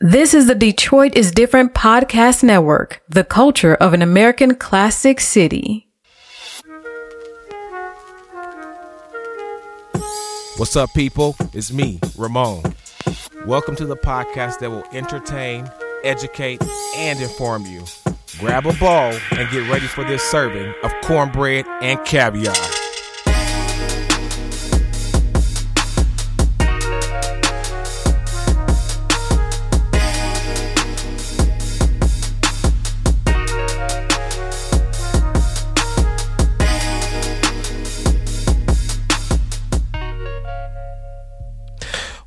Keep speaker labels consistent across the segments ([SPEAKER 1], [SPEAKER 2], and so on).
[SPEAKER 1] This is the Detroit is Different podcast network, the culture of an American classic city.
[SPEAKER 2] What's up, people? It's me, Ramon. Welcome to the podcast that will entertain, educate, and inform you. Grab a bowl and get ready for this serving of cornbread and caviar.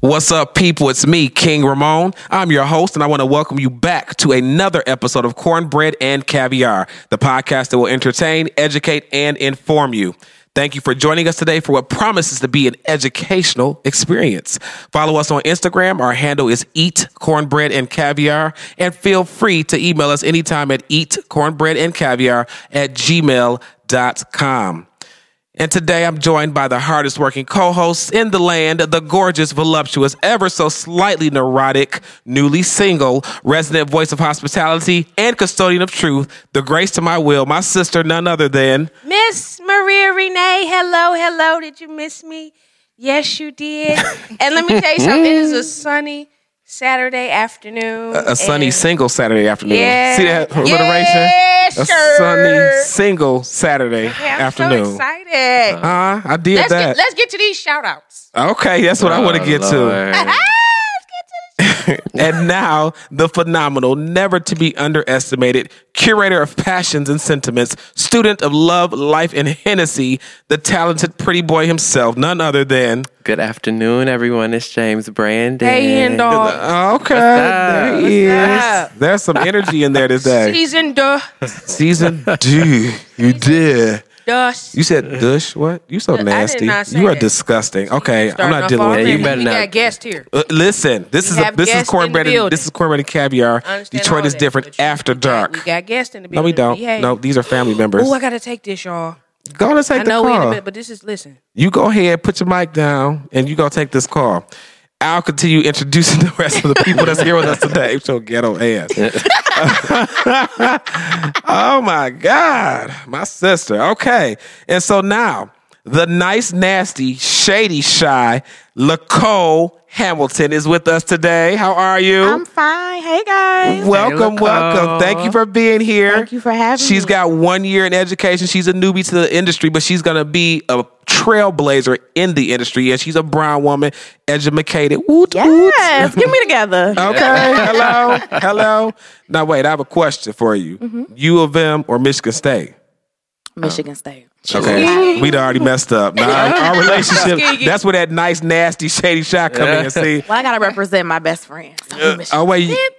[SPEAKER 2] What's up, people? It's me, King Ramon. I'm your host, and I want to welcome you back to another episode of Cornbread and Caviar, the podcast that will entertain, educate, and inform you. Thank you for joining us today for what promises to be an educational experience. Follow us on Instagram. Our handle is Eat Cornbread and Caviar, and feel free to email us anytime at eatcornbreadandcaviar at gmail.com. And today I'm joined by the hardest working co hosts in the land, the gorgeous, voluptuous, ever so slightly neurotic, newly single, resident voice of hospitality, and custodian of truth, the grace to my will, my sister, none other than.
[SPEAKER 3] Miss Maria Renee, hello, hello. Did you miss me? Yes, you did. and let me tell you something. It is a sunny Saturday afternoon.
[SPEAKER 2] A sunny
[SPEAKER 3] and-
[SPEAKER 2] single Saturday afternoon.
[SPEAKER 3] Yeah.
[SPEAKER 2] See that alliteration?
[SPEAKER 3] Yeah,
[SPEAKER 2] a
[SPEAKER 3] sure.
[SPEAKER 2] sunny single Saturday
[SPEAKER 3] Yeah, I'm
[SPEAKER 2] afternoon.
[SPEAKER 3] so excited.
[SPEAKER 2] Uh, I did
[SPEAKER 3] let's,
[SPEAKER 2] that.
[SPEAKER 3] get, let's get to these Ah, shout outs.
[SPEAKER 2] okay, that's what I want to
[SPEAKER 4] Oh,
[SPEAKER 2] get to. and now the phenomenal, never to be underestimated, curator of passions and sentiments, student of love, life, and Hennessy, the talented pretty boy himself, none other than.
[SPEAKER 4] Good afternoon, everyone. It's James Brandon.
[SPEAKER 3] Hey, and dog.
[SPEAKER 2] Oh, Okay, there he is. There's some energy in there today.
[SPEAKER 3] Season duh,
[SPEAKER 2] Season two, you did.
[SPEAKER 3] dust.
[SPEAKER 2] You said dush. What? You so
[SPEAKER 3] did
[SPEAKER 2] nasty.
[SPEAKER 3] not say
[SPEAKER 2] you are
[SPEAKER 3] that.
[SPEAKER 2] disgusting. Okay, I'm
[SPEAKER 3] Starting
[SPEAKER 2] not
[SPEAKER 3] off
[SPEAKER 2] dealing with
[SPEAKER 3] already.
[SPEAKER 4] you better
[SPEAKER 3] we
[SPEAKER 4] not-
[SPEAKER 3] got guests here.
[SPEAKER 2] Uh, listen, this is a,
[SPEAKER 3] have
[SPEAKER 2] this is
[SPEAKER 3] guests in the
[SPEAKER 2] cornbread and
[SPEAKER 3] building.
[SPEAKER 2] this is cornbread and caviar.
[SPEAKER 3] I understand all
[SPEAKER 2] Detroit is
[SPEAKER 3] that,
[SPEAKER 2] different
[SPEAKER 3] but you-
[SPEAKER 2] after
[SPEAKER 3] We
[SPEAKER 2] dark.
[SPEAKER 3] got guests in the
[SPEAKER 2] No,
[SPEAKER 3] building.
[SPEAKER 2] we don't.
[SPEAKER 3] Behave.
[SPEAKER 2] No, these are family members.
[SPEAKER 3] Oh, I gotta take this, y'all.
[SPEAKER 2] Go on and take
[SPEAKER 3] I
[SPEAKER 2] the
[SPEAKER 3] know we in a
[SPEAKER 2] call.
[SPEAKER 3] bit, but this is listen.
[SPEAKER 2] you go ahead, put your mic down, and you go take this call. I'll continue introducing the rest of the people that's here with us today. So ghetto ass. oh my God, my sister. Okay, and so now the nice, nasty, shady, shy Lacole Hamilton is with us today. How are you?
[SPEAKER 5] fine. Hey guys.
[SPEAKER 2] Welcome,
[SPEAKER 4] Nicole.
[SPEAKER 2] welcome. Thank you for being here.
[SPEAKER 5] Thank you for having
[SPEAKER 2] She's
[SPEAKER 5] me.
[SPEAKER 2] got one year in education. She's a newbie to the industry, but she's gonna be a trailblazer in the industry. And she's a brown woman, educated. Woot, woot.
[SPEAKER 5] Yes. Get me together.
[SPEAKER 2] Okay. Hello. Hello. Now wait, I have a question for you.
[SPEAKER 3] Mm-hmm.
[SPEAKER 2] U of M or Michigan State?
[SPEAKER 5] Michigan State.
[SPEAKER 2] Okay. We'd already messed up. Nah, our relationship. That's where that nice, nasty, shady shot come in. See.
[SPEAKER 5] Well, I gotta represent my best friend. So Michigan.
[SPEAKER 2] Oh wait. you-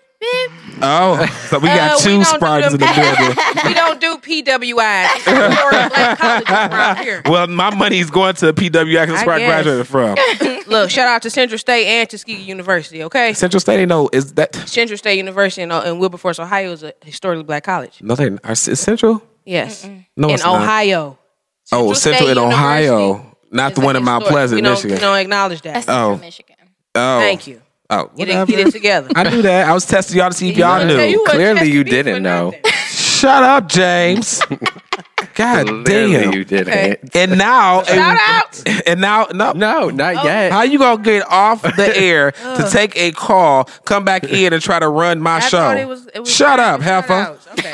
[SPEAKER 2] Oh, so we got
[SPEAKER 3] Uh, we
[SPEAKER 2] two
[SPEAKER 3] don't do
[SPEAKER 2] Spartans in
[SPEAKER 3] them.
[SPEAKER 2] the building.
[SPEAKER 3] we don't do PWI. It's for black colleges around here.
[SPEAKER 2] Well, my money's going to PWI because
[SPEAKER 3] I
[SPEAKER 2] that's where I
[SPEAKER 3] guess.
[SPEAKER 2] graduated from.
[SPEAKER 3] Look, shout out to Central State and Tuskegee University, okay?
[SPEAKER 2] Central State ain't no is that
[SPEAKER 3] Central State University in, uh, in Wilberforce, Ohio is a historically black college.
[SPEAKER 2] no they are is Central?
[SPEAKER 3] Yes.
[SPEAKER 2] No,
[SPEAKER 3] in
[SPEAKER 2] it's not.
[SPEAKER 3] Ohio.
[SPEAKER 2] Oh, Central
[SPEAKER 3] State
[SPEAKER 2] in
[SPEAKER 3] University
[SPEAKER 2] Ohio, not the
[SPEAKER 3] It's
[SPEAKER 2] one
[SPEAKER 3] a
[SPEAKER 2] in Mount
[SPEAKER 3] historic-
[SPEAKER 2] Pleasant,
[SPEAKER 3] we don't,
[SPEAKER 2] Michigan.
[SPEAKER 3] We don't acknowledge that.
[SPEAKER 2] Oh,
[SPEAKER 6] Michigan.
[SPEAKER 2] oh,
[SPEAKER 3] Thank you.
[SPEAKER 2] Oh,
[SPEAKER 3] Get it,
[SPEAKER 2] whatever.
[SPEAKER 3] get it together.
[SPEAKER 2] I knew that. I was testing y'all to see if y'all
[SPEAKER 3] I'll tell
[SPEAKER 2] knew.
[SPEAKER 3] you what,
[SPEAKER 4] Clearly
[SPEAKER 3] Chester
[SPEAKER 4] you
[SPEAKER 3] beat for
[SPEAKER 4] didn't know.
[SPEAKER 3] nothing.
[SPEAKER 2] Shut up, James. God
[SPEAKER 4] Clearly
[SPEAKER 2] damn.
[SPEAKER 4] you did
[SPEAKER 3] Okay.
[SPEAKER 4] it.
[SPEAKER 2] And now,
[SPEAKER 3] Shout
[SPEAKER 2] and,
[SPEAKER 3] out.
[SPEAKER 2] and now, no,
[SPEAKER 4] No, not yet.
[SPEAKER 2] How you gonna get off the air to take a call, come back in, and try to run my
[SPEAKER 3] I
[SPEAKER 2] show?
[SPEAKER 3] thought it was, it was
[SPEAKER 2] Shut
[SPEAKER 3] it
[SPEAKER 2] up,
[SPEAKER 3] was
[SPEAKER 2] heifer.
[SPEAKER 3] shout-outs. Okay.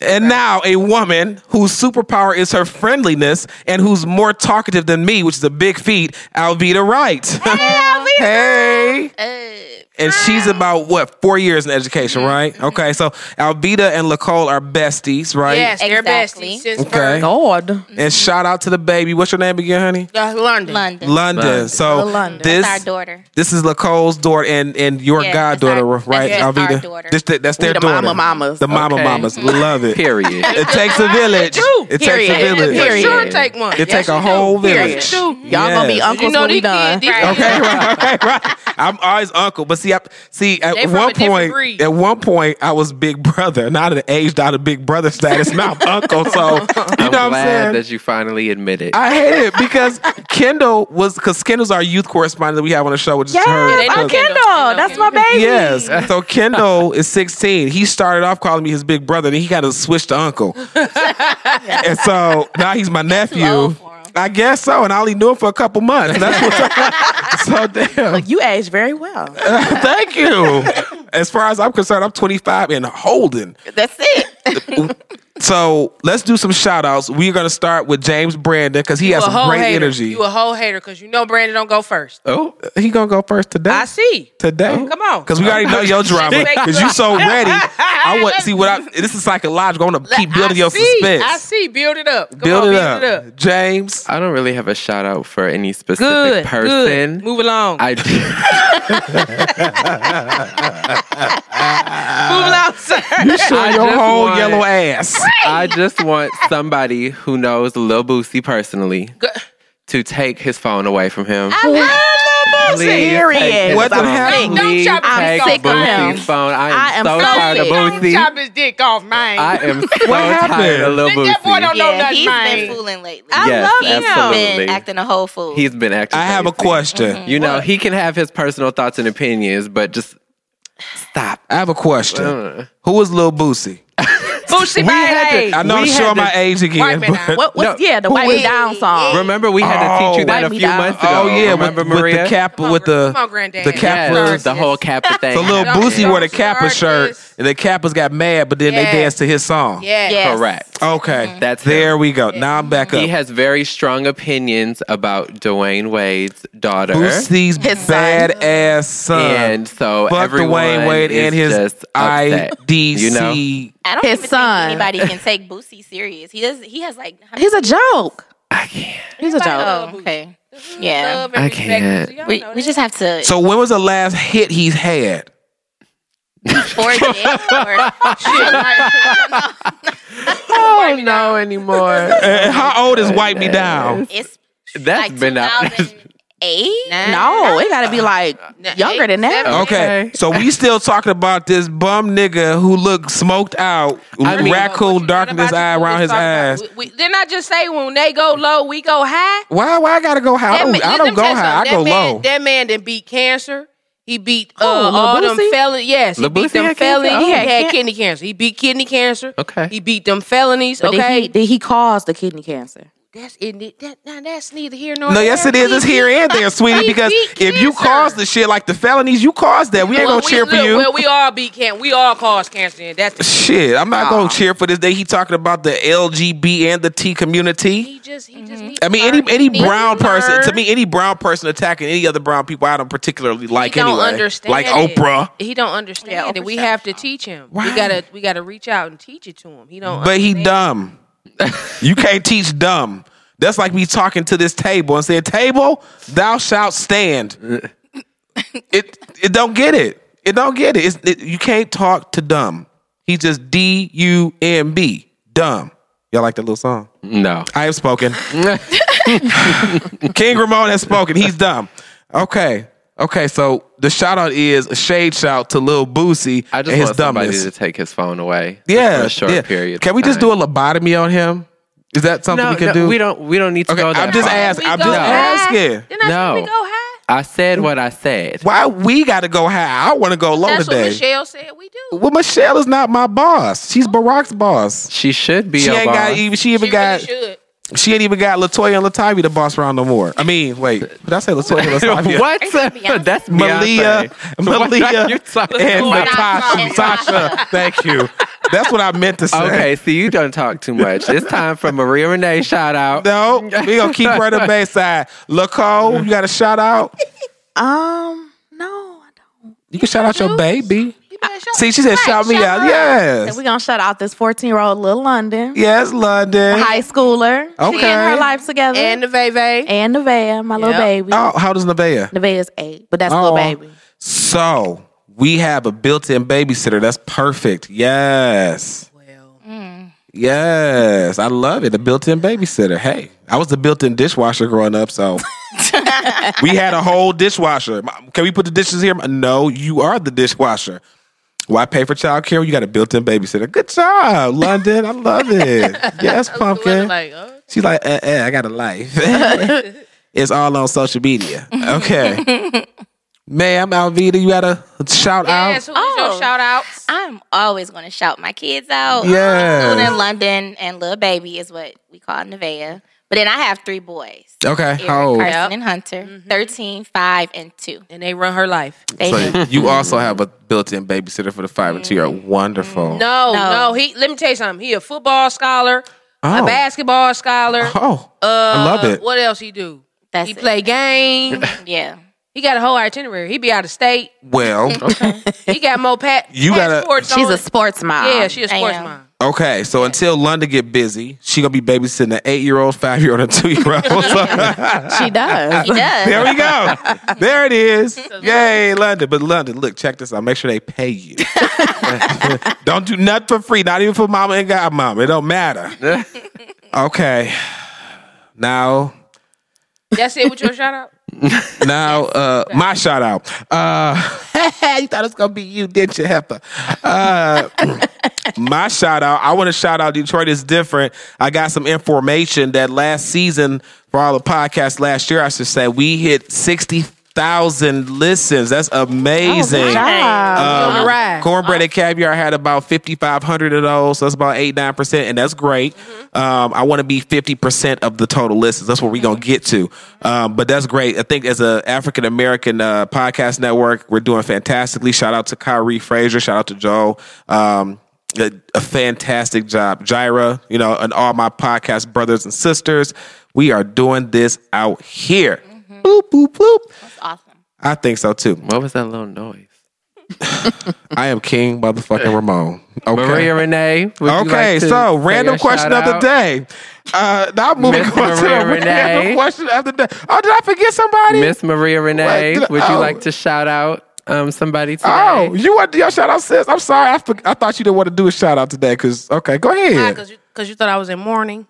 [SPEAKER 2] And now a woman whose superpower is her friendliness and who's more talkative than me, which is a big feat, Alvita Wright. Hey. And she's about what, four years in education,
[SPEAKER 6] Mm-hmm.
[SPEAKER 2] right? Okay, so Alvita and Lacole are besties, right?
[SPEAKER 3] Yes, they're
[SPEAKER 6] Exactly.
[SPEAKER 3] besties since
[SPEAKER 2] Okay.
[SPEAKER 3] birth.
[SPEAKER 5] Lord.
[SPEAKER 6] Mm-hmm.
[SPEAKER 2] And shout out to the baby. What's your name again, honey?
[SPEAKER 3] Uh, London.
[SPEAKER 6] London.
[SPEAKER 2] London.
[SPEAKER 4] London.
[SPEAKER 2] So
[SPEAKER 5] London.
[SPEAKER 2] this
[SPEAKER 6] That's our daughter.
[SPEAKER 2] This is Lacole's daughter and and your
[SPEAKER 6] Yeah, that's
[SPEAKER 2] goddaughter,
[SPEAKER 6] our-
[SPEAKER 2] right?
[SPEAKER 6] that's our
[SPEAKER 2] Alvita.
[SPEAKER 6] daughter.
[SPEAKER 2] This- that- that's their
[SPEAKER 5] the
[SPEAKER 2] daughter.
[SPEAKER 5] mama mamas.
[SPEAKER 2] The mama
[SPEAKER 4] Okay.
[SPEAKER 2] mamas. Love it.
[SPEAKER 4] Period.
[SPEAKER 2] It takes a village. It takes a
[SPEAKER 5] Period.
[SPEAKER 2] village.
[SPEAKER 3] For
[SPEAKER 5] Period.
[SPEAKER 3] sure, take one.
[SPEAKER 2] It
[SPEAKER 3] Yes,
[SPEAKER 2] take a
[SPEAKER 3] you do.
[SPEAKER 2] whole
[SPEAKER 3] Yes,
[SPEAKER 2] village.
[SPEAKER 3] you do.
[SPEAKER 5] Y'all gonna be
[SPEAKER 2] Yes.
[SPEAKER 5] uncles
[SPEAKER 3] You know
[SPEAKER 5] when we
[SPEAKER 3] these kids.
[SPEAKER 5] done.
[SPEAKER 3] these
[SPEAKER 2] Okay,
[SPEAKER 3] kids-
[SPEAKER 2] right. right, right. I'm always uncle, but see, I, see at
[SPEAKER 3] They from a
[SPEAKER 2] one
[SPEAKER 3] different
[SPEAKER 2] point,
[SPEAKER 3] breed.
[SPEAKER 2] at one point, I was big brother, not an aged out of big brother status. Now I'm uncle, so you know what
[SPEAKER 4] I'm
[SPEAKER 2] I'm
[SPEAKER 4] glad
[SPEAKER 2] saying.
[SPEAKER 4] that you finally admit it.
[SPEAKER 2] I hate it because Kendall was because Kendall's our youth correspondent that we have on the show, which is
[SPEAKER 5] Yes,
[SPEAKER 2] her.
[SPEAKER 3] they
[SPEAKER 5] I'm
[SPEAKER 3] don't
[SPEAKER 2] cousin.
[SPEAKER 3] get
[SPEAKER 5] Kendall.
[SPEAKER 3] no skin,
[SPEAKER 5] That's
[SPEAKER 3] okay.
[SPEAKER 5] my baby.
[SPEAKER 2] Yes. So Kendall is 16. He started off calling me his big brother, then he got to switch to uncle. and so now he's my nephew.
[SPEAKER 3] old for him.
[SPEAKER 2] I guess so. And I only knew him for a couple months. That's what's so damn.
[SPEAKER 5] You age very well.
[SPEAKER 2] Thank you. As far as I'm concerned, I'm 25 and holding.
[SPEAKER 5] That's it.
[SPEAKER 2] So let's do some shout outs. We're going to start with James Brandon because he has
[SPEAKER 3] You a
[SPEAKER 2] some
[SPEAKER 3] whole
[SPEAKER 2] great
[SPEAKER 3] hater.
[SPEAKER 2] energy.
[SPEAKER 3] You a whole hater because you know Brandon don't go first.
[SPEAKER 2] oh, he going to go first today.
[SPEAKER 3] I see.
[SPEAKER 2] today.
[SPEAKER 3] Oh, come on.
[SPEAKER 2] because we already know your drama.
[SPEAKER 3] Just make
[SPEAKER 2] Because
[SPEAKER 3] it
[SPEAKER 2] you
[SPEAKER 3] up.
[SPEAKER 2] so ready. I want see what I. This is psychological. I want to keep building
[SPEAKER 3] I
[SPEAKER 2] your
[SPEAKER 3] see.
[SPEAKER 2] suspense.
[SPEAKER 3] I see. Build it up. Come
[SPEAKER 2] Build,
[SPEAKER 3] on,
[SPEAKER 2] it,
[SPEAKER 3] build
[SPEAKER 2] up.
[SPEAKER 3] it up.
[SPEAKER 2] James.
[SPEAKER 4] I don't really have a shout out for any specific
[SPEAKER 3] Good.
[SPEAKER 4] person.
[SPEAKER 3] Good. Move along.
[SPEAKER 4] I do.
[SPEAKER 3] Move along, sir.
[SPEAKER 2] Show
[SPEAKER 4] I
[SPEAKER 2] your
[SPEAKER 4] just
[SPEAKER 2] whole
[SPEAKER 4] want-
[SPEAKER 2] yellow ass.
[SPEAKER 4] I just want somebody who knows Lil Boosie personally to take his phone away from him. Please
[SPEAKER 5] Period.
[SPEAKER 4] take his
[SPEAKER 2] What the
[SPEAKER 4] phone.
[SPEAKER 2] hell?
[SPEAKER 4] Please
[SPEAKER 3] Don't chop his
[SPEAKER 4] take
[SPEAKER 5] phone. I'm sick of him.
[SPEAKER 4] Boosie's phone. I am,
[SPEAKER 5] I am
[SPEAKER 4] so
[SPEAKER 5] so
[SPEAKER 4] tired of
[SPEAKER 5] sick.
[SPEAKER 4] Boosie.
[SPEAKER 3] Chop his dick off, man.
[SPEAKER 4] I am so tired of Lil
[SPEAKER 3] Think that boy
[SPEAKER 4] Boosie.
[SPEAKER 3] don't know
[SPEAKER 6] Yeah,
[SPEAKER 3] nothing,
[SPEAKER 6] he's been
[SPEAKER 3] man.
[SPEAKER 6] fooling lately.
[SPEAKER 4] Yes,
[SPEAKER 5] love him.
[SPEAKER 6] He's been
[SPEAKER 4] absolutely.
[SPEAKER 6] acting a whole fool.
[SPEAKER 4] He's been acting.
[SPEAKER 2] I have a
[SPEAKER 4] crazy.
[SPEAKER 2] question.
[SPEAKER 3] Mm-hmm.
[SPEAKER 4] You know, he can have his personal thoughts and opinions, but just stop.
[SPEAKER 2] I have a question.
[SPEAKER 3] Uh-huh.
[SPEAKER 2] Who is Lil Boosie?
[SPEAKER 3] Boosie
[SPEAKER 4] had
[SPEAKER 3] by
[SPEAKER 4] to-
[SPEAKER 3] age.
[SPEAKER 2] I know
[SPEAKER 4] We
[SPEAKER 2] I'm
[SPEAKER 4] had
[SPEAKER 2] showing
[SPEAKER 4] to-
[SPEAKER 2] my age again.
[SPEAKER 3] Wipe it
[SPEAKER 2] but-
[SPEAKER 3] out.
[SPEAKER 5] What, what's,
[SPEAKER 4] No,
[SPEAKER 5] yeah, the Wipe It Down song.
[SPEAKER 4] Remember, we had to teach you that a
[SPEAKER 5] Oh. Wipe me
[SPEAKER 4] few
[SPEAKER 5] down.
[SPEAKER 4] months ago.
[SPEAKER 2] Oh yeah, with,
[SPEAKER 4] remember
[SPEAKER 2] with
[SPEAKER 4] Maria?
[SPEAKER 2] the cap with the
[SPEAKER 3] Come on, granddad.
[SPEAKER 2] the cap.
[SPEAKER 4] Yes,
[SPEAKER 2] was-
[SPEAKER 4] the whole Kappa thing.
[SPEAKER 2] So Lil
[SPEAKER 3] Don't
[SPEAKER 2] Boosie wore the
[SPEAKER 3] start
[SPEAKER 2] Kappa shirt,
[SPEAKER 3] this.
[SPEAKER 2] and the Kappas got mad, but then
[SPEAKER 3] Yeah.
[SPEAKER 2] they danced to his song.
[SPEAKER 3] Yeah.
[SPEAKER 6] Yes.
[SPEAKER 4] Correct.
[SPEAKER 2] Okay,
[SPEAKER 3] Mm-hmm.
[SPEAKER 4] That's him.
[SPEAKER 2] there we go. Now I'm back up.
[SPEAKER 4] He has very strong opinions about Dwayne Wade's daughter.
[SPEAKER 2] Boosie's
[SPEAKER 5] His son.
[SPEAKER 2] bad ass son.
[SPEAKER 4] And so
[SPEAKER 2] Fuck
[SPEAKER 4] everyone
[SPEAKER 2] Dwayne Wade
[SPEAKER 4] is
[SPEAKER 2] and his
[SPEAKER 4] just upset,
[SPEAKER 2] IDC.
[SPEAKER 4] You know,
[SPEAKER 6] I don't
[SPEAKER 5] His
[SPEAKER 6] even
[SPEAKER 5] son.
[SPEAKER 6] think anybody can take Boosie serious. He does. He has like.
[SPEAKER 5] He's a joke.
[SPEAKER 4] I can't.
[SPEAKER 5] He's a joke.
[SPEAKER 6] oh, okay. Yeah.
[SPEAKER 3] Love and
[SPEAKER 4] I
[SPEAKER 3] respect.
[SPEAKER 4] can't.
[SPEAKER 3] Y'all
[SPEAKER 6] We,
[SPEAKER 3] know
[SPEAKER 6] we
[SPEAKER 3] that.
[SPEAKER 6] just have to
[SPEAKER 2] So when was the last hit he's had?
[SPEAKER 6] forge it. Or,
[SPEAKER 4] Oh no, anymore.
[SPEAKER 2] And how old is Wipe Me Down?
[SPEAKER 6] it's
[SPEAKER 4] That's
[SPEAKER 6] like
[SPEAKER 4] been out.
[SPEAKER 6] 2008.
[SPEAKER 5] No, it got to be like younger than that.
[SPEAKER 3] Seven.
[SPEAKER 2] Okay, so we still talking about this bum nigga who looked smoked out,
[SPEAKER 4] I mean-
[SPEAKER 2] raccoon
[SPEAKER 3] What
[SPEAKER 2] darkness
[SPEAKER 3] about
[SPEAKER 2] eye
[SPEAKER 3] you?
[SPEAKER 2] around his
[SPEAKER 3] Talk about-
[SPEAKER 2] eyes.
[SPEAKER 3] we- we- Didn't I just say when they go low, we go high?
[SPEAKER 2] Why? Why I gotta go high? I
[SPEAKER 3] That
[SPEAKER 2] don't,
[SPEAKER 3] man-
[SPEAKER 2] I
[SPEAKER 3] let me
[SPEAKER 2] don't go
[SPEAKER 3] tell you
[SPEAKER 2] high. I
[SPEAKER 3] something.
[SPEAKER 2] go
[SPEAKER 3] that man,
[SPEAKER 2] low.
[SPEAKER 3] That man didn't beat cancer. He beat uh,
[SPEAKER 5] Who, Lil
[SPEAKER 3] all them
[SPEAKER 5] Boosie?
[SPEAKER 3] felonies. Yes, he
[SPEAKER 4] Lil
[SPEAKER 3] beat
[SPEAKER 4] Boosie
[SPEAKER 3] them
[SPEAKER 4] had cancer?
[SPEAKER 3] felonies.
[SPEAKER 4] Oh.
[SPEAKER 3] He had,
[SPEAKER 5] Yeah, can't-
[SPEAKER 3] kidney cancer. He beat kidney cancer.
[SPEAKER 4] Okay.
[SPEAKER 3] He beat them felonies.
[SPEAKER 5] But
[SPEAKER 3] okay.
[SPEAKER 5] did, he, did he cause the kidney cancer?
[SPEAKER 3] that's it. it- That, now that's neither here nor
[SPEAKER 2] no,
[SPEAKER 3] there.
[SPEAKER 2] yes, it is. It's here and there, sweetie.
[SPEAKER 3] He
[SPEAKER 2] Because
[SPEAKER 3] beat
[SPEAKER 2] if you
[SPEAKER 3] cancer.
[SPEAKER 2] cause the shit like the felonies, you caused that. We ain't
[SPEAKER 3] Well,
[SPEAKER 2] gonna cheer
[SPEAKER 3] we,
[SPEAKER 2] for
[SPEAKER 3] look,
[SPEAKER 2] you.
[SPEAKER 3] Well, we all beat cancer. We all cause cancer. And that's the,
[SPEAKER 2] Shit, I'm not gonna cheer for this day. He talking about the LGB and the T community.
[SPEAKER 3] he just he just. needs
[SPEAKER 2] Mm-hmm. I mean,
[SPEAKER 3] to
[SPEAKER 2] any
[SPEAKER 3] learn.
[SPEAKER 2] any
[SPEAKER 3] He needs
[SPEAKER 2] brown
[SPEAKER 3] to
[SPEAKER 2] person to
[SPEAKER 3] learn.
[SPEAKER 2] me, any brown person attacking any other brown people, I don't particularly like
[SPEAKER 3] he
[SPEAKER 2] anyway.
[SPEAKER 3] don't understand
[SPEAKER 2] like
[SPEAKER 3] it.
[SPEAKER 2] Oprah,
[SPEAKER 3] He don't understand
[SPEAKER 6] Yeah,
[SPEAKER 3] it. We
[SPEAKER 6] Oprah
[SPEAKER 3] have to teach him.
[SPEAKER 2] Why?
[SPEAKER 3] We gotta we gotta reach out and teach it to him. He don't.
[SPEAKER 2] but he
[SPEAKER 3] understand.
[SPEAKER 2] dumb. you can't teach dumb. That's like me talking to this table and saying, "Table, thou shalt stand." it it don't get it. It don't get it. It's, it you can't talk to dumb. He just D U M B dumb. Y'all like that little song?
[SPEAKER 4] No.
[SPEAKER 2] I have spoken. King Ramon has spoken. He's dumb. Okay. Okay, so the shout out is a shade shout to Lil Boosie
[SPEAKER 4] I
[SPEAKER 2] and
[SPEAKER 4] just
[SPEAKER 2] his
[SPEAKER 4] want somebody
[SPEAKER 2] dumbness.
[SPEAKER 4] to take his phone away. just
[SPEAKER 2] yeah,
[SPEAKER 4] for a short
[SPEAKER 2] yeah.
[SPEAKER 4] period.
[SPEAKER 2] Can we just do a lobotomy on him? Is that something
[SPEAKER 4] No,
[SPEAKER 2] we can
[SPEAKER 4] no,
[SPEAKER 2] do?
[SPEAKER 4] we don't. We don't need to
[SPEAKER 2] Okay,
[SPEAKER 4] go. That
[SPEAKER 2] I'm just
[SPEAKER 4] far.
[SPEAKER 2] asking.
[SPEAKER 3] We
[SPEAKER 2] I'm
[SPEAKER 3] go
[SPEAKER 2] just
[SPEAKER 3] high.
[SPEAKER 2] asking.
[SPEAKER 3] Then I
[SPEAKER 4] No.
[SPEAKER 3] no. we go high.
[SPEAKER 4] I said what I said.
[SPEAKER 2] Why we got to go high? I want to go low
[SPEAKER 3] That's
[SPEAKER 2] today.
[SPEAKER 3] what Michelle said we do.
[SPEAKER 2] well, Michelle is not my boss. She's Barack's boss.
[SPEAKER 4] She should be
[SPEAKER 2] She
[SPEAKER 4] your
[SPEAKER 2] ain't
[SPEAKER 4] boss.
[SPEAKER 2] got even. She even
[SPEAKER 3] She
[SPEAKER 2] got.
[SPEAKER 3] really should.
[SPEAKER 2] She ain't even got Latoya and Latavia to boss around no more. I mean, wait, did I say Latoya and Latavia?
[SPEAKER 4] what?
[SPEAKER 6] Beyonce?
[SPEAKER 4] That's
[SPEAKER 2] Malia,
[SPEAKER 4] Beyonce.
[SPEAKER 2] Malia,
[SPEAKER 4] You're talking
[SPEAKER 2] and
[SPEAKER 4] about-
[SPEAKER 2] Natasha. Sasha, thank you. That's what I meant to say.
[SPEAKER 4] Okay, so you don't talk too much. It's time for Maria Renee shout out.
[SPEAKER 2] No, we gonna keep her to the bayside. Lacole, you got a shout out.
[SPEAKER 5] Um, no, I don't.
[SPEAKER 2] You can shout out your baby.
[SPEAKER 3] You better show-
[SPEAKER 2] See, she said, "Shout me out."
[SPEAKER 5] And
[SPEAKER 2] Yes,
[SPEAKER 5] we're going to shout out this 14 year old Lil London,
[SPEAKER 2] yes, London.
[SPEAKER 5] high schooler. She
[SPEAKER 2] Okay.
[SPEAKER 5] and her life together.
[SPEAKER 3] and the Veve.
[SPEAKER 5] and Nevaeh, my little
[SPEAKER 3] Yep.
[SPEAKER 5] baby.
[SPEAKER 2] Oh, how does Nevaeh?
[SPEAKER 5] Nevaeh is eight, but that's
[SPEAKER 2] Oh.
[SPEAKER 5] little baby.
[SPEAKER 2] So we have a built-in babysitter. That's perfect. Yes,
[SPEAKER 3] Well,
[SPEAKER 2] yes, I love it. A built-in babysitter. Hey, I was the built-in dishwasher growing up, so we had a whole dishwasher. Mom, Can we put the dishes here? No, you are the dishwasher. Why pay for childcare? when You got a built-in babysitter. Good job, London. I love it. Yes, pumpkin.
[SPEAKER 6] Like, oh.
[SPEAKER 2] She's like, uh, uh, I got a life. it's all on social media. Okay. Ma'am, Alvita, you got a shout
[SPEAKER 3] Yes, who
[SPEAKER 2] out?
[SPEAKER 3] was
[SPEAKER 6] Oh.
[SPEAKER 3] your shout outs?
[SPEAKER 6] I'm always going to shout my kids out.
[SPEAKER 2] Yes.
[SPEAKER 6] Luna in London and little baby is what we call Nevaeh. But then I have three boys.
[SPEAKER 2] Okay.
[SPEAKER 6] Eric,
[SPEAKER 2] How old?
[SPEAKER 6] Carson, and Hunter. 13, 5, and 2.
[SPEAKER 3] And they run her life.
[SPEAKER 6] They do.
[SPEAKER 2] So you also have a built-in babysitter for the five and two year old. Wonderful.
[SPEAKER 3] Mm. No, no,
[SPEAKER 6] No.
[SPEAKER 3] He let me tell you something. He a football scholar,
[SPEAKER 2] Oh.
[SPEAKER 3] a basketball scholar.
[SPEAKER 2] Oh,
[SPEAKER 3] Uh,
[SPEAKER 2] I love it.
[SPEAKER 3] What else he do?
[SPEAKER 6] That's
[SPEAKER 3] he
[SPEAKER 6] it.
[SPEAKER 3] play game.
[SPEAKER 6] Yeah.
[SPEAKER 3] he got a whole itinerary. He be out of state.
[SPEAKER 2] Well,
[SPEAKER 3] He got more pat.
[SPEAKER 2] You gotta-
[SPEAKER 3] passports
[SPEAKER 5] She's
[SPEAKER 3] on-
[SPEAKER 5] a sports mom.
[SPEAKER 3] yeah. She a sports
[SPEAKER 6] Damn.
[SPEAKER 3] mom.
[SPEAKER 2] okay. So until London get busy, she gonna be babysitting an eight year old, five year old, and two year old. Ah,
[SPEAKER 5] She does.
[SPEAKER 6] He does.
[SPEAKER 2] there we go. There it is. Yay, London. But London, look, check this out. Make sure they pay you. don't do nothing for free. Not even for mama and godmama. It don't matter. okay. Now,
[SPEAKER 3] That's it with your shout out.
[SPEAKER 2] now, uh, my shout out. Uh, you thought it was gonna be you, didn't you, Heffa? Uh, my shout out. I want to shout out Detroit is different. I got some information that last season for all the podcasts last year, I should say, we hit sixty thousand listens. That's amazing. Uh,
[SPEAKER 3] on the ride.
[SPEAKER 2] Um, Uh-huh. Cornbread and caviar had about 5,500 of those. So that's about 8 9%, and that's great. Um, I want to be 50% of the total listens. That's what we're going to get to. Um, but that's great. I think as a African American uh, podcast network, we're doing fantastically. Shout out to Kyrie Frazier. Shout out to Joe. Um, a, a fantastic job. Gyra, you know, and all my podcast brothers and sisters. We are doing this out here. Boop, boop, boop.
[SPEAKER 6] That's awesome.
[SPEAKER 2] I think so too.
[SPEAKER 4] What was that little noise?
[SPEAKER 2] I am King motherfucking Ramon. Okay.
[SPEAKER 4] Maria Renee. would you like
[SPEAKER 2] Okay,
[SPEAKER 4] to
[SPEAKER 2] so
[SPEAKER 4] say
[SPEAKER 2] random
[SPEAKER 4] a
[SPEAKER 2] question of
[SPEAKER 4] shout
[SPEAKER 2] the
[SPEAKER 4] out?
[SPEAKER 2] day. Uh, now moving
[SPEAKER 4] Miss
[SPEAKER 2] on to the
[SPEAKER 4] Maria
[SPEAKER 2] random
[SPEAKER 4] Renee.
[SPEAKER 2] question of the day. Oh, did I forget somebody?
[SPEAKER 4] Miss Maria Renee,
[SPEAKER 2] What?
[SPEAKER 4] would you
[SPEAKER 2] Oh.
[SPEAKER 4] like to shout out um, somebody today?
[SPEAKER 2] oh, you want to do your shout out, sis? I'm sorry, I, for, I thought you didn't want to do a shout out today. Cause okay, go ahead.
[SPEAKER 3] Because you, 'cause you thought I was in mourning.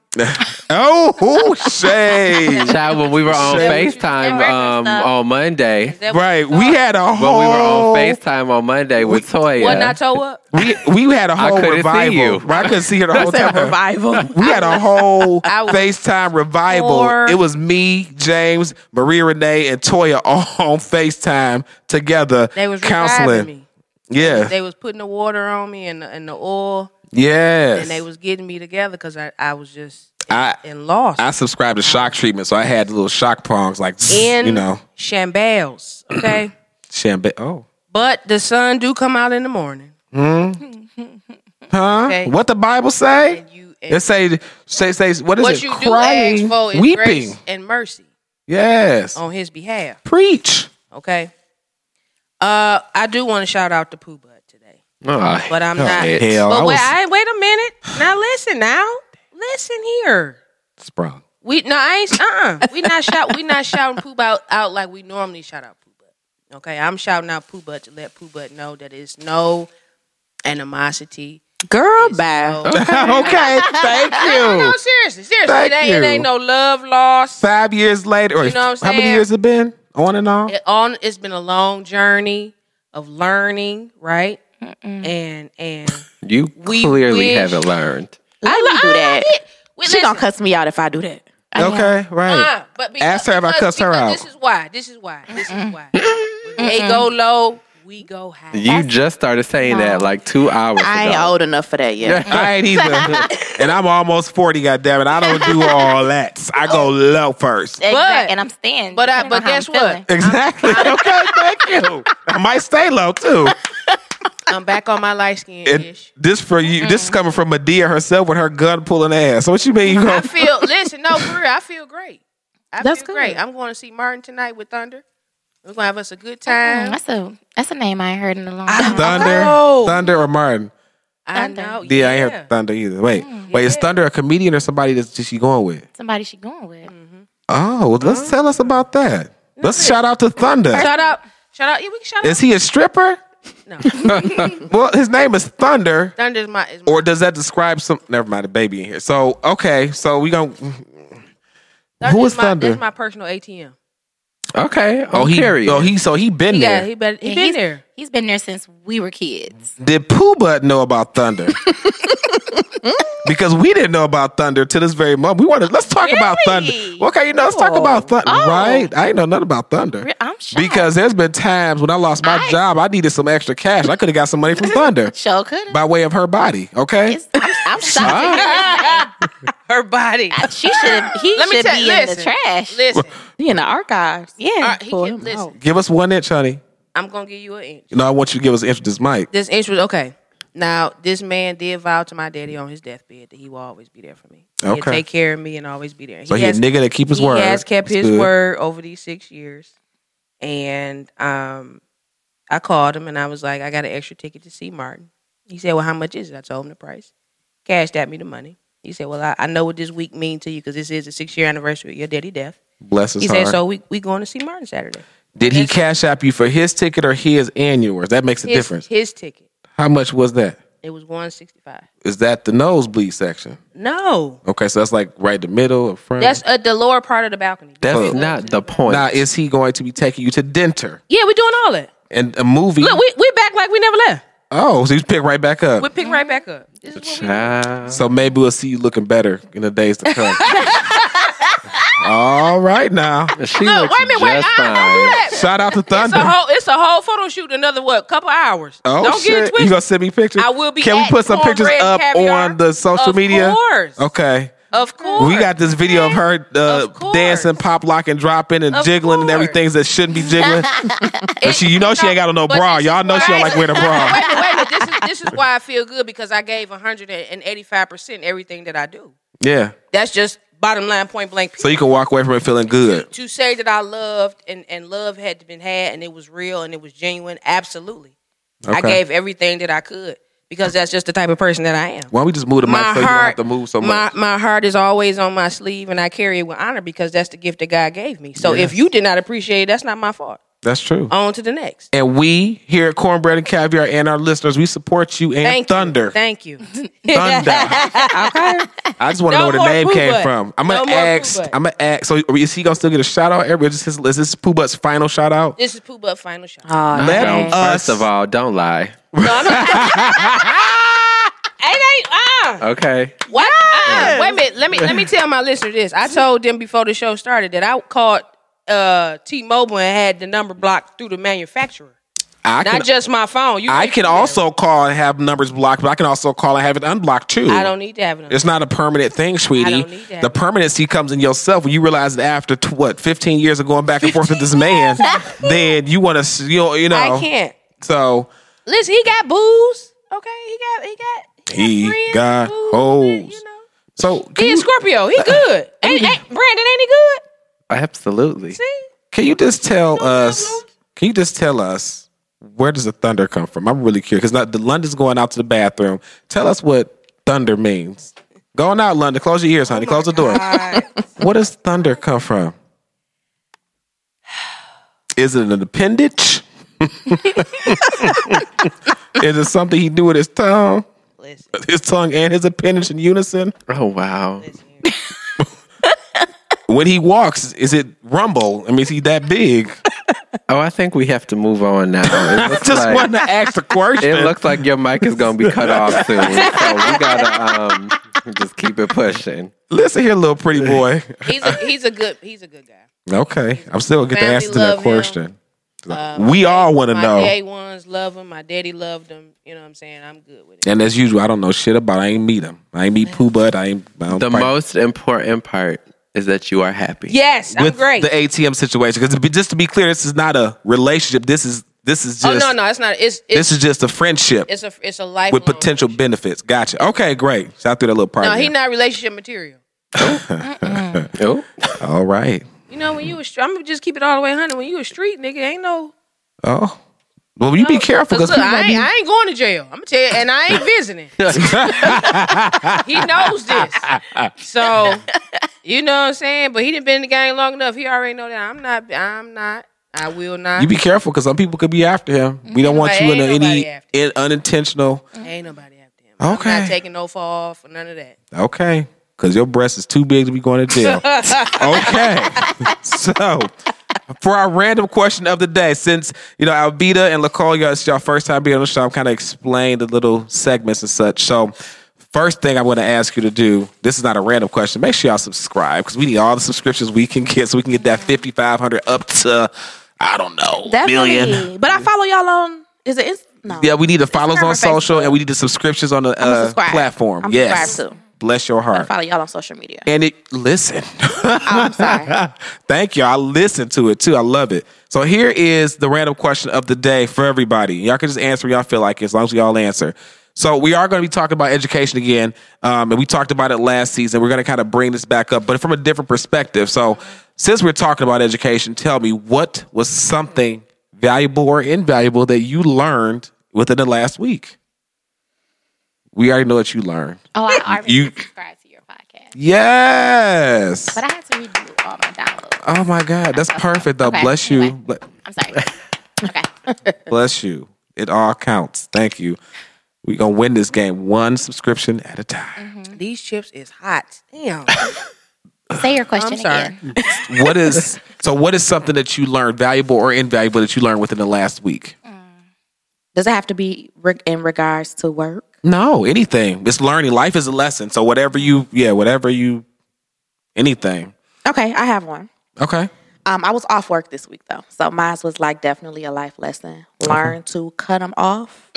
[SPEAKER 2] oh, ooh, shade.
[SPEAKER 4] Child, when we were on FaceTime um,
[SPEAKER 6] stuff.
[SPEAKER 4] on Monday.
[SPEAKER 3] That was-
[SPEAKER 2] right, we had a
[SPEAKER 4] When
[SPEAKER 2] whole.
[SPEAKER 4] we were
[SPEAKER 2] Oh.
[SPEAKER 4] on FaceTime on Monday with Toya.
[SPEAKER 3] What not toe up?
[SPEAKER 2] We we had a whole
[SPEAKER 4] couldn't see
[SPEAKER 2] revival.
[SPEAKER 4] you.
[SPEAKER 2] Right, I couldn't see her the whole time.
[SPEAKER 5] revival.
[SPEAKER 2] We had a whole
[SPEAKER 3] I was
[SPEAKER 2] FaceTime revival.
[SPEAKER 3] four.
[SPEAKER 2] It was me, James, Maria Renee, and Toya all on FaceTime together.
[SPEAKER 3] They was
[SPEAKER 2] counseling.
[SPEAKER 3] counseling me.
[SPEAKER 2] Yeah.
[SPEAKER 3] They was putting the water on me and the, and the oil,
[SPEAKER 2] yes.
[SPEAKER 3] and they was getting me together because I, I was just
[SPEAKER 2] I
[SPEAKER 3] in loss.
[SPEAKER 2] I subscribed to shock treatment, so I had little shock prongs like
[SPEAKER 3] in
[SPEAKER 2] you know
[SPEAKER 3] shambles. Okay,
[SPEAKER 2] shambit. Oh.
[SPEAKER 3] but the sun do come out in the morning.
[SPEAKER 2] Huh?
[SPEAKER 3] Okay.
[SPEAKER 2] What the Bible say?
[SPEAKER 3] You
[SPEAKER 2] It say say say what is
[SPEAKER 3] what
[SPEAKER 2] it?
[SPEAKER 3] you
[SPEAKER 2] Crying,
[SPEAKER 3] do ask for is
[SPEAKER 2] weeping.
[SPEAKER 3] grace Oh. and mercy
[SPEAKER 2] Yes.
[SPEAKER 3] on His behalf.
[SPEAKER 2] Preach.
[SPEAKER 3] Okay. Uh, I do want to shout out to Pooh Bud today,
[SPEAKER 4] Oh,
[SPEAKER 3] but I'm not.
[SPEAKER 4] it.
[SPEAKER 2] Hell,
[SPEAKER 3] but
[SPEAKER 2] I
[SPEAKER 3] wait,
[SPEAKER 2] was
[SPEAKER 3] I, wait a minute. Now listen. Now listen here.
[SPEAKER 2] sprung.
[SPEAKER 3] We no, I ain't. Uh, uh we not shout. We not shouting Pooh out out like we normally shout out Pooh Butt. Okay, I'm shouting out Pooh Butt to let Pooh Butt know that it's no animosity.
[SPEAKER 5] Girl, bye.
[SPEAKER 3] No,
[SPEAKER 2] okay. Thank you.
[SPEAKER 3] no, seriously, seriously,
[SPEAKER 2] Thank
[SPEAKER 3] it ain't, it
[SPEAKER 2] you.
[SPEAKER 3] ain't no love lost.
[SPEAKER 2] Five years later, or
[SPEAKER 3] You know what I'm
[SPEAKER 2] how many
[SPEAKER 3] saying?
[SPEAKER 2] years it been on and off?
[SPEAKER 3] It on it's been a long journey of learning, right? And and
[SPEAKER 4] You
[SPEAKER 3] We
[SPEAKER 4] clearly
[SPEAKER 3] wish-
[SPEAKER 4] haven't learned.
[SPEAKER 5] Let me do that.
[SPEAKER 3] we,
[SPEAKER 5] She gonna
[SPEAKER 3] listen,
[SPEAKER 5] cuss me out if I do that. I am.
[SPEAKER 2] Okay, right.
[SPEAKER 3] uh, but because,
[SPEAKER 2] Ask her if I
[SPEAKER 3] because-
[SPEAKER 2] cussed her
[SPEAKER 3] because
[SPEAKER 2] out.
[SPEAKER 3] This is why. This is why. This is why. When they go low, we go high.
[SPEAKER 4] You just started saying that like two hours
[SPEAKER 5] I ain't
[SPEAKER 4] ago.
[SPEAKER 5] old enough for that yet.
[SPEAKER 2] I ain't either, and I'm almost forty. Goddamn it, I don't do all that. I go low first.
[SPEAKER 3] But-
[SPEAKER 6] Exact- and I'm staying.
[SPEAKER 3] but I-
[SPEAKER 6] depending
[SPEAKER 3] but
[SPEAKER 6] on how
[SPEAKER 3] guess
[SPEAKER 6] I'm feeling.
[SPEAKER 2] Exactly.
[SPEAKER 3] Uh-huh.
[SPEAKER 2] okay, thank you. I might stay low too.
[SPEAKER 3] I'm back on my light skin
[SPEAKER 2] And
[SPEAKER 3] ish.
[SPEAKER 2] this for you. This is
[SPEAKER 3] Mm-hmm.
[SPEAKER 2] coming from Medea herself with her gun pulling ass. So what you mean you
[SPEAKER 3] I
[SPEAKER 2] going?
[SPEAKER 3] feel. listen, no, for real, I feel great. I
[SPEAKER 5] That's
[SPEAKER 3] feel
[SPEAKER 5] good.
[SPEAKER 3] great. I'm going to see Martin tonight with Thunder. We're gonna have us a good
[SPEAKER 6] Mm,
[SPEAKER 3] time.
[SPEAKER 6] That's a that's a name I ain't heard in a long time.
[SPEAKER 2] Thunder,
[SPEAKER 3] know.
[SPEAKER 2] Thunder, or Martin?
[SPEAKER 3] I
[SPEAKER 6] Thunder.
[SPEAKER 3] know.
[SPEAKER 2] Yeah,
[SPEAKER 3] Yeah, Mm,
[SPEAKER 2] I ain't heard Thunder either. Wait, wait, is Thunder a comedian or somebody that's she going with?
[SPEAKER 6] Somebody she going with.
[SPEAKER 3] Mm.
[SPEAKER 2] Oh, well, let's tell us about that. Let's shout out to Thunder.
[SPEAKER 3] Shout out. Shout out. Yeah, we can shout
[SPEAKER 2] Is he a stripper?
[SPEAKER 3] No.
[SPEAKER 2] well, his name is Thunder.
[SPEAKER 3] out. Thunder's my. Is my
[SPEAKER 2] Or does that describe some? Never mind, a baby in here. So okay, so we gonna Who is
[SPEAKER 3] my, That's
[SPEAKER 2] Thunder?
[SPEAKER 3] my personal ATM.
[SPEAKER 4] Okay.
[SPEAKER 2] Oh, he. Oh, he. So he been
[SPEAKER 3] Yeah,
[SPEAKER 2] there.
[SPEAKER 3] he better. He
[SPEAKER 6] Yeah,
[SPEAKER 3] been
[SPEAKER 6] he's-
[SPEAKER 3] there.
[SPEAKER 6] He's been there since we were kids.
[SPEAKER 2] Did Pooh Butt know about Thunder? because we didn't know about Thunder to this very moment. We wanted. Let's talk about Thunder.
[SPEAKER 6] Really?
[SPEAKER 2] Okay, you know, let's talk about Thunder. Right? I ain't know nothing about Thunder.
[SPEAKER 6] Re- I'm shocked.
[SPEAKER 2] Because there's been times when I lost my job, I needed some extra cash. I could have got some money from Thunder
[SPEAKER 6] Show could
[SPEAKER 2] by way of her body. Okay,
[SPEAKER 6] I'm, I'm shocked.
[SPEAKER 3] Her body.
[SPEAKER 6] she should. He
[SPEAKER 3] Let me
[SPEAKER 6] should
[SPEAKER 3] tell-
[SPEAKER 6] be in the
[SPEAKER 3] listen.
[SPEAKER 6] trash.
[SPEAKER 3] Listen,
[SPEAKER 5] He in the archives. Yeah.
[SPEAKER 3] all right, he
[SPEAKER 5] Pull
[SPEAKER 3] can-
[SPEAKER 5] him
[SPEAKER 3] listen.
[SPEAKER 5] out.
[SPEAKER 2] give us one inch, honey.
[SPEAKER 3] I'm gonna give you an inch.
[SPEAKER 2] You know, I want you to give us an inch of this mic.
[SPEAKER 3] This inch was okay. Now, this man did vow to my daddy on his deathbed that he will always be there for me. He'll
[SPEAKER 2] Okay.
[SPEAKER 3] take care of me and always be there.
[SPEAKER 2] So he, a nigga that keep his
[SPEAKER 3] he
[SPEAKER 2] word.
[SPEAKER 3] has kept
[SPEAKER 2] That's
[SPEAKER 3] his
[SPEAKER 2] good.
[SPEAKER 3] word over these six years. And um, I called him and I was like, I got an extra ticket to see Martin. He said, Well, how much is it? I told him the price. Cashed at me the money. He said, Well, I, I know what this week means to you because this is the six year anniversary of your daddy death.
[SPEAKER 2] Bless his
[SPEAKER 3] he
[SPEAKER 2] heart.
[SPEAKER 3] said, So we we going to see Martin Saturday.
[SPEAKER 2] Did he cash app you for his ticket or his and yours? That makes a
[SPEAKER 3] His,
[SPEAKER 2] difference.
[SPEAKER 3] his ticket.
[SPEAKER 2] How much was that?
[SPEAKER 3] It was one sixty five.
[SPEAKER 2] Is that the nosebleed section?
[SPEAKER 3] No.
[SPEAKER 2] Okay, so that's like right the middle or front.
[SPEAKER 3] That's uh, the lower part of the balcony.
[SPEAKER 4] That's
[SPEAKER 2] Fuck.
[SPEAKER 4] not the point.
[SPEAKER 2] now, is he going to be taking you to Denter
[SPEAKER 3] Yeah, we doing all that.
[SPEAKER 2] and a movie?
[SPEAKER 3] Look, we we back like we never left.
[SPEAKER 2] oh, so you pick right back up.
[SPEAKER 3] We pick right back up. This is what we-
[SPEAKER 4] Child.
[SPEAKER 2] so maybe we'll see you looking better in the days to come. All right, now.
[SPEAKER 4] She
[SPEAKER 3] Look,
[SPEAKER 4] looks
[SPEAKER 3] wait a minute, wait,
[SPEAKER 4] just
[SPEAKER 3] I-
[SPEAKER 4] fine.
[SPEAKER 3] I don't do that.
[SPEAKER 2] Shout out to
[SPEAKER 3] It's a
[SPEAKER 2] Thunder.
[SPEAKER 3] whole it's a whole photo shoot. Another what? Couple hours.
[SPEAKER 2] Oh
[SPEAKER 3] Don't get it
[SPEAKER 2] shit!
[SPEAKER 3] twisted.
[SPEAKER 2] You gonna send me pictures?
[SPEAKER 3] I will be
[SPEAKER 2] Can we
[SPEAKER 3] at
[SPEAKER 2] put some pictures
[SPEAKER 3] Cornbread
[SPEAKER 2] up
[SPEAKER 3] Caviar.
[SPEAKER 2] on the social
[SPEAKER 3] Of
[SPEAKER 2] media?
[SPEAKER 3] course.
[SPEAKER 2] Okay.
[SPEAKER 3] of course.
[SPEAKER 2] We got this video of her uh,
[SPEAKER 3] Of course.
[SPEAKER 2] dancing, pop locking, dropping, and
[SPEAKER 3] Of
[SPEAKER 2] jiggling, and
[SPEAKER 3] course.
[SPEAKER 2] everything that shouldn't be jiggling. and she, you know, she ain't got on no
[SPEAKER 3] but
[SPEAKER 2] bra.
[SPEAKER 3] this
[SPEAKER 2] Y'all
[SPEAKER 3] is
[SPEAKER 2] know she don't
[SPEAKER 3] why-
[SPEAKER 2] like wearing a
[SPEAKER 3] Wait
[SPEAKER 2] bra.
[SPEAKER 3] a minute, wait a minute. This is this is why I feel good because I gave 185 percent everything that I do.
[SPEAKER 2] yeah.
[SPEAKER 3] That's just bottom line, point blank.
[SPEAKER 2] So you can walk away from it feeling good.
[SPEAKER 3] to say that I loved and, and love had been had and it was real and it was genuine, absolutely. I
[SPEAKER 2] Okay.
[SPEAKER 3] gave everything that I could because that's just the type of person that I am.
[SPEAKER 2] Why don't we just move the mic so you don't have to move so
[SPEAKER 3] my,
[SPEAKER 2] much?
[SPEAKER 3] my heart is always on my sleeve and I carry it with honor because that's the gift that God gave me. So if you did not appreciate it, that's not my fault.
[SPEAKER 2] That's true.
[SPEAKER 3] On to the next.
[SPEAKER 2] And we here at Cornbread and Caviar and our listeners, we support you and
[SPEAKER 3] Thank
[SPEAKER 2] Thunder.
[SPEAKER 3] you. Thank you.
[SPEAKER 2] Thunder. I just want to know
[SPEAKER 3] No
[SPEAKER 2] where
[SPEAKER 3] more
[SPEAKER 2] the name
[SPEAKER 3] Pooh
[SPEAKER 2] came
[SPEAKER 3] Butt.
[SPEAKER 2] from. I'm
[SPEAKER 3] No
[SPEAKER 2] gonna
[SPEAKER 3] more Pooh
[SPEAKER 2] ask.
[SPEAKER 3] Butt.
[SPEAKER 2] I'm gonna ask. So is he gonna still get a shout out? Every is this, his, is this Pooh Butt's final shout out?
[SPEAKER 3] this is Pooh Butt final shot.
[SPEAKER 5] Oh,
[SPEAKER 2] Let
[SPEAKER 5] dang.
[SPEAKER 2] us.
[SPEAKER 4] First of all, don't lie.
[SPEAKER 3] Ain't ain't ah.
[SPEAKER 4] Okay.
[SPEAKER 3] What? Uh-uh. Wait a minute. Let me let me tell my listeners this. I told them before the show started that I called uh, T-Mobile and had the number blocked through the manufacturer,
[SPEAKER 2] I
[SPEAKER 3] not
[SPEAKER 2] can,
[SPEAKER 3] just my phone. You
[SPEAKER 2] I can also call and have numbers blocked, but I can also call and have it unblocked too.
[SPEAKER 3] I don't need to have it. On.
[SPEAKER 2] It's not a permanent thing, sweetie.
[SPEAKER 3] don't need that.
[SPEAKER 2] The permanency comes in yourself when you realize that after tw- what 15 years of going back and forth with this man, then you want to you know, you know.
[SPEAKER 3] I can't.
[SPEAKER 2] So
[SPEAKER 3] Listen, he got booze. Okay, he got he got
[SPEAKER 2] He
[SPEAKER 3] friends,
[SPEAKER 2] got
[SPEAKER 3] booze,
[SPEAKER 2] hoes.
[SPEAKER 3] You know.
[SPEAKER 2] so can
[SPEAKER 3] He a
[SPEAKER 2] you,
[SPEAKER 3] Scorpio. He good. ain't, ain't, Brandon, ain't he good?
[SPEAKER 4] Absolutely.
[SPEAKER 3] See?
[SPEAKER 2] can you just tell us can you just tell us where does the thunder come from? I'm really curious cuz the London's going out to the bathroom. Tell us what thunder means. Going out London, close your ears, honey. close the door. Where does thunder come from? Is it an appendage? Is it something he do with his tongue?
[SPEAKER 3] Listen.
[SPEAKER 2] His tongue and his appendage in unison?
[SPEAKER 4] Oh wow.
[SPEAKER 2] When he walks, is it rumble? I mean, is he that big?
[SPEAKER 4] Oh, I think we have to move on now. It looks
[SPEAKER 2] Just
[SPEAKER 4] like,
[SPEAKER 2] wanted to ask the question.
[SPEAKER 4] it looks like your mic is gonna be cut off soon. So we gotta um just keep it pushing.
[SPEAKER 2] Listen here, little pretty boy.
[SPEAKER 3] He's a he's a good he's a good guy.
[SPEAKER 2] Okay, I'm still gonna get the
[SPEAKER 3] Family
[SPEAKER 2] answer to that
[SPEAKER 3] love Uh, him.
[SPEAKER 2] question. we all want to
[SPEAKER 3] My
[SPEAKER 2] know.
[SPEAKER 3] day ones love him. My daddy loved him. You know what I'm saying? I'm good with it.
[SPEAKER 2] And as usual, I don't know shit about. I ain't meet him. I ain't meet Pooh Bud. I ain't. I don't
[SPEAKER 4] The
[SPEAKER 2] probably-
[SPEAKER 4] most important part is that you are happy.
[SPEAKER 3] Yes, I'm
[SPEAKER 2] with
[SPEAKER 3] great.
[SPEAKER 2] the ATM situation. Because just to be clear, this is not a relationship. This is this is
[SPEAKER 3] Oh
[SPEAKER 2] just
[SPEAKER 3] no, no, it's not. It's it's
[SPEAKER 2] this is just a friendship
[SPEAKER 3] it's a it's a life
[SPEAKER 2] with potential benefits. Gotcha. Okay, great. Shout through that little part.
[SPEAKER 3] No, he
[SPEAKER 2] there.
[SPEAKER 3] not relationship material.
[SPEAKER 4] Oh,
[SPEAKER 2] All right.
[SPEAKER 3] You know when you was I'm gonna just keep it all the way, honey. When you a street nigga, ain't no.
[SPEAKER 2] Oh. Well, you be careful because
[SPEAKER 3] look,
[SPEAKER 2] people might
[SPEAKER 3] I
[SPEAKER 2] be-
[SPEAKER 3] ain't, I ain't going to jail. I'm gonna tell you, and I ain't visiting. he knows this, so you know what I'm saying. But he didn't been in the game long enough. He already know that I'm not. I'm not. I will not.
[SPEAKER 2] you be careful because some people could be after him. We don't want you in
[SPEAKER 3] Mm-hmm. Ain't
[SPEAKER 2] a, any
[SPEAKER 3] nobody after
[SPEAKER 2] in, unintentional.
[SPEAKER 3] ain't nobody after him. I'm
[SPEAKER 2] Okay.
[SPEAKER 3] not taking no fall for none of that.
[SPEAKER 2] Okay. because your breast is too big to be going to jail. okay. so for our random question of the day, since you know Alvita and LaColia, it's your first time being on the show, I'm kind of explain the little segments and such. So first thing I'm going to ask you to do, this is not a random question. Make sure y'all subscribe because we need all the subscriptions we can get so we can get that 5,500 up to I don't know
[SPEAKER 5] Definitely.
[SPEAKER 2] million.
[SPEAKER 5] But I follow y'all on. Is it Inst- no?
[SPEAKER 2] Yeah, we need the follows
[SPEAKER 5] Instagram
[SPEAKER 2] on
[SPEAKER 5] or
[SPEAKER 2] social
[SPEAKER 5] Facebook.
[SPEAKER 2] and we need the subscriptions on the uh,
[SPEAKER 5] subscribed.
[SPEAKER 2] platform.
[SPEAKER 5] I'm
[SPEAKER 2] yes.
[SPEAKER 5] subscribed too.
[SPEAKER 2] Bless your heart.
[SPEAKER 5] follow y'all on social media.
[SPEAKER 2] And it listen.
[SPEAKER 5] I'm sorry.
[SPEAKER 2] Thank you. I listened to it too. I love it. So here is the random question of the day for everybody. Y'all can just answer what y'all feel like it, as long as y'all answer. So we are going to be talking about education again, um, and we talked about it last season. We're going to kind of bring this back up, but from a different perspective. So since we're talking about education, tell me what was something valuable or invaluable that you learned within the last week. We already know what you learned.
[SPEAKER 6] Oh, I already
[SPEAKER 2] You-
[SPEAKER 6] subscribed to your podcast.
[SPEAKER 2] Yes.
[SPEAKER 6] But I had to redo all my downloads.
[SPEAKER 2] Oh my God, that's perfect though.
[SPEAKER 6] Okay,
[SPEAKER 2] Bless you.
[SPEAKER 6] anyway.
[SPEAKER 2] Ble-
[SPEAKER 6] I'm sorry. Okay.
[SPEAKER 2] Bless you. It all counts. Thank you. we going to win this game one subscription at a time.
[SPEAKER 3] Mm-hmm. These chips is hot. Damn.
[SPEAKER 6] Say your question
[SPEAKER 3] I'm sorry.
[SPEAKER 6] again.
[SPEAKER 2] What is so what is something that you learned valuable or invaluable that you learned within the last week?
[SPEAKER 6] Mm.
[SPEAKER 5] Does it have to be re- in regards to work?
[SPEAKER 2] No, anything. It's learning. Life is a lesson. So whatever you yeah, whatever you anything.
[SPEAKER 5] Okay, I have one.
[SPEAKER 2] Okay.
[SPEAKER 5] Um, I was off work this week though, so mine was like definitely a life lesson. Learn to cut them off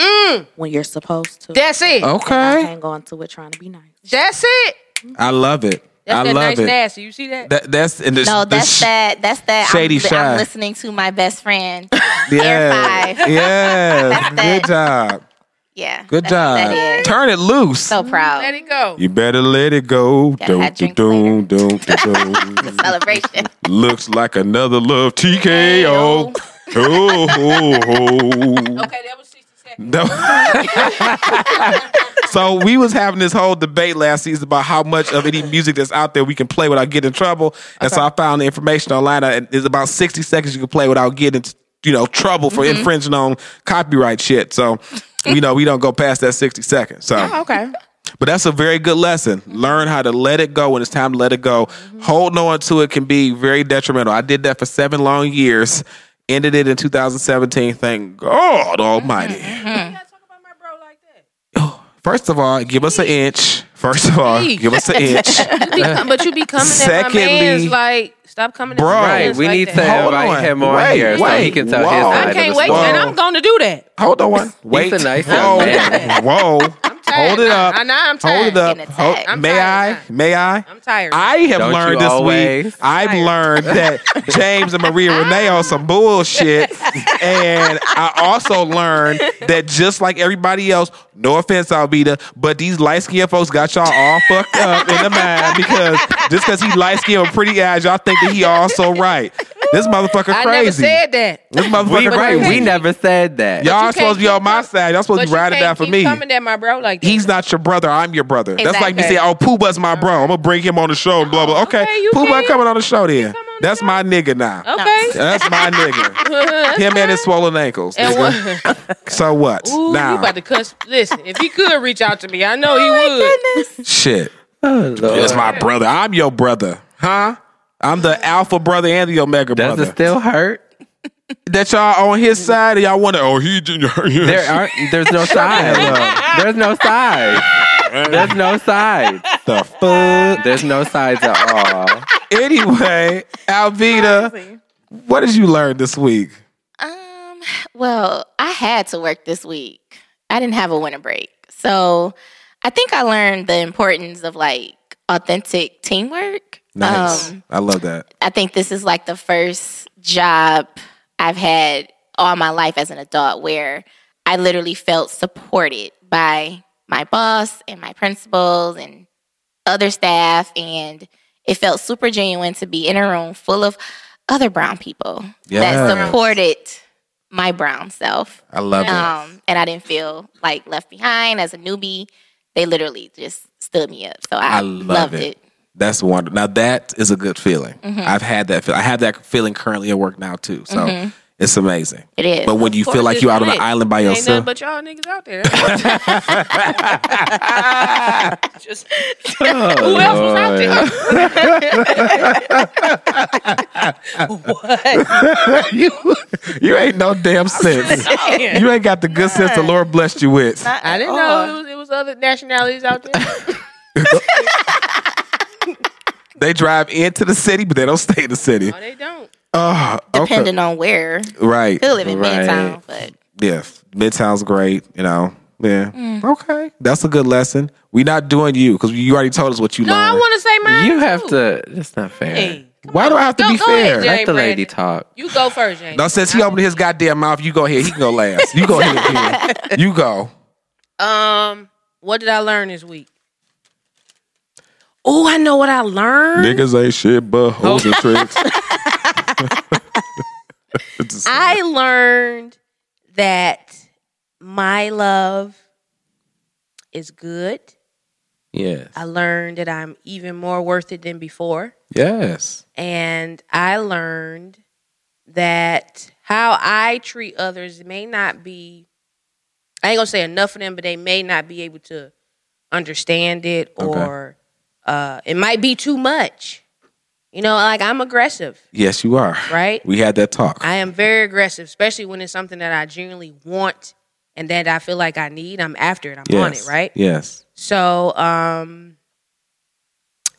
[SPEAKER 5] when you're supposed to.
[SPEAKER 3] That's it.
[SPEAKER 2] Okay.
[SPEAKER 5] Hang on to it, trying to be nice.
[SPEAKER 3] That's it.
[SPEAKER 2] I love it.
[SPEAKER 3] That's
[SPEAKER 2] I
[SPEAKER 3] that
[SPEAKER 2] love
[SPEAKER 3] nice
[SPEAKER 2] it.
[SPEAKER 3] nasty. You see that?
[SPEAKER 2] That, that's and this,
[SPEAKER 6] No,
[SPEAKER 2] the
[SPEAKER 6] that's
[SPEAKER 2] sh-
[SPEAKER 6] that. That's that.
[SPEAKER 2] Shady
[SPEAKER 6] I'm,
[SPEAKER 2] Shy.
[SPEAKER 6] I'm listening to my best friend.
[SPEAKER 2] Yeah.
[SPEAKER 6] five.
[SPEAKER 2] Yeah.
[SPEAKER 6] That's
[SPEAKER 2] Good job.
[SPEAKER 6] Yeah.
[SPEAKER 2] Good
[SPEAKER 6] that's
[SPEAKER 2] job.
[SPEAKER 6] what That is.
[SPEAKER 2] Turn it loose.
[SPEAKER 6] So proud.
[SPEAKER 3] Let it go.
[SPEAKER 2] You better let it go.
[SPEAKER 6] Gotta
[SPEAKER 2] Dun,
[SPEAKER 6] have
[SPEAKER 2] dun,
[SPEAKER 6] drinks later.
[SPEAKER 2] dun, dun, dun, dun.
[SPEAKER 6] Celebration.
[SPEAKER 2] Looks like another love TKO. oh,
[SPEAKER 3] Okay, that was 60 seconds.
[SPEAKER 2] No. so we was having this whole debate last season about how much of any music that's out there we can play without getting in trouble. And so I found the information online uh, and it's about 60 seconds you can play without getting you know trouble for infringing on copyright shit. So you know, we don't go past that 60 seconds. So
[SPEAKER 5] Okay.
[SPEAKER 2] but that's a very good lesson. Learn how to let it go when it's time to let it go. Holding on to it can be very detrimental. I did that for seven long years. Ended it in 2017. Thank God Almighty. First of all, give us an inch. First of all, give us an inch.
[SPEAKER 3] You be com- but you be coming at my
[SPEAKER 2] Secondly-
[SPEAKER 3] man's like, stop coming
[SPEAKER 2] Bro.
[SPEAKER 3] at my
[SPEAKER 4] Right,
[SPEAKER 3] man's
[SPEAKER 4] we
[SPEAKER 3] Oh, like
[SPEAKER 4] need to
[SPEAKER 3] that.
[SPEAKER 2] Hold
[SPEAKER 4] invite
[SPEAKER 2] on.
[SPEAKER 4] him on
[SPEAKER 2] Wait,
[SPEAKER 4] here so he
[SPEAKER 2] wait.
[SPEAKER 4] can tell his
[SPEAKER 2] Whoa.
[SPEAKER 4] side
[SPEAKER 3] I
[SPEAKER 4] of
[SPEAKER 3] can't
[SPEAKER 4] the
[SPEAKER 3] wait,
[SPEAKER 4] story.
[SPEAKER 3] and
[SPEAKER 2] Whoa.
[SPEAKER 3] I'm going to do that.
[SPEAKER 2] Hold on. Wait.
[SPEAKER 4] a nice
[SPEAKER 2] Whoa.
[SPEAKER 4] young man.
[SPEAKER 2] Whoa.
[SPEAKER 3] tired.
[SPEAKER 2] Hold it up.
[SPEAKER 3] I- I know, I'm
[SPEAKER 2] Hold it
[SPEAKER 3] tired.
[SPEAKER 2] up.
[SPEAKER 6] Getting
[SPEAKER 2] Hold-
[SPEAKER 6] attacked.
[SPEAKER 3] I'm
[SPEAKER 2] may
[SPEAKER 3] tired.
[SPEAKER 2] I? May I?
[SPEAKER 3] I'm tired.
[SPEAKER 2] I have
[SPEAKER 4] Don't you
[SPEAKER 2] learned this
[SPEAKER 4] always?
[SPEAKER 2] week. I've learned that James and Maria Renee are some bullshit, and I also learned that just like everybody else, no offense, Albita, but these light skinned folks got y'all all fucked up in the mind because just because he light skinned and pretty eyes, y'all think that he also right. This motherfucker
[SPEAKER 3] I never
[SPEAKER 2] crazy.
[SPEAKER 3] said that.
[SPEAKER 2] This motherfucker
[SPEAKER 4] We, right,
[SPEAKER 2] crazy.
[SPEAKER 4] we never said that.
[SPEAKER 2] Y'all
[SPEAKER 3] you
[SPEAKER 2] supposed to be
[SPEAKER 3] can't
[SPEAKER 2] on my
[SPEAKER 3] keep-
[SPEAKER 2] side. Y'all supposed
[SPEAKER 3] But
[SPEAKER 2] to be
[SPEAKER 3] you
[SPEAKER 2] riding down
[SPEAKER 3] can't
[SPEAKER 2] for
[SPEAKER 3] keep
[SPEAKER 2] me.
[SPEAKER 3] coming at my bro like that.
[SPEAKER 2] He's not your brother. I'm your brother. That's like me
[SPEAKER 6] Exactly.
[SPEAKER 2] saying, "Oh, Pooh Bah's my bro. I'm gonna bring him on the show." and Blah blah. Okay,
[SPEAKER 3] Oh, Okay, you
[SPEAKER 2] Pooh Bah
[SPEAKER 3] can.
[SPEAKER 2] coming on the show then.
[SPEAKER 3] on the
[SPEAKER 2] That's
[SPEAKER 3] show.
[SPEAKER 2] my nigga now.
[SPEAKER 3] Okay.
[SPEAKER 2] That's my nigga. him and his swollen ankles.
[SPEAKER 3] And
[SPEAKER 2] nigga.
[SPEAKER 3] what?
[SPEAKER 2] So what?
[SPEAKER 3] Ooh,
[SPEAKER 2] now,
[SPEAKER 3] you about to cuss. Listen, if he could reach out to me, I know he would.
[SPEAKER 2] shit. That's my brother. I'm your brother, huh? I'm the alpha brother and the omega
[SPEAKER 4] Does
[SPEAKER 2] brother.
[SPEAKER 4] it still hurt?
[SPEAKER 2] that y'all on his side, or y'all want to? Oh, he.
[SPEAKER 4] There aren't. There's no side. there's no side. There's no side.
[SPEAKER 2] the fuck.
[SPEAKER 4] There's no sides at all.
[SPEAKER 2] Anyway, Alvita, what did you learn this week?
[SPEAKER 6] Um, well, I had to work this week. I didn't have a winter break. So I think I learned the importance of like authentic teamwork.
[SPEAKER 2] Nice.
[SPEAKER 6] Um,
[SPEAKER 2] I love that.
[SPEAKER 6] I think this is like the first job I've had all my life as an adult where I literally felt supported by my boss and my principals and other staff. And it felt super genuine to be in a room full of other brown people
[SPEAKER 2] Yes.
[SPEAKER 6] that supported my brown self.
[SPEAKER 2] I love it.
[SPEAKER 6] Um, and I didn't feel like left behind as a newbie. They literally just stood me up. So I,
[SPEAKER 2] I love
[SPEAKER 6] loved
[SPEAKER 2] it.
[SPEAKER 6] it.
[SPEAKER 2] That's
[SPEAKER 3] Mm-hmm. Mm-hmm.
[SPEAKER 2] wonderful. Now that is a good feeling. I've had that. Feel. I have that feeling currently at work now too. So It's amazing.
[SPEAKER 6] It is.
[SPEAKER 2] But when you feel like you're out on an island by
[SPEAKER 3] Ain't nothing
[SPEAKER 2] yourself,
[SPEAKER 3] but y'all niggas out there. Just
[SPEAKER 2] Oh,
[SPEAKER 3] who else was out there? what?
[SPEAKER 2] you you ain't no damn sense. You ain't got the good sense the Lord blessed you with.
[SPEAKER 3] I didn't know it was, it was other nationalities out there.
[SPEAKER 2] They drive into the city, but they don't stay in the city.
[SPEAKER 3] No, they don't.
[SPEAKER 2] Oh, okay.
[SPEAKER 6] Depending on where.
[SPEAKER 2] Right.
[SPEAKER 6] Could live in
[SPEAKER 4] Right.
[SPEAKER 6] Midtown, but
[SPEAKER 2] Yeah. Midtown's great, you know. Yeah.
[SPEAKER 3] Mm.
[SPEAKER 2] Okay. That's a good lesson. we not doing you because you already told us what you
[SPEAKER 3] No, I
[SPEAKER 2] learned.
[SPEAKER 3] want to say mine.
[SPEAKER 4] You have
[SPEAKER 3] too.
[SPEAKER 4] to. That's not fair.
[SPEAKER 3] Hey,
[SPEAKER 2] Why do I have to
[SPEAKER 3] Go-
[SPEAKER 2] be
[SPEAKER 3] go
[SPEAKER 2] fair?
[SPEAKER 3] ahead, Jay.
[SPEAKER 4] Let the lady
[SPEAKER 3] Brandon.
[SPEAKER 4] talk.
[SPEAKER 3] you go first, James.
[SPEAKER 2] Now, since he opened his goddamn mouth, you go ahead. He can go last. You go ahead. Ken. You go.
[SPEAKER 3] Um, what did I learn this week? Oh, I know what I learned.
[SPEAKER 2] ain't shit but hoes and tricks.
[SPEAKER 3] I learned that my love is good.
[SPEAKER 2] yes.
[SPEAKER 3] I learned that I'm even more worth it than before.
[SPEAKER 2] Yes.
[SPEAKER 3] And I learned that how I treat others may not be, I ain't gonna say enough of them, but they may not be able to understand it or uh, it might be too much. You know, like I'm aggressive,
[SPEAKER 2] Yes, you are.
[SPEAKER 3] right?
[SPEAKER 2] We had that talk.
[SPEAKER 3] I am very aggressive, especially when it's something that I genuinely want and that I feel like I need. I'm after it. I'm on it,
[SPEAKER 2] yes.
[SPEAKER 3] right?
[SPEAKER 2] Yes.
[SPEAKER 3] So, um,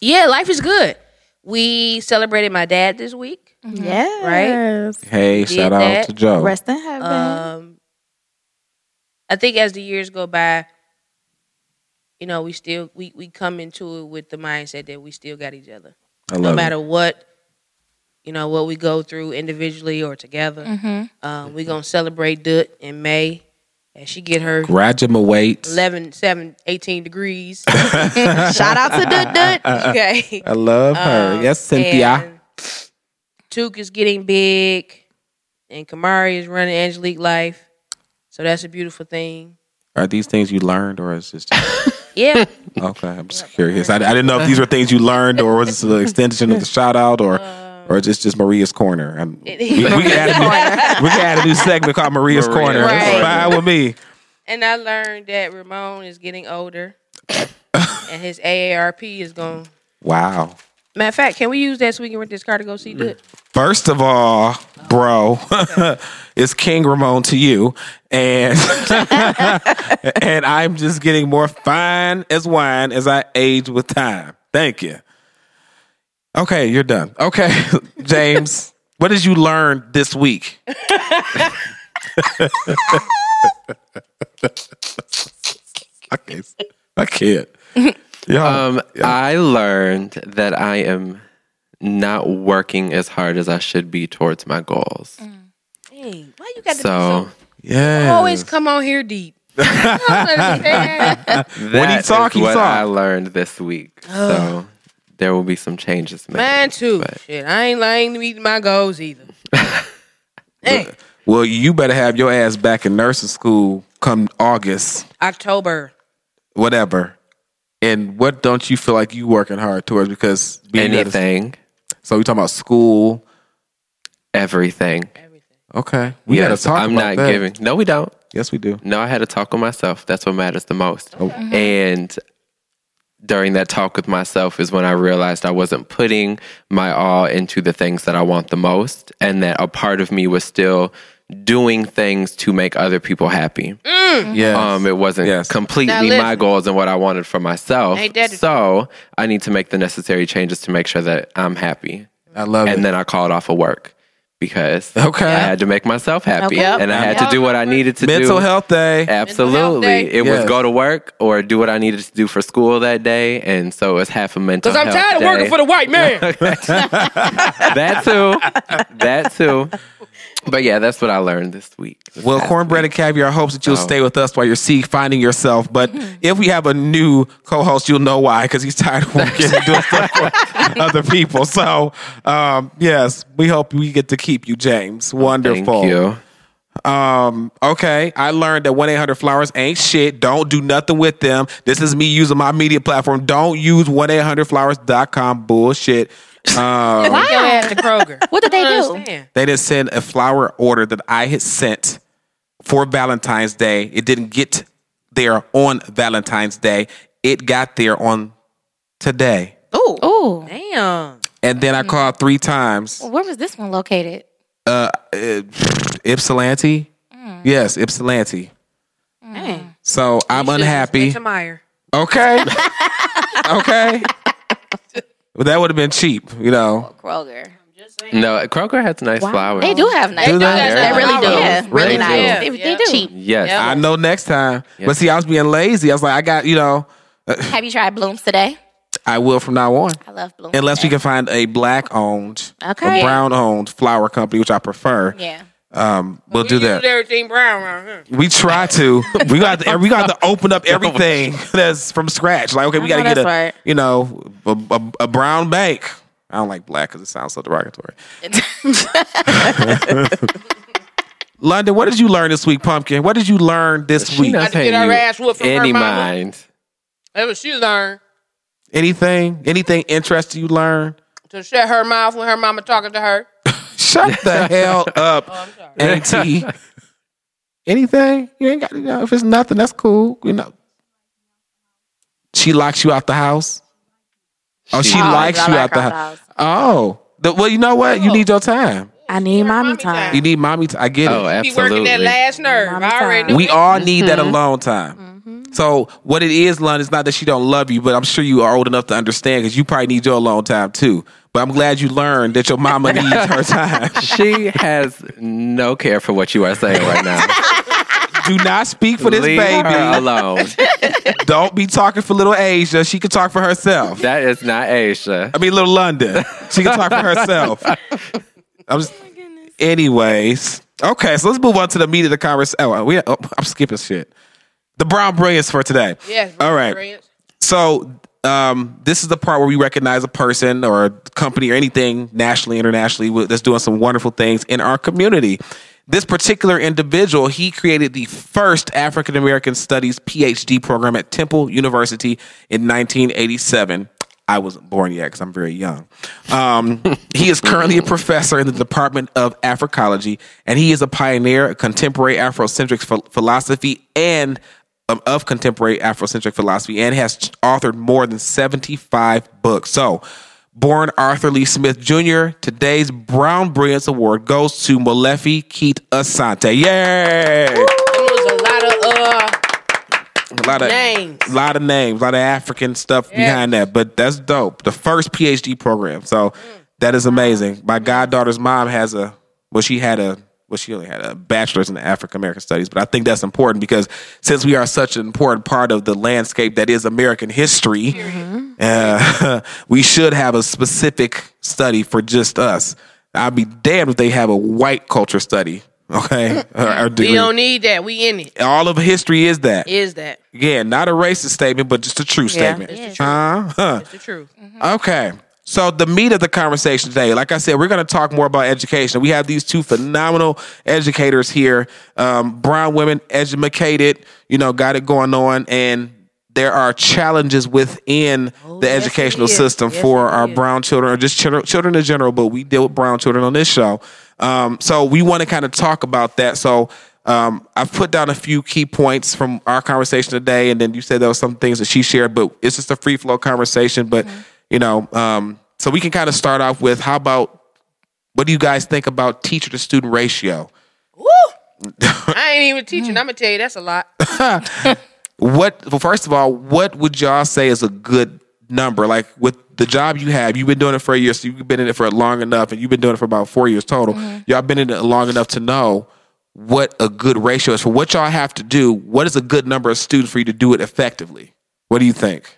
[SPEAKER 3] yeah, life is good. We celebrated my dad this week.
[SPEAKER 2] Mm-hmm.
[SPEAKER 5] Yes.
[SPEAKER 2] Hey,
[SPEAKER 3] Did
[SPEAKER 2] shout out
[SPEAKER 3] that.
[SPEAKER 2] to Joe.
[SPEAKER 5] Rest in heaven.
[SPEAKER 2] Uh,
[SPEAKER 3] Um, I think as the years go by, you know, we still we we come into it with the mindset that we still got each other,
[SPEAKER 2] I
[SPEAKER 3] no
[SPEAKER 2] love
[SPEAKER 3] matter what. You know what we go through individually or together.
[SPEAKER 6] mhm.
[SPEAKER 5] Mm-hmm.
[SPEAKER 3] Um, we gonna celebrate Dut in May, and she get her
[SPEAKER 2] it. Graduate.
[SPEAKER 3] 11, 7, 18 degrees.
[SPEAKER 5] Shout out to Dut Dut.
[SPEAKER 3] okay.
[SPEAKER 2] I love her.
[SPEAKER 3] Um,
[SPEAKER 2] yes, Cynthia.
[SPEAKER 3] and Took is getting big, and Kamari is running Angelique Life. So that's a beautiful thing.
[SPEAKER 2] Are these things you learned, or is this?
[SPEAKER 3] Yeah.
[SPEAKER 2] okay, I'm just curious. I, I didn't know if these were things you learned, or was this an extension of the shout out, or or is this just Maria's corner? And we, we can add a new, we can add a new segment called Maria's
[SPEAKER 4] Maria's
[SPEAKER 2] corner. That's
[SPEAKER 6] Corner.
[SPEAKER 2] fine with me.
[SPEAKER 3] and I learned that Ramon is getting older, and his AARP is going.
[SPEAKER 2] Wow.
[SPEAKER 3] Matter of fact, can we use that so we can rent this car to go see Dut?
[SPEAKER 2] First of all, bro, it's King Ramon to you, and and I'm just getting more fine as wine as I age with time. Thank you. Okay, you're done. Okay, James, what did you learn this week? I can't. I can't. Yeah.
[SPEAKER 4] Um, I learned that I am not working as hard as I should be towards my goals.
[SPEAKER 3] Dang, why you got Mm. to be so?
[SPEAKER 4] So
[SPEAKER 2] yeah.
[SPEAKER 3] Always come on here deep. I don't understand.
[SPEAKER 4] when
[SPEAKER 2] he talk, he
[SPEAKER 4] what
[SPEAKER 2] talk.
[SPEAKER 4] I learned this week. So there will be some changes made.
[SPEAKER 3] Mine too.
[SPEAKER 4] But
[SPEAKER 3] Shit, I ain't I ain't meeting my goals either. hey,
[SPEAKER 2] Well, you better have your ass back in nursing school come August,
[SPEAKER 3] October.
[SPEAKER 2] whatever. And what don't you feel like you working hard towards? Because being that it's-
[SPEAKER 4] anything,
[SPEAKER 2] so we talking about school.
[SPEAKER 4] everything.
[SPEAKER 2] Okay, we gotta
[SPEAKER 4] Yes,
[SPEAKER 2] talk.
[SPEAKER 4] I'm
[SPEAKER 2] about
[SPEAKER 4] not
[SPEAKER 2] that.
[SPEAKER 4] giving. No, we don't.
[SPEAKER 2] Yes, we do.
[SPEAKER 4] No, I had a talk with myself. That's what matters the most.
[SPEAKER 2] Oh.
[SPEAKER 3] Mm-hmm.
[SPEAKER 4] And during that talk with myself is when I realized I wasn't putting my all into the things that I want the most, and that a part of me was still doing things to make other people happy.
[SPEAKER 2] Yeah.
[SPEAKER 4] Um, it wasn't
[SPEAKER 2] Yes.
[SPEAKER 3] Mm. Now
[SPEAKER 4] completely
[SPEAKER 3] listen.
[SPEAKER 4] my goals and what I wanted for myself.
[SPEAKER 3] Ain't that-
[SPEAKER 4] So I need to make the necessary changes to make sure that I'm happy.
[SPEAKER 2] I love
[SPEAKER 4] And
[SPEAKER 2] it.
[SPEAKER 4] then I called off of work because
[SPEAKER 2] Okay.
[SPEAKER 4] I had to make myself happy,
[SPEAKER 5] Okay.
[SPEAKER 4] and I had to do what I needed to do.
[SPEAKER 2] Mental health day.
[SPEAKER 3] Mental health
[SPEAKER 4] Absolutely.
[SPEAKER 3] day.
[SPEAKER 4] It
[SPEAKER 2] Yes.
[SPEAKER 4] was go to work or do what I needed to do for school that day. And so it was half a mental
[SPEAKER 3] Cause I'm
[SPEAKER 4] health
[SPEAKER 3] tired of
[SPEAKER 4] day.
[SPEAKER 3] working for the white man.
[SPEAKER 4] That too. that too. But yeah, that's what I learned this week.
[SPEAKER 2] Well, Cornbread and Caviar hopes that you'll
[SPEAKER 4] So-
[SPEAKER 2] stay with us while you're see finding yourself. But if we have a new co-host, you'll know why because he's tired of working and doing stuff for other people. So, um, yes, we hope we get to keep you, James.
[SPEAKER 4] Thank
[SPEAKER 2] Wonderful.
[SPEAKER 4] you.
[SPEAKER 2] Um, okay, I learned that 1 800 Flowers ain't shit. Don't do nothing with them. This is me using my media platform. Don't use 1 800 Flowers.com bullshit. Um,
[SPEAKER 3] Take your ass to Kroger.
[SPEAKER 6] What did they
[SPEAKER 3] I
[SPEAKER 6] do?
[SPEAKER 3] understand.
[SPEAKER 2] They didn't send a flower order that I had sent for Valentine's Day. It didn't get there on Valentine's Day. It got there on today.
[SPEAKER 3] Ooh,
[SPEAKER 6] Ooh,
[SPEAKER 3] damn.
[SPEAKER 2] And then I called three times.
[SPEAKER 6] where was this one located?
[SPEAKER 2] Uh, Ypsilanti? Yes, Ypsilanti. So I'm unhappy.
[SPEAKER 3] Spencer Meyer.
[SPEAKER 2] Okay. okay. Well, that would have been cheap, you know.
[SPEAKER 6] Kroger.
[SPEAKER 4] No, Kroger has nice flowers.
[SPEAKER 6] They do have nice
[SPEAKER 2] Do they?
[SPEAKER 6] flowers.
[SPEAKER 2] They
[SPEAKER 6] They really do.
[SPEAKER 3] do.
[SPEAKER 6] Yeah,
[SPEAKER 4] Really
[SPEAKER 6] really nice.
[SPEAKER 4] do.
[SPEAKER 6] They, they do.
[SPEAKER 5] Cheap.
[SPEAKER 4] Yes.
[SPEAKER 2] I know next time. But see, I was being lazy. I was like, I got, you know,
[SPEAKER 6] Have you tried Blooms today?
[SPEAKER 2] I will from now on.
[SPEAKER 6] I love Blooms.
[SPEAKER 2] Unless we can find a black owned,
[SPEAKER 5] Okay.
[SPEAKER 2] a brown owned flower company, which I prefer.
[SPEAKER 6] Yeah.
[SPEAKER 2] Um, we'll
[SPEAKER 3] We
[SPEAKER 2] do that.
[SPEAKER 3] use everything brown around here.
[SPEAKER 2] We try to. we got to, we got to open up everything that's from scratch. Like okay, we got to
[SPEAKER 5] know
[SPEAKER 2] get a
[SPEAKER 5] that's right.
[SPEAKER 2] you know a, a, a brown bank. I don't like black because it sounds so derogatory. London, what did you learn this week, Pumpkin? What did you learn this
[SPEAKER 4] She
[SPEAKER 2] week?
[SPEAKER 4] not
[SPEAKER 3] Had to
[SPEAKER 4] paying
[SPEAKER 3] get our
[SPEAKER 4] you
[SPEAKER 3] ass whooped from
[SPEAKER 4] any
[SPEAKER 3] her mama.
[SPEAKER 4] mind.
[SPEAKER 3] That's what she learned.
[SPEAKER 2] Anything? Anything interesting you learned?
[SPEAKER 3] To shut her mouth when her mama talking to her.
[SPEAKER 2] Shut the hell up, Auntie. Anything? You ain't got to know. If it's nothing, that's cool. You know. She locks you out the house. Oh, she,
[SPEAKER 4] She-
[SPEAKER 5] Oh,
[SPEAKER 2] likes
[SPEAKER 5] I
[SPEAKER 2] you
[SPEAKER 5] like
[SPEAKER 2] out the
[SPEAKER 5] her
[SPEAKER 2] house. Oh. The- well, you know what? You need your time.
[SPEAKER 5] I need mommy
[SPEAKER 3] mommy
[SPEAKER 5] time.
[SPEAKER 2] You need mommy. T- I get
[SPEAKER 4] Oh,
[SPEAKER 2] it.
[SPEAKER 3] She working that
[SPEAKER 4] absolutely.
[SPEAKER 3] last nerve.
[SPEAKER 5] Mama
[SPEAKER 3] I already
[SPEAKER 5] time.
[SPEAKER 3] knew
[SPEAKER 2] We
[SPEAKER 3] it.
[SPEAKER 2] all need that alone time. So what it is, Lon, is not that she don't love you, but I'm sure you are old enough to understand because you probably need your alone time too. But I'm glad you learned that your mama needs her time.
[SPEAKER 4] She has no care for what you are saying right now.
[SPEAKER 2] Do not speak for this
[SPEAKER 4] Leave
[SPEAKER 2] baby.
[SPEAKER 4] her alone.
[SPEAKER 2] Don't be talking for little Asia. She can talk for herself.
[SPEAKER 4] That is not Asia.
[SPEAKER 2] I mean, little London. She can talk for herself. I'm just, anyways. Okay, so let's move on to the meat of the conversation. Oh, we, oh, I'm skipping shit. The brown brilliance for today.
[SPEAKER 3] Yes.
[SPEAKER 2] All right.
[SPEAKER 3] friends.
[SPEAKER 2] So um, this is the part where we recognize a person or a company or anything nationally, internationally wi- that's doing some wonderful things in our community. This particular individual, he created the first African American Studies PhD program at Temple University in 1987. I wasn't born yet because I'm very young. Um, he is currently a professor in the Department of Africology, and he is a pioneer of contemporary Afrocentric ph- philosophy and um, of contemporary Afrocentric philosophy and has ch- authored more than 75 books. So, born Arthur Lee Smith Jr., today's Brown Brilliance Award goes to Molefi Keith Asante. Yay!
[SPEAKER 3] It was a lot of uh
[SPEAKER 2] A lot of
[SPEAKER 3] Names.
[SPEAKER 2] a lot of names, a lot of African stuff behind that, but that's dope. The first PhD program, so that is amazing. My goddaughter's mom has a well, she had a well, she only had a bachelor's in African American studies, but I think that's important because since we are such an important part of the landscape that is American history, uh, we should have a specific study for just us. I'd be damned if they have a white culture study, okay? or, or
[SPEAKER 3] we
[SPEAKER 2] degree.
[SPEAKER 3] don't need that. We in it.
[SPEAKER 2] All of history is that.
[SPEAKER 3] Is that
[SPEAKER 2] Yeah, not a racist statement, but just a true statement. Uh-huh.
[SPEAKER 3] the truth?
[SPEAKER 2] Okay. So the meat of the conversation today, like I said, we're going to talk more about education. We have these two phenomenal educators here, um, brown women, educated, you know, got it going on, and there are challenges within the educational
[SPEAKER 3] Oh, is.
[SPEAKER 2] system
[SPEAKER 3] Yes,
[SPEAKER 2] for
[SPEAKER 3] it
[SPEAKER 2] our
[SPEAKER 3] is.
[SPEAKER 2] brown children or just children, children in general. But we deal with brown children on this show, um, so we want to kind of talk about that. So. Um, I've put down a few key points from our conversation today, and then you said there was some things that she shared, but it's just a free flow conversation. But
[SPEAKER 3] Mm-hmm.
[SPEAKER 2] you know, um, so we can kind of start off with how about what do you guys think about teacher to student ratio?
[SPEAKER 3] Woo! I ain't even teaching. I'm gonna tell you that's a lot.
[SPEAKER 2] What well, first of all, what would y'all say is a good number? Like with the job you have, you've been doing it for a year, so you've been in it for long enough, and you've been doing it for about four years total. Y'all been in it long enough to know what a good ratio is for what y'all have to do. What is a good number of students for you to do it effectively? What do you think?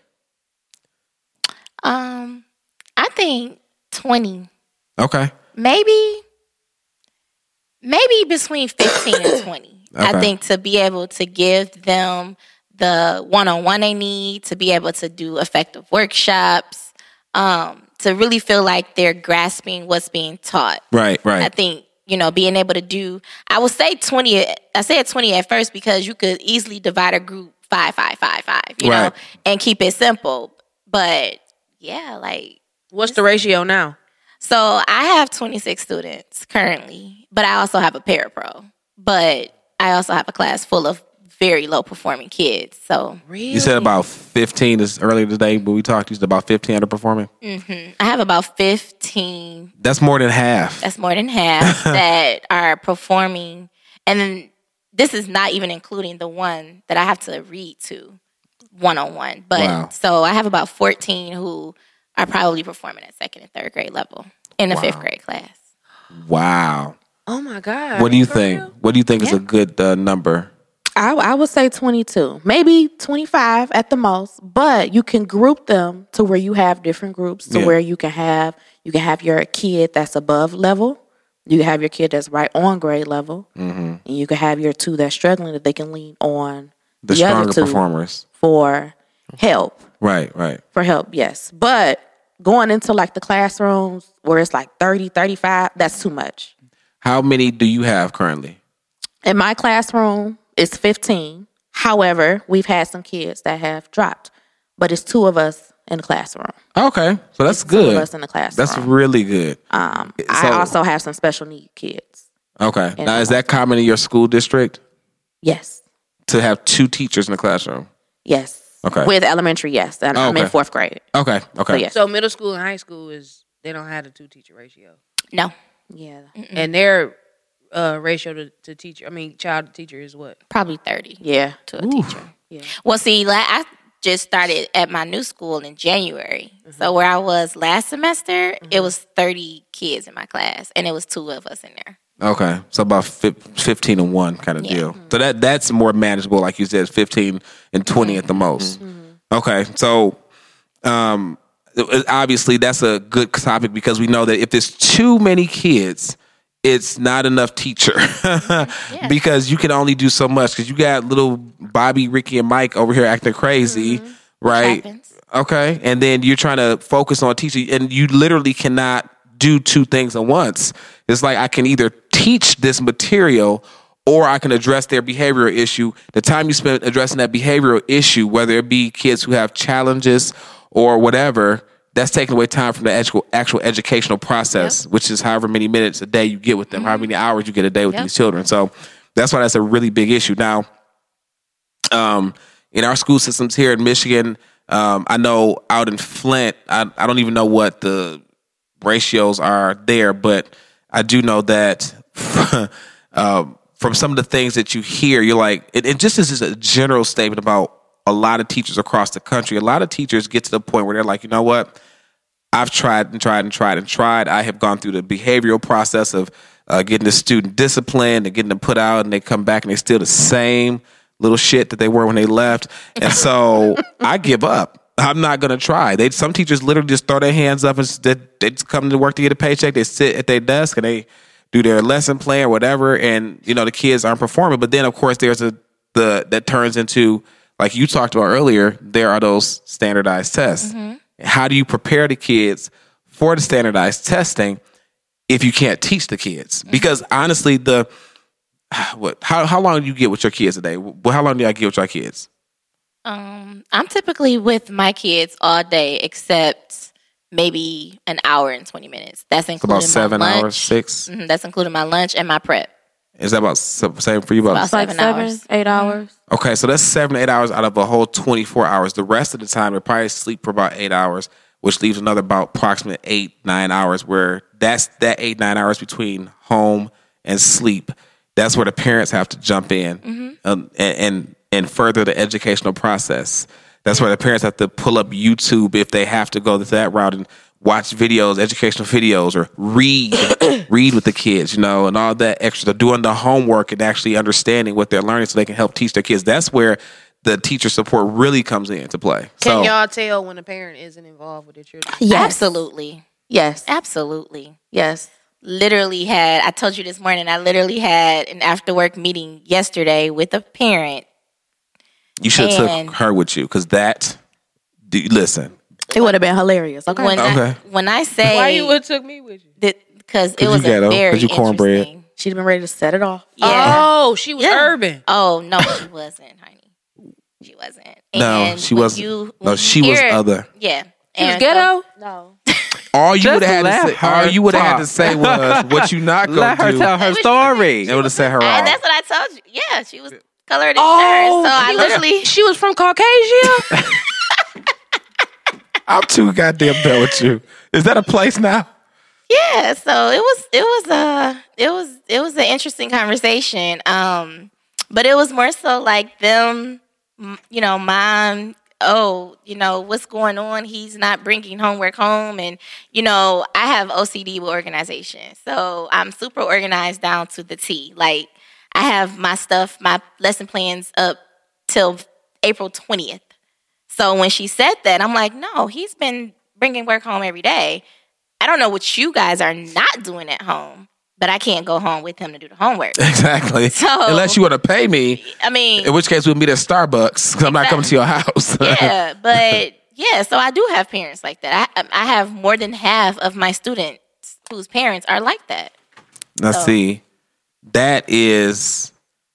[SPEAKER 6] Um, I think twenty,
[SPEAKER 2] Okay,
[SPEAKER 6] maybe, maybe between fifteen and twenty.
[SPEAKER 2] Okay.
[SPEAKER 6] I think to be able to give them the one-on-one they need, to be able to do effective workshops, um, to really feel like they're grasping what's being taught.
[SPEAKER 2] right,
[SPEAKER 6] I
[SPEAKER 2] right,
[SPEAKER 6] think you know being able to do. I would say twenty. I said twenty at first because you could easily divide a group five, five, five, five. You
[SPEAKER 2] Right.
[SPEAKER 6] know, and keep it simple. But yeah, like
[SPEAKER 3] What's the ratio now?
[SPEAKER 6] So I have 26 students currently, but I also have a parapro. But I also have a class full of very low performing kids. So
[SPEAKER 2] You said about 15 is earlier today when we talked. You said about 15 underperforming.
[SPEAKER 6] I have about 15,
[SPEAKER 2] That's more than half.
[SPEAKER 6] that's more than half, that are performing. And then this is not even including the one that I have to read to one on one. But
[SPEAKER 2] Wow.
[SPEAKER 6] so I have about 14 who are probably performing at second and third grade level in the fifth grade class.
[SPEAKER 2] Wow.
[SPEAKER 5] Oh my god.
[SPEAKER 2] What do you think? What do you think is a good uh, number?
[SPEAKER 5] I, I would say 22, maybe 25 at the most, but you can group them to where you have different groups to
[SPEAKER 2] Yeah.
[SPEAKER 5] where you can have you can have your kid that's above level, you can have your kid that's right on grade level,
[SPEAKER 2] Mm-hmm.
[SPEAKER 5] and you can have your two that's struggling that they can lean on
[SPEAKER 2] The,
[SPEAKER 5] the,
[SPEAKER 2] stronger
[SPEAKER 5] other two
[SPEAKER 2] performers.
[SPEAKER 5] for help
[SPEAKER 2] Right, right.
[SPEAKER 5] for help, yes. But going into like the classrooms where it's like 30, 35, that's too much.
[SPEAKER 2] How many do you have currently?
[SPEAKER 5] In my classroom, it's 15. However, we've had some kids that have dropped, but it's two of us in the classroom.
[SPEAKER 2] Okay. So that's
[SPEAKER 5] Two
[SPEAKER 2] good.
[SPEAKER 5] of us in the classroom.
[SPEAKER 2] That's really good.
[SPEAKER 5] um, I
[SPEAKER 2] so-
[SPEAKER 5] also have some special need kids.
[SPEAKER 2] Okay.
[SPEAKER 5] And
[SPEAKER 2] Now,
[SPEAKER 5] I
[SPEAKER 2] is that common in your school district
[SPEAKER 5] Yes.
[SPEAKER 2] to have two teachers in the classroom?
[SPEAKER 5] Yes.
[SPEAKER 2] Okay. Oh,
[SPEAKER 5] With elementary, yes. And I'm in
[SPEAKER 2] Okay.
[SPEAKER 5] fourth grade.
[SPEAKER 2] Okay. Okay.
[SPEAKER 5] yes.
[SPEAKER 3] So middle school and high school is they don't have the two teacher ratio,
[SPEAKER 6] No,
[SPEAKER 5] Yeah.
[SPEAKER 3] and their uh, ratio to, to teacher, I mean child to teacher is what?
[SPEAKER 6] probably 30.
[SPEAKER 5] Yeah.
[SPEAKER 6] to a teacher. Well, see, la I just started at my new school in January. So where I was last semester, it was 30 kids in my class, and it was two of us in there.
[SPEAKER 2] Okay, so about fif- fifteen and one kind of deal. So that that's more manageable, like you said, fifteen and twenty at the most. Okay, so um, it- it- obviously that's a good topic because we know that if it's too many kids, it's not enough teacher because you can only do so much. Because you got little Bobby, Ricky, and Mike over here acting crazy, right?
[SPEAKER 6] Happens.
[SPEAKER 2] Okay. And then you're trying to focus on teaching, and you literally cannot do two things at once. It's like I can either teach this material or I can address their behavioral issue. The time you spend addressing that behavioral issue, whether it be kids who have challenges or whatever, that's taking away time from the actual, actual educational process, which is however many minutes a day you get with them, however many hours you get a day with these children. So that's why that's a really big issue. Now, um, in our school systems here in Michigan. Um, I know out in Flint, I, I don't even know what the ratios are there, but I do know that um, from some of the things that you hear, you're like, it, it just is just a general statement about a lot of teachers across the country. A lot of teachers get to the point where they're like, you know what? I've tried and tried and tried and tried. I have gone through the behavioral process of uh, getting the student disciplined and getting them put out, and they come back and they're still the same little shit that they were when they left. And so I give up. I'm not gonna try. They some teachers literally just throw their hands up and s- they, they just come to work to get a paycheck. They sit at their desk and they do their lesson plan or whatever, and you know the kids aren't performing. But then of course there's a the that turns into like you talked about earlier. There are those standardized tests how do you prepare the kids for the standardized testing if you can't teach the kids because honestly the what how, how long do you get with your kids a day Wh- how long do y'all get with your kids
[SPEAKER 6] Um, I'm typically with my kids all day except maybe an hour and 20 minutes. That's including
[SPEAKER 2] about Mm-hmm. seven
[SPEAKER 6] my lunch.
[SPEAKER 2] hours 6
[SPEAKER 6] Mhm, that's including my lunch and my prep.
[SPEAKER 2] is that about s- same for you about
[SPEAKER 6] About Seven hours.
[SPEAKER 5] eight hours. Mm-hmm.
[SPEAKER 2] Okay, so that's seven to eight hours out of a whole 24 hours. The rest of the time, they probably sleep for about eight hours, which leaves another about approximate eight, nine hours where that's that eight, nine hours between home and sleep. That's where the parents have to jump in um, and, and, and further the educational process. That's where the parents have to pull up YouTube if they have to go that route and watch videos, educational videos, or read, read with the kids, you know, and all that extra. They're doing the homework and actually understanding what they're learning so they can help teach their kids. That's where the teacher support really comes into play.
[SPEAKER 3] Can
[SPEAKER 2] so,
[SPEAKER 3] y'all tell when a parent isn't involved with their children?
[SPEAKER 5] Yes.
[SPEAKER 6] Absolutely.
[SPEAKER 5] Yes.
[SPEAKER 6] Absolutely.
[SPEAKER 5] Yes.
[SPEAKER 6] literally had I told you this morning I literally had an after work meeting yesterday with a parent.
[SPEAKER 2] you should have
[SPEAKER 6] And-
[SPEAKER 2] took her with you because that, do, listen,
[SPEAKER 5] It would have been hilarious. Okay.
[SPEAKER 6] When I,
[SPEAKER 2] Okay.
[SPEAKER 6] when I say
[SPEAKER 3] Why you would took me with you?
[SPEAKER 6] because it
[SPEAKER 2] 'Cause
[SPEAKER 6] was
[SPEAKER 2] you ghetto,
[SPEAKER 6] a
[SPEAKER 2] 'cause
[SPEAKER 6] very
[SPEAKER 2] you cornbread.
[SPEAKER 6] interesting.
[SPEAKER 5] She'd have been ready to set it off.
[SPEAKER 6] Yeah.
[SPEAKER 3] Oh, she was urban.
[SPEAKER 6] Oh. no, she wasn't, honey. She wasn't.
[SPEAKER 2] no,
[SPEAKER 6] And
[SPEAKER 2] she
[SPEAKER 6] when
[SPEAKER 2] wasn't.
[SPEAKER 6] You,
[SPEAKER 2] no,
[SPEAKER 6] when
[SPEAKER 2] she
[SPEAKER 6] you
[SPEAKER 2] was
[SPEAKER 6] hear-
[SPEAKER 2] other.
[SPEAKER 6] Yeah.
[SPEAKER 3] She was
[SPEAKER 6] so-
[SPEAKER 3] ghetto.
[SPEAKER 5] No.
[SPEAKER 2] All you
[SPEAKER 4] Just
[SPEAKER 2] would have had
[SPEAKER 4] let
[SPEAKER 2] to say, all
[SPEAKER 4] her
[SPEAKER 2] you would have had to
[SPEAKER 4] talk.
[SPEAKER 2] say was what you not gonna
[SPEAKER 4] Let her
[SPEAKER 2] do.
[SPEAKER 4] tell her
[SPEAKER 6] Which-
[SPEAKER 4] story.
[SPEAKER 2] It would have set her
[SPEAKER 6] I,
[SPEAKER 2] off.
[SPEAKER 6] that's what I told you. Yeah, she was colored in
[SPEAKER 3] Oh,
[SPEAKER 6] So I
[SPEAKER 3] she was-
[SPEAKER 6] literally
[SPEAKER 3] She was from Caucasia.
[SPEAKER 2] I'm too goddamn done with you. Is that a place now?
[SPEAKER 6] yeah so it was it was a it was it was an interesting conversation um but it was more so like them m- you know mom oh you know what's going on he's not bringing homework home and you know i have ocd with organization so i'm super organized down to the t like i have my stuff my lesson plans up till april 20th so when she said that, I'm like, no, he's been bringing work home every day. I don't know what you guys are not doing at home, but I can't go home with him to do the homework.
[SPEAKER 2] Exactly.
[SPEAKER 6] So-
[SPEAKER 2] Unless you want to pay me,
[SPEAKER 6] I mean,
[SPEAKER 2] in which case we'll meet at Starbucks because I'm not coming to your house.
[SPEAKER 6] yeah, but yeah, so I do have parents like that. I, I have more than half of my students whose parents are like that.
[SPEAKER 2] Now, see, that is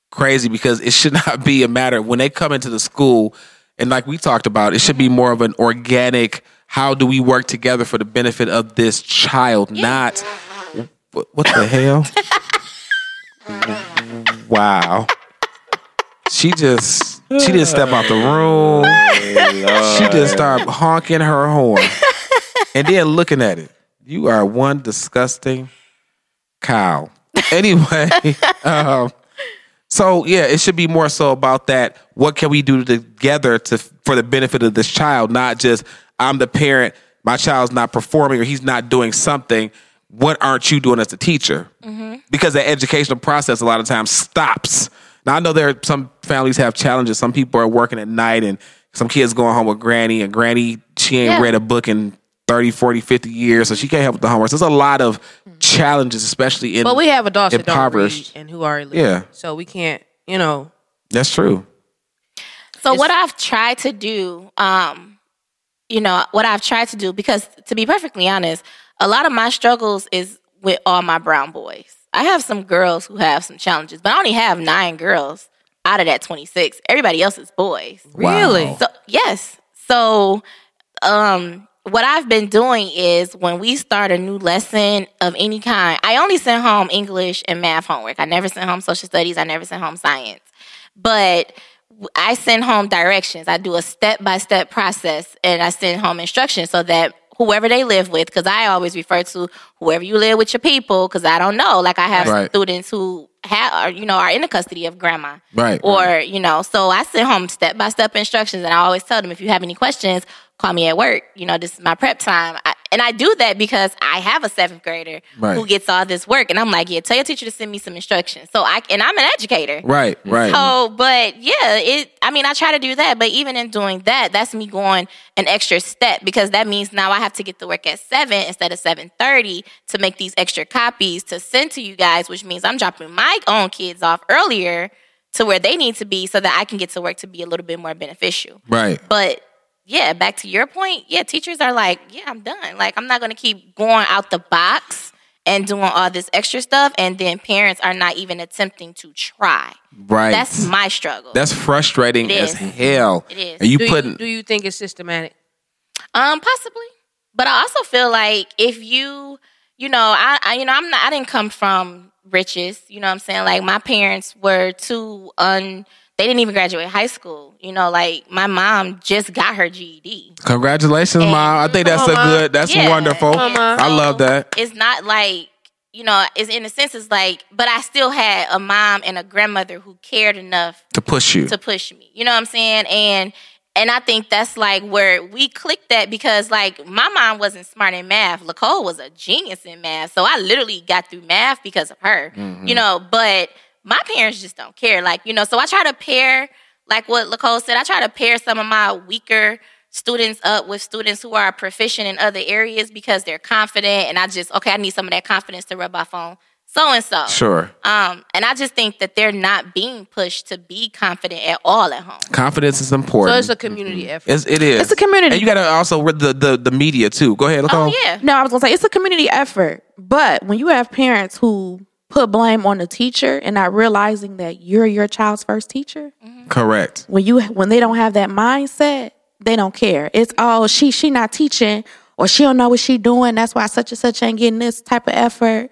[SPEAKER 2] crazy because it should not be a matter when they come into the school, and like we talked about, it should be more of an organic. How do we work together for the benefit of this child? Not what, what the hell? wow, she just she didn't step out the room. She just started honking her horn and then looking at it. You are one disgusting cow. Anyway, um, so yeah, it should be more so about that. What can we do together to for the benefit of this child? Not just I'm the parent. My child's not performing or he's not doing something. What aren't you doing as a teacher?
[SPEAKER 3] Mm-hmm.
[SPEAKER 2] Because the educational process a lot of times stops. Now I know there are some families have challenges. Some people are working at night and some kids going home with granny and granny she ain't
[SPEAKER 6] Yeah.
[SPEAKER 2] read a book in 30, 40, 50 years, so she can't help with the homework. So there's a lot of challenges, especially in
[SPEAKER 3] Mm-hmm. but we have adults that don't read
[SPEAKER 2] Impoverished.
[SPEAKER 3] and who are illiterate.
[SPEAKER 2] Yeah.
[SPEAKER 3] So we can't, you know.
[SPEAKER 2] That's true.
[SPEAKER 6] So what I've tried to do, um, you know, what I've tried to do, because to be perfectly honest, a lot of my struggles is with all my brown boys. I have some girls who have some challenges, but I only have nine girls out of that twenty six. Everybody else is boys.
[SPEAKER 3] Really?
[SPEAKER 6] So yes. So um what I've been doing is when we start a new lesson of any kind, I only send home English and math homework. I never send home social studies, I never send home science. But w- I send home directions. I do a step by step process and I send home instructions so that whoever they live with, because I always refer to whoever you live with your people, because I don't know. Like I have
[SPEAKER 2] Right.
[SPEAKER 6] students who have, are, you know, are in the custody of grandma
[SPEAKER 2] Right.
[SPEAKER 6] or you know so i send home step by step instructions and i always tell them if you have any questions call me at work you know this is my prep time I, and i do that because i have a seventh grader
[SPEAKER 2] Right.
[SPEAKER 6] who gets all this work and i'm like yeah tell your teacher to send me some instructions so i and i'm an educator
[SPEAKER 2] Right, right.
[SPEAKER 6] so but yeah it i mean i try to do that but even in doing that that's me going an extra step because that means now i have to get to work at 7 instead of 7.30 to make these extra copies to send to you guys which means i'm dropping my own kids off earlier to where they need to be so that i can get to work to be a little bit more beneficial
[SPEAKER 2] right.
[SPEAKER 6] but yeah, back to your point, yeah, teachers are like, yeah, I'm done. Like, I'm not going to keep going out the box and doing all this extra stuff. And then parents are not even attempting to try.
[SPEAKER 2] Right.
[SPEAKER 6] That's my struggle.
[SPEAKER 2] That's frustrating
[SPEAKER 6] It
[SPEAKER 2] as
[SPEAKER 6] is.
[SPEAKER 2] hell.
[SPEAKER 6] It is.
[SPEAKER 2] And you
[SPEAKER 3] Do
[SPEAKER 2] putting
[SPEAKER 3] you, do you think it's systematic?
[SPEAKER 6] Um, possibly. But I also feel like if you, you know, I, I you know, I'm not, I didn't come from riches. You know what I'm saying? Like my parents were too un. They didn't even graduate high school. You know, like my mom just got her E GED.
[SPEAKER 2] congratulations, mom. I think that's a good. That's
[SPEAKER 6] Yeah.
[SPEAKER 2] wonderful.
[SPEAKER 6] Mama.
[SPEAKER 2] I love that.
[SPEAKER 6] It's not like you know. It's in a sense, it's like, but I still had a mom and a grandmother who cared enough
[SPEAKER 2] To push you.
[SPEAKER 6] to push me. You know what I'm saying? And and I think that's like where we clicked that because like my mom wasn't smart in math. Lacole was a genius in math. So I literally got through math because of her.
[SPEAKER 2] Mm-hmm.
[SPEAKER 6] You know, but my parents just don't care. Like, you know, so I try to pair, like what Lacole said, I try to pair some of my weaker students up with students who are proficient in other areas because they're confident and I just okay, I need some of that confidence to rub off on so and so.
[SPEAKER 2] sure.
[SPEAKER 6] Um, and I just think that they're not being pushed to be confident at all at home.
[SPEAKER 2] Confidence is
[SPEAKER 3] So
[SPEAKER 2] important.
[SPEAKER 3] it's a community effort.
[SPEAKER 2] it's, it is.
[SPEAKER 5] It's a community.
[SPEAKER 2] And you got to also read the, the the media too. Go ahead. Look
[SPEAKER 6] Oh
[SPEAKER 2] on.
[SPEAKER 6] yeah,
[SPEAKER 5] No, I was gonna say it's a community effort. But when you have parents who put blame on the teacher and not realizing that you're your child's first teacher,
[SPEAKER 2] Correct.
[SPEAKER 5] when you when they don't have that mindset, they don't care. It's oh she she not teaching or she don't know what she doing. That's why such and such ain't getting this type of effort.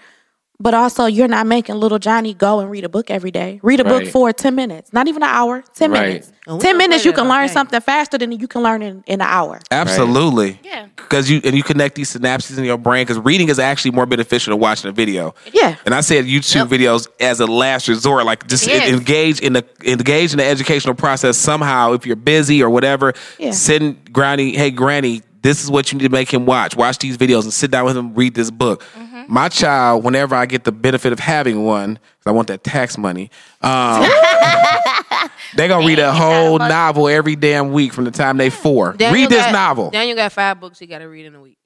[SPEAKER 5] But also, you're not making little Johnny go and read a book every day. Read a book
[SPEAKER 4] Right.
[SPEAKER 5] for 10 minutes, not even an hour, 10
[SPEAKER 4] Right.
[SPEAKER 5] minutes.
[SPEAKER 3] Oh, we
[SPEAKER 5] 10
[SPEAKER 3] don't
[SPEAKER 5] minutes,
[SPEAKER 3] play
[SPEAKER 5] you
[SPEAKER 3] that
[SPEAKER 5] can
[SPEAKER 3] all
[SPEAKER 5] learn
[SPEAKER 3] day.
[SPEAKER 5] something faster than you can learn in, in an hour.
[SPEAKER 2] Absolutely.
[SPEAKER 6] Yeah.
[SPEAKER 2] Because you and you connect these synapses in your brain. Because reading is actually more beneficial than watching a video.
[SPEAKER 5] Yeah.
[SPEAKER 2] And I said YouTube videos as a last resort, like just
[SPEAKER 6] Yes.
[SPEAKER 2] en- engage in the engage in the educational process somehow. If you're busy or whatever,
[SPEAKER 5] Yeah.
[SPEAKER 2] send Granny, hey Granny, this is what you need to make him watch. Watch these videos and sit down with him, read this book.
[SPEAKER 6] Mm-hmm.
[SPEAKER 2] My child, whenever I get the benefit of having one, 'cause I want that tax money. Um, they gonna read a whole novel every damn week from the time they four.
[SPEAKER 3] Daniel
[SPEAKER 2] read this
[SPEAKER 3] got-
[SPEAKER 2] novel.
[SPEAKER 3] Daniel got five books he got to read in a week.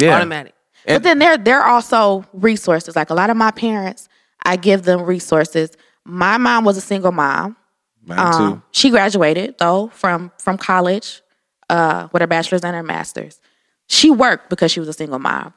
[SPEAKER 2] yeah.
[SPEAKER 3] Automatic.
[SPEAKER 5] but then there there are also resources. Like a lot of my parents, I give them resources. My mom was a single mom.
[SPEAKER 2] Mine too.
[SPEAKER 5] Um, she graduated though from from college uh, with her bachelor's and her master's. She worked because she was a single mom,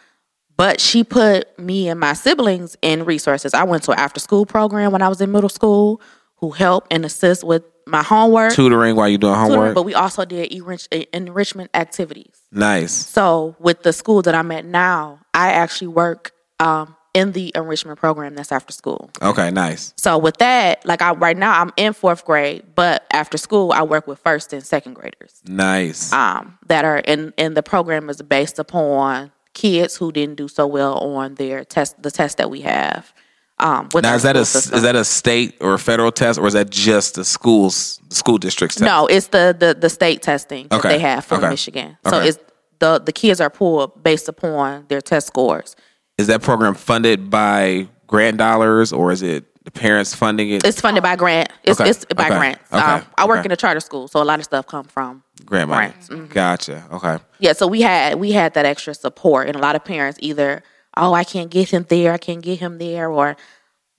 [SPEAKER 5] but she put me and my siblings in resources. I went to an after school program when I was in middle school, who helped and assist with my homework.
[SPEAKER 2] Tutoring while you're doing
[SPEAKER 5] tutoring,
[SPEAKER 2] homework.
[SPEAKER 5] but we also did enrich- enrichment activities.
[SPEAKER 2] nice.
[SPEAKER 5] So with the school that I'm at now, I actually work um, in the enrichment program that's after school.
[SPEAKER 2] Okay, nice.
[SPEAKER 5] So with that, like I right now I'm in fourth grade, but after school I work with first and second graders
[SPEAKER 2] Nice.
[SPEAKER 5] um, that are in and the program is based upon kids who didn't do so well on their test the test that we have. Um, with
[SPEAKER 2] Now
[SPEAKER 5] our
[SPEAKER 2] is that a
[SPEAKER 5] school
[SPEAKER 2] is
[SPEAKER 5] system.
[SPEAKER 2] that a state or a federal test or is that just the schools the school districts test?
[SPEAKER 5] No, it's the the, the state testing that
[SPEAKER 2] Okay.
[SPEAKER 5] they have for
[SPEAKER 2] Okay.
[SPEAKER 5] Michigan. So
[SPEAKER 2] Okay.
[SPEAKER 5] it's the the kids are pulled based upon their test scores.
[SPEAKER 2] Is that program funded by grant dollars or is it the parents funding it?
[SPEAKER 5] It's funded by grant. It's,
[SPEAKER 2] Okay.
[SPEAKER 5] it's by
[SPEAKER 2] Okay.
[SPEAKER 5] grants.
[SPEAKER 2] Okay.
[SPEAKER 5] Um, I work
[SPEAKER 2] Okay.
[SPEAKER 5] in a charter school, so a lot of stuff come from
[SPEAKER 2] grant money.
[SPEAKER 5] grants. Mhm.
[SPEAKER 2] Gotcha. Okay.
[SPEAKER 5] Yeah, so we had we had that extra support, and a lot of parents either, oh, I can't get him there, I can't get him there, or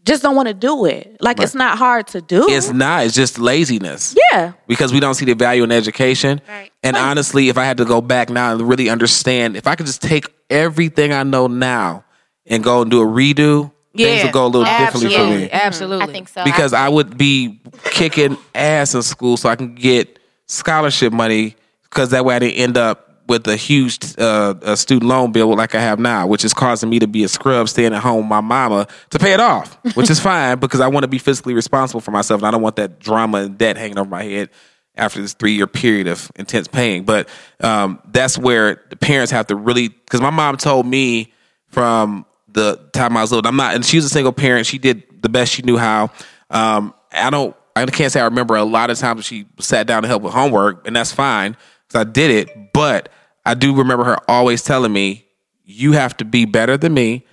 [SPEAKER 5] just don't want to do it. Like it's not hard to do.
[SPEAKER 2] It's not. It's just laziness.
[SPEAKER 5] yeah,
[SPEAKER 2] Because we don't see the value in education. Right. And honestly, if I had to go back now and really understand, if I could just take everything I know now and go and do a redo, things
[SPEAKER 3] Yeah.
[SPEAKER 2] would go a little differently for me.
[SPEAKER 3] Absolutely. Absolutely.
[SPEAKER 6] I think so.
[SPEAKER 2] because I would be kicking ass in school so I can get scholarship money because that way I didn't end up with a huge uh, a student loan bill like I have now, which is causing me to be a scrub staying at home with my mama to pay it off, which is fine because I want to be physically responsible for myself and I don't want that drama and debt hanging over my head after this three year period of intense paying. But um, that's where the parents have to really, because my mom told me from the time I was little. I'm not, and she was a single parent. She did the best she knew how. Um, I don't, I can't say I remember a lot of times she sat down to help with homework, and that's fine because I did it. But I do remember her always telling me, "You have to be better than me,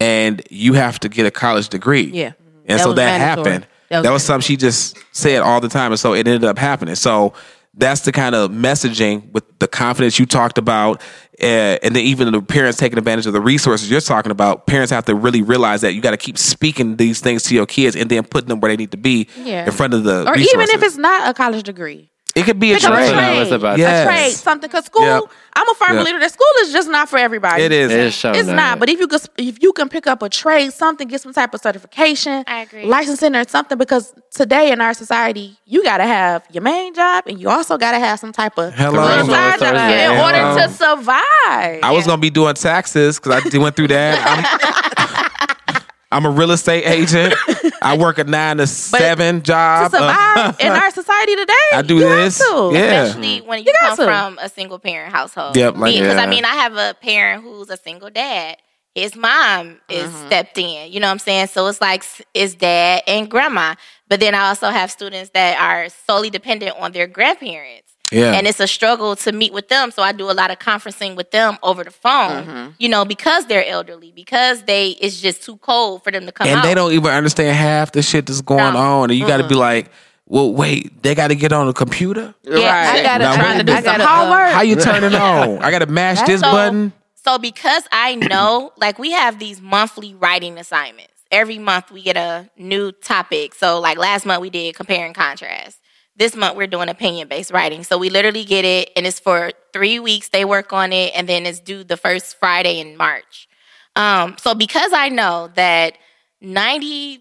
[SPEAKER 2] and you have to get a college degree."
[SPEAKER 3] Mm-hmm. Yeah.
[SPEAKER 2] and
[SPEAKER 3] That
[SPEAKER 2] so
[SPEAKER 3] was
[SPEAKER 2] that
[SPEAKER 3] mandatory.
[SPEAKER 2] happened.
[SPEAKER 3] That was
[SPEAKER 2] that was something she just said all the time, and so it ended up happening. So that's the kind of messaging with the confidence you talked about, uh, and then even the parents taking advantage of the resources you're talking about. Parents have to really realize that you got to keep speaking these things to your kids, and then putting them where they need to be
[SPEAKER 5] Yeah.
[SPEAKER 2] in front of the
[SPEAKER 5] or even
[SPEAKER 2] resources.
[SPEAKER 5] if it's not a college degree,
[SPEAKER 2] it could be a
[SPEAKER 5] pick up a
[SPEAKER 2] trade.
[SPEAKER 4] what I
[SPEAKER 5] trade,
[SPEAKER 4] was about
[SPEAKER 5] a
[SPEAKER 4] to
[SPEAKER 2] Yes.
[SPEAKER 5] trade, something. Cause school,
[SPEAKER 2] Yep.
[SPEAKER 5] I'm a firm
[SPEAKER 2] Yep.
[SPEAKER 5] believer that school is just not for everybody.
[SPEAKER 2] It is.
[SPEAKER 4] It's showing
[SPEAKER 5] It's not, but if you could, if you can pick up a trade, something, get some type of certification,
[SPEAKER 6] I agree.
[SPEAKER 5] licensing or something, because today in our society, you got to have your main job and you also got to have some type of
[SPEAKER 2] Hello.
[SPEAKER 5] little side
[SPEAKER 4] Hello.
[SPEAKER 5] job in
[SPEAKER 4] Hello.
[SPEAKER 5] order to survive.
[SPEAKER 2] I was gonna be doing taxes because I did- went through that. I'm, I'm a real estate agent. I work a nine to seven
[SPEAKER 5] to
[SPEAKER 2] job. Uh,
[SPEAKER 5] survive in our society today,
[SPEAKER 2] I do
[SPEAKER 5] you
[SPEAKER 2] this.
[SPEAKER 5] Have to.
[SPEAKER 2] Yeah.
[SPEAKER 6] especially when you,
[SPEAKER 5] You got
[SPEAKER 6] come
[SPEAKER 5] to.
[SPEAKER 6] from a single parent household.
[SPEAKER 2] Yep, like-
[SPEAKER 6] because
[SPEAKER 2] yeah.
[SPEAKER 6] I mean, I have a parent who's a single dad. His mom is stepped in. You know what I'm saying? So it's like s- it's dad and grandma. But then I also have students that are solely dependent on their grandparents.
[SPEAKER 2] Yeah.
[SPEAKER 6] And it's a struggle to meet with them. So I do a lot of conferencing with them over the phone,
[SPEAKER 2] Mm-hmm.
[SPEAKER 6] you know, because they're elderly, because they it's just too cold for them to come
[SPEAKER 2] and
[SPEAKER 6] out.
[SPEAKER 2] they don't even understand half the shit that's going
[SPEAKER 6] No.
[SPEAKER 2] on. And you got to be like, well, wait, they got to get on a computer.
[SPEAKER 3] Yeah, I
[SPEAKER 5] Right.
[SPEAKER 3] got
[SPEAKER 2] Now,
[SPEAKER 3] to trying
[SPEAKER 2] what-
[SPEAKER 3] to do
[SPEAKER 2] I
[SPEAKER 3] some
[SPEAKER 5] gotta, uh,
[SPEAKER 3] homework.
[SPEAKER 2] How you turn it on? I got to mash this
[SPEAKER 6] So-
[SPEAKER 2] button.
[SPEAKER 6] So because I know, like we have these monthly writing assignments. Every month we get a new topic. So like last month we did compare and contrast. This month we're doing opinion based writing. So we literally get it and it's for three weeks. They work on it and then it's due the first Friday in March. Um, so because I know that 98%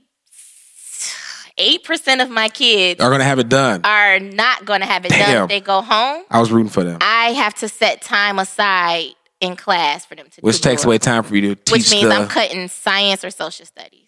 [SPEAKER 6] of my kids
[SPEAKER 2] Are gonna have it done.
[SPEAKER 6] are not going to have it
[SPEAKER 2] Uh, Damn.
[SPEAKER 6] done. They go home.
[SPEAKER 2] I was rooting for them.
[SPEAKER 6] I have to set time aside in class for them to
[SPEAKER 2] Which
[SPEAKER 6] do
[SPEAKER 2] takes
[SPEAKER 6] more.
[SPEAKER 2] away time for you to teach
[SPEAKER 6] which means
[SPEAKER 2] the.
[SPEAKER 6] I'm cutting science or social studies.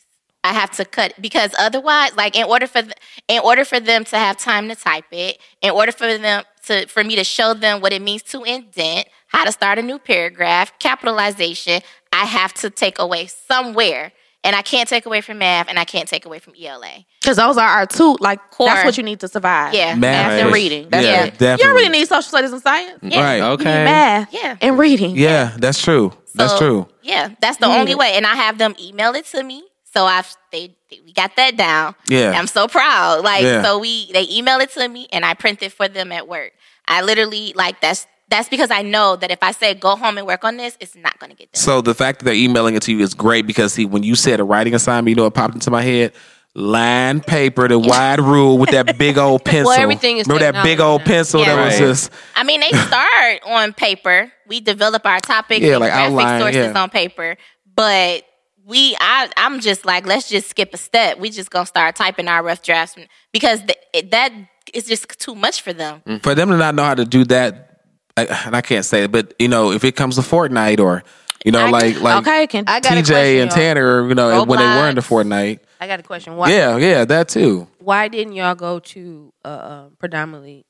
[SPEAKER 6] I have to cut because otherwise, like in order for th- in order for them to have time to type it, in order for them to for me to show them what it means to indent, how to start a new paragraph, capitalization, I have to take away somewhere, and I can't take away from math, and I can't take away from E ELA.
[SPEAKER 5] Because those are our two, like,
[SPEAKER 6] Core.
[SPEAKER 5] that's what you need to survive.
[SPEAKER 6] Yeah,
[SPEAKER 2] Math
[SPEAKER 5] Math and
[SPEAKER 2] is-
[SPEAKER 5] reading. That's
[SPEAKER 2] yeah,
[SPEAKER 5] it. You don't
[SPEAKER 2] definitely.
[SPEAKER 5] really need social studies and science. You need
[SPEAKER 2] Right.
[SPEAKER 4] Okay.
[SPEAKER 5] math
[SPEAKER 6] Yeah.
[SPEAKER 5] and reading.
[SPEAKER 2] Yeah, that's true. that's
[SPEAKER 6] So,
[SPEAKER 2] true.
[SPEAKER 6] Yeah, that's the only way, and I have them email it to me. So I've they, they we got that down.
[SPEAKER 2] Yeah.
[SPEAKER 6] I'm so proud. Like
[SPEAKER 2] Yeah.
[SPEAKER 6] so we they email it to me and I print it for them at work. I literally like that's that's because I know that if I say go home and work on this, it's not gonna get done.
[SPEAKER 2] So the fact that they're emailing it to you is great because see, when you said a writing assignment, you know, it popped into my head. Line paper, the wide rule with that big old pencil.
[SPEAKER 7] everything is
[SPEAKER 2] Remember that big
[SPEAKER 7] technology
[SPEAKER 2] old
[SPEAKER 7] now.
[SPEAKER 2] pencil
[SPEAKER 6] Yeah.
[SPEAKER 2] that was
[SPEAKER 4] Right.
[SPEAKER 2] just
[SPEAKER 6] I mean, they start on paper. We develop our topics
[SPEAKER 2] Yeah,
[SPEAKER 6] and
[SPEAKER 2] like
[SPEAKER 6] graphic
[SPEAKER 2] outline,
[SPEAKER 6] sources
[SPEAKER 2] yeah.
[SPEAKER 6] on paper, but we, I, I'm just like, let's just skip a step. We just gonna start typing our rough drafts because th- it- that is just too much for them.
[SPEAKER 2] for them to not know how to do that. I, and I can't say it, but you know, if it comes to Fortnite or you know, like like
[SPEAKER 5] Okay, can
[SPEAKER 3] I got a question,
[SPEAKER 2] TJ and
[SPEAKER 3] y'all.
[SPEAKER 2] Tanner, you know, when they were into
[SPEAKER 6] Roblox.
[SPEAKER 2] Fortnite.
[SPEAKER 3] I got a question. Why?
[SPEAKER 2] Yeah, yeah, that too.
[SPEAKER 3] Why didn't y'all go to a uh, predominantly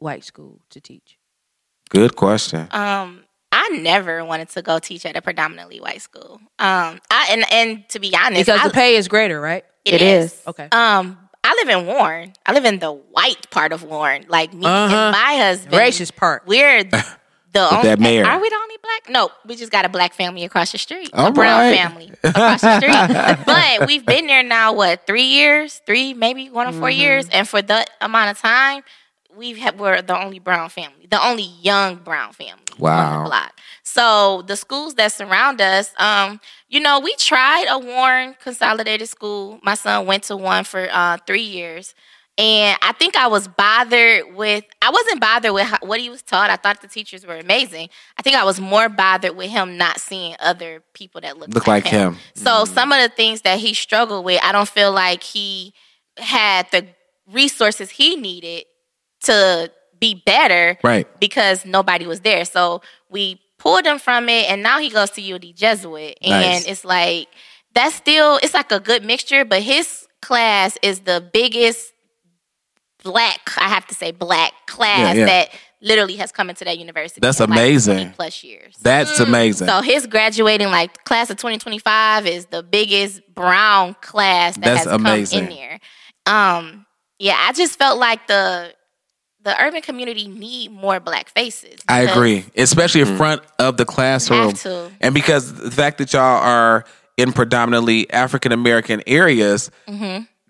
[SPEAKER 3] white school to teach?
[SPEAKER 2] Good question.
[SPEAKER 6] Um, I never wanted to go teach at a predominantly white school. Um, I and and to be honest,
[SPEAKER 3] Because
[SPEAKER 6] I,
[SPEAKER 3] the pay is greater, right?
[SPEAKER 5] It is.
[SPEAKER 3] Okay.
[SPEAKER 6] Um, I live in Warren. I live in the white part of Warren. Like me
[SPEAKER 2] Uh-huh.
[SPEAKER 6] and my husband.
[SPEAKER 3] Gracious part.
[SPEAKER 6] We're the only.
[SPEAKER 2] that mayor.
[SPEAKER 6] Are we the only black? No, we just got a black family across the street.
[SPEAKER 2] All
[SPEAKER 6] a brown
[SPEAKER 2] right.
[SPEAKER 6] family across the street. but we've been there now. What three years? Three, maybe going on 4 years. And for that amount of time, we have, we're the only brown family, the only young brown family on
[SPEAKER 2] Wow.
[SPEAKER 6] the block. So the schools that surround us, um, you know, we tried a Warren Consolidated School. My son went to one for uh, three years. And I think I was bothered with, I wasn't bothered with how, what he was taught. I thought the teachers were amazing. I think I was more bothered with him not seeing other people that looked
[SPEAKER 2] Look
[SPEAKER 6] like,
[SPEAKER 2] like him.
[SPEAKER 6] So some of the things that he struggled with, I don't feel like he had the resources he needed to be better
[SPEAKER 2] Right.
[SPEAKER 6] because nobody was there. So we pulled him from it, and now he goes to UD Jesuit, and
[SPEAKER 2] Nice.
[SPEAKER 6] it's like that's still it's like a good mixture. But his class is the biggest black, I have to say, black
[SPEAKER 2] Yeah,
[SPEAKER 6] class
[SPEAKER 2] yeah.
[SPEAKER 6] that literally has come into that university.
[SPEAKER 2] That's
[SPEAKER 6] in, like,
[SPEAKER 2] amazing.
[SPEAKER 6] 20 plus years.
[SPEAKER 2] That's amazing.
[SPEAKER 6] So his graduating like class of 2025 is the biggest brown class that
[SPEAKER 2] That's
[SPEAKER 6] has
[SPEAKER 2] amazing.
[SPEAKER 6] come in there. Um, yeah, I just felt like the the urban community need more black faces.
[SPEAKER 2] I
[SPEAKER 6] because
[SPEAKER 2] agree, especially in front of the classroom,
[SPEAKER 6] Have to.
[SPEAKER 2] and because the fact that y'all are in predominantly African American areas,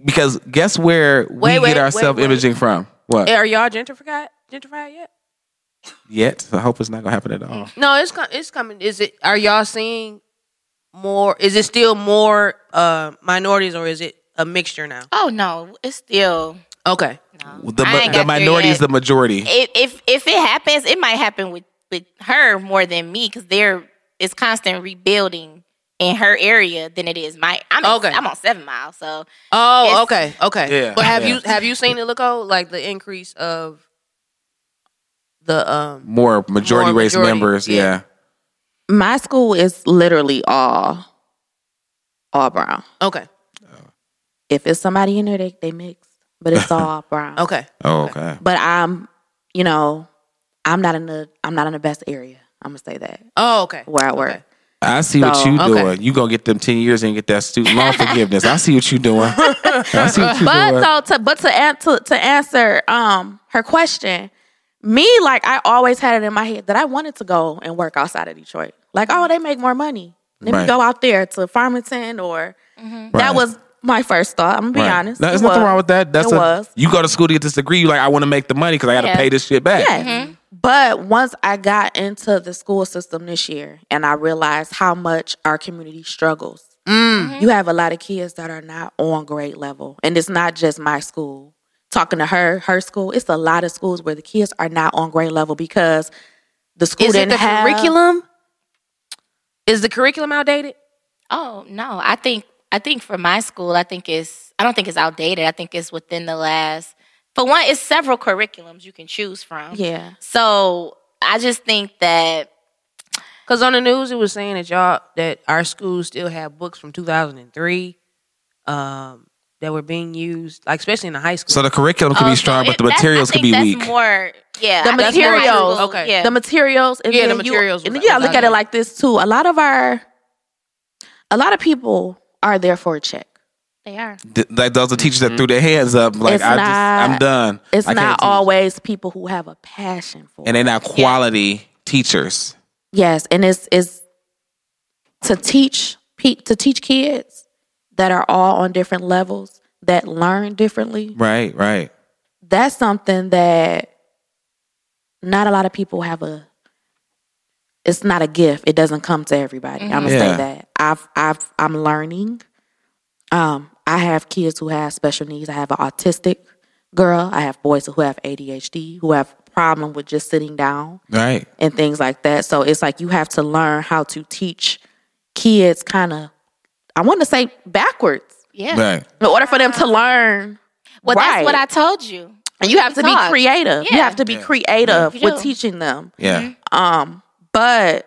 [SPEAKER 2] because guess where we
[SPEAKER 3] Wait, wait,
[SPEAKER 2] get our
[SPEAKER 3] wait,
[SPEAKER 2] self imaging from? What
[SPEAKER 3] Are y'all gentrified? Gentrified yet?
[SPEAKER 2] yet? I hope it's not gonna happen at all.
[SPEAKER 3] No, it's com- it's coming. Is it? Are y'all seeing more? Is it still more uh, minorities, or is it a mixture now?
[SPEAKER 6] Oh no, it's still
[SPEAKER 3] Okay.
[SPEAKER 6] no.
[SPEAKER 2] The,
[SPEAKER 6] I
[SPEAKER 2] mi-
[SPEAKER 6] ain't
[SPEAKER 2] the
[SPEAKER 6] got there
[SPEAKER 2] minority is
[SPEAKER 6] yet.
[SPEAKER 2] the majority.
[SPEAKER 6] if if if it happens, it might happen with with her more than me because there is constant rebuilding in her area than it is my. I'm in-
[SPEAKER 3] Okay.
[SPEAKER 6] I'm on seven miles, so
[SPEAKER 3] Oh,
[SPEAKER 6] It's-
[SPEAKER 3] okay, okay.
[SPEAKER 2] Yeah,
[SPEAKER 3] But have
[SPEAKER 2] yeah.
[SPEAKER 3] you have you seen it look old? Like the increase of the um.
[SPEAKER 2] More majority race
[SPEAKER 3] majority,
[SPEAKER 2] members. Yeah.
[SPEAKER 3] yeah.
[SPEAKER 5] My school is literally all all brown.
[SPEAKER 3] Okay,
[SPEAKER 5] If it's somebody in there, they, they mix, but it's all brown.
[SPEAKER 3] okay.
[SPEAKER 2] Oh, okay.
[SPEAKER 5] But I'm, you know, I'm not in the I'm not in the best area. I'm gonna say that
[SPEAKER 3] Oh, okay.
[SPEAKER 5] where I work.
[SPEAKER 2] I see what
[SPEAKER 5] So-
[SPEAKER 2] you
[SPEAKER 3] Okay.
[SPEAKER 2] doing. You gonna get them ten years and get that student loan forgiveness. I see what you doing. I see what you doing.
[SPEAKER 5] But so to but to, an- to to answer um her question, me like I always had it in my head that I wanted to go and work outside of Detroit. Like, oh, they make more money. Let
[SPEAKER 2] Right.
[SPEAKER 5] me go out there to Farmington or
[SPEAKER 2] Right.
[SPEAKER 5] that was my first thought. I'm gonna be
[SPEAKER 2] Right.
[SPEAKER 5] honest.
[SPEAKER 2] No, there's
[SPEAKER 5] It
[SPEAKER 2] nothing
[SPEAKER 5] was.
[SPEAKER 2] wrong with that. That's
[SPEAKER 5] it
[SPEAKER 2] a,
[SPEAKER 5] was.
[SPEAKER 2] You go to school to get this degree. You like, I want to make the money because I got to
[SPEAKER 6] Yeah.
[SPEAKER 2] pay this shit back.
[SPEAKER 3] Mm-hmm.
[SPEAKER 5] Yes. But once I got into the school system this year and I realized how much our community struggles,
[SPEAKER 3] Mm.
[SPEAKER 5] you have a lot of kids that are not on grade level. And it's not just my school. Talking to her, her school, it's a lot of schools where the kids are not on grade level because the school
[SPEAKER 3] Is it
[SPEAKER 5] didn't
[SPEAKER 3] the
[SPEAKER 5] have
[SPEAKER 3] curriculum? Is the curriculum outdated?
[SPEAKER 6] Oh no, I think I think for my school, I think it's I don't think it's outdated. I think it's within the last. For one, it's several curriculums you can choose from.
[SPEAKER 5] Yeah.
[SPEAKER 6] So I just think that
[SPEAKER 3] Cause on the news it was saying that y'all that our schools still have books from 2003 um, that were being used, like especially in the high school.
[SPEAKER 2] So the curriculum could
[SPEAKER 6] Oh,
[SPEAKER 2] be
[SPEAKER 6] so
[SPEAKER 2] strong,
[SPEAKER 6] it-
[SPEAKER 2] but the
[SPEAKER 6] that's- I
[SPEAKER 2] materials could be
[SPEAKER 6] think that's
[SPEAKER 2] weak.
[SPEAKER 6] More, yeah,
[SPEAKER 5] The
[SPEAKER 6] that's more
[SPEAKER 5] materials.
[SPEAKER 6] high school,
[SPEAKER 3] Okay.
[SPEAKER 6] yeah.
[SPEAKER 5] the materials and
[SPEAKER 3] Yeah,
[SPEAKER 5] then
[SPEAKER 3] the
[SPEAKER 5] you-
[SPEAKER 3] materials
[SPEAKER 5] and
[SPEAKER 3] was-
[SPEAKER 5] you gotta
[SPEAKER 3] was
[SPEAKER 5] look at it
[SPEAKER 3] out
[SPEAKER 5] like this too a lot of our a lot of people are there for a check
[SPEAKER 6] they are.
[SPEAKER 2] Th- Like those are teachers that threw their hands up, like
[SPEAKER 5] It's
[SPEAKER 2] I just,
[SPEAKER 5] not-
[SPEAKER 2] I'm done.
[SPEAKER 5] it's
[SPEAKER 2] I can't
[SPEAKER 5] not
[SPEAKER 2] teach."
[SPEAKER 5] always people who have a passion for
[SPEAKER 2] and
[SPEAKER 5] it
[SPEAKER 2] they're not quality teachers.
[SPEAKER 5] yes and it's it's to teach pe- to teach kids that are all on different levels that learn differently
[SPEAKER 2] Right, right.
[SPEAKER 5] that's something that not a lot of people have a it's not a gift it doesn't come to everybody i'm gonna
[SPEAKER 2] Yeah.
[SPEAKER 5] say that i've i've i'm learning um i have kids who have special needs i have an autistic girl i have boys who have adhd who have problem with just sitting down
[SPEAKER 2] Right.
[SPEAKER 5] and things like that so it's like you have to learn how to teach kids kind of i want to say backwards
[SPEAKER 6] Yeah.
[SPEAKER 2] Right.
[SPEAKER 5] in order for
[SPEAKER 6] Ah.
[SPEAKER 5] them to learn
[SPEAKER 6] Well,
[SPEAKER 5] right.
[SPEAKER 6] that's what I told you.
[SPEAKER 5] and you have to be
[SPEAKER 6] Talk.
[SPEAKER 5] creative. You
[SPEAKER 6] Yeah.
[SPEAKER 5] have to be creative
[SPEAKER 6] You
[SPEAKER 5] with
[SPEAKER 6] do.
[SPEAKER 5] teaching them.
[SPEAKER 2] Yeah.
[SPEAKER 5] Um, but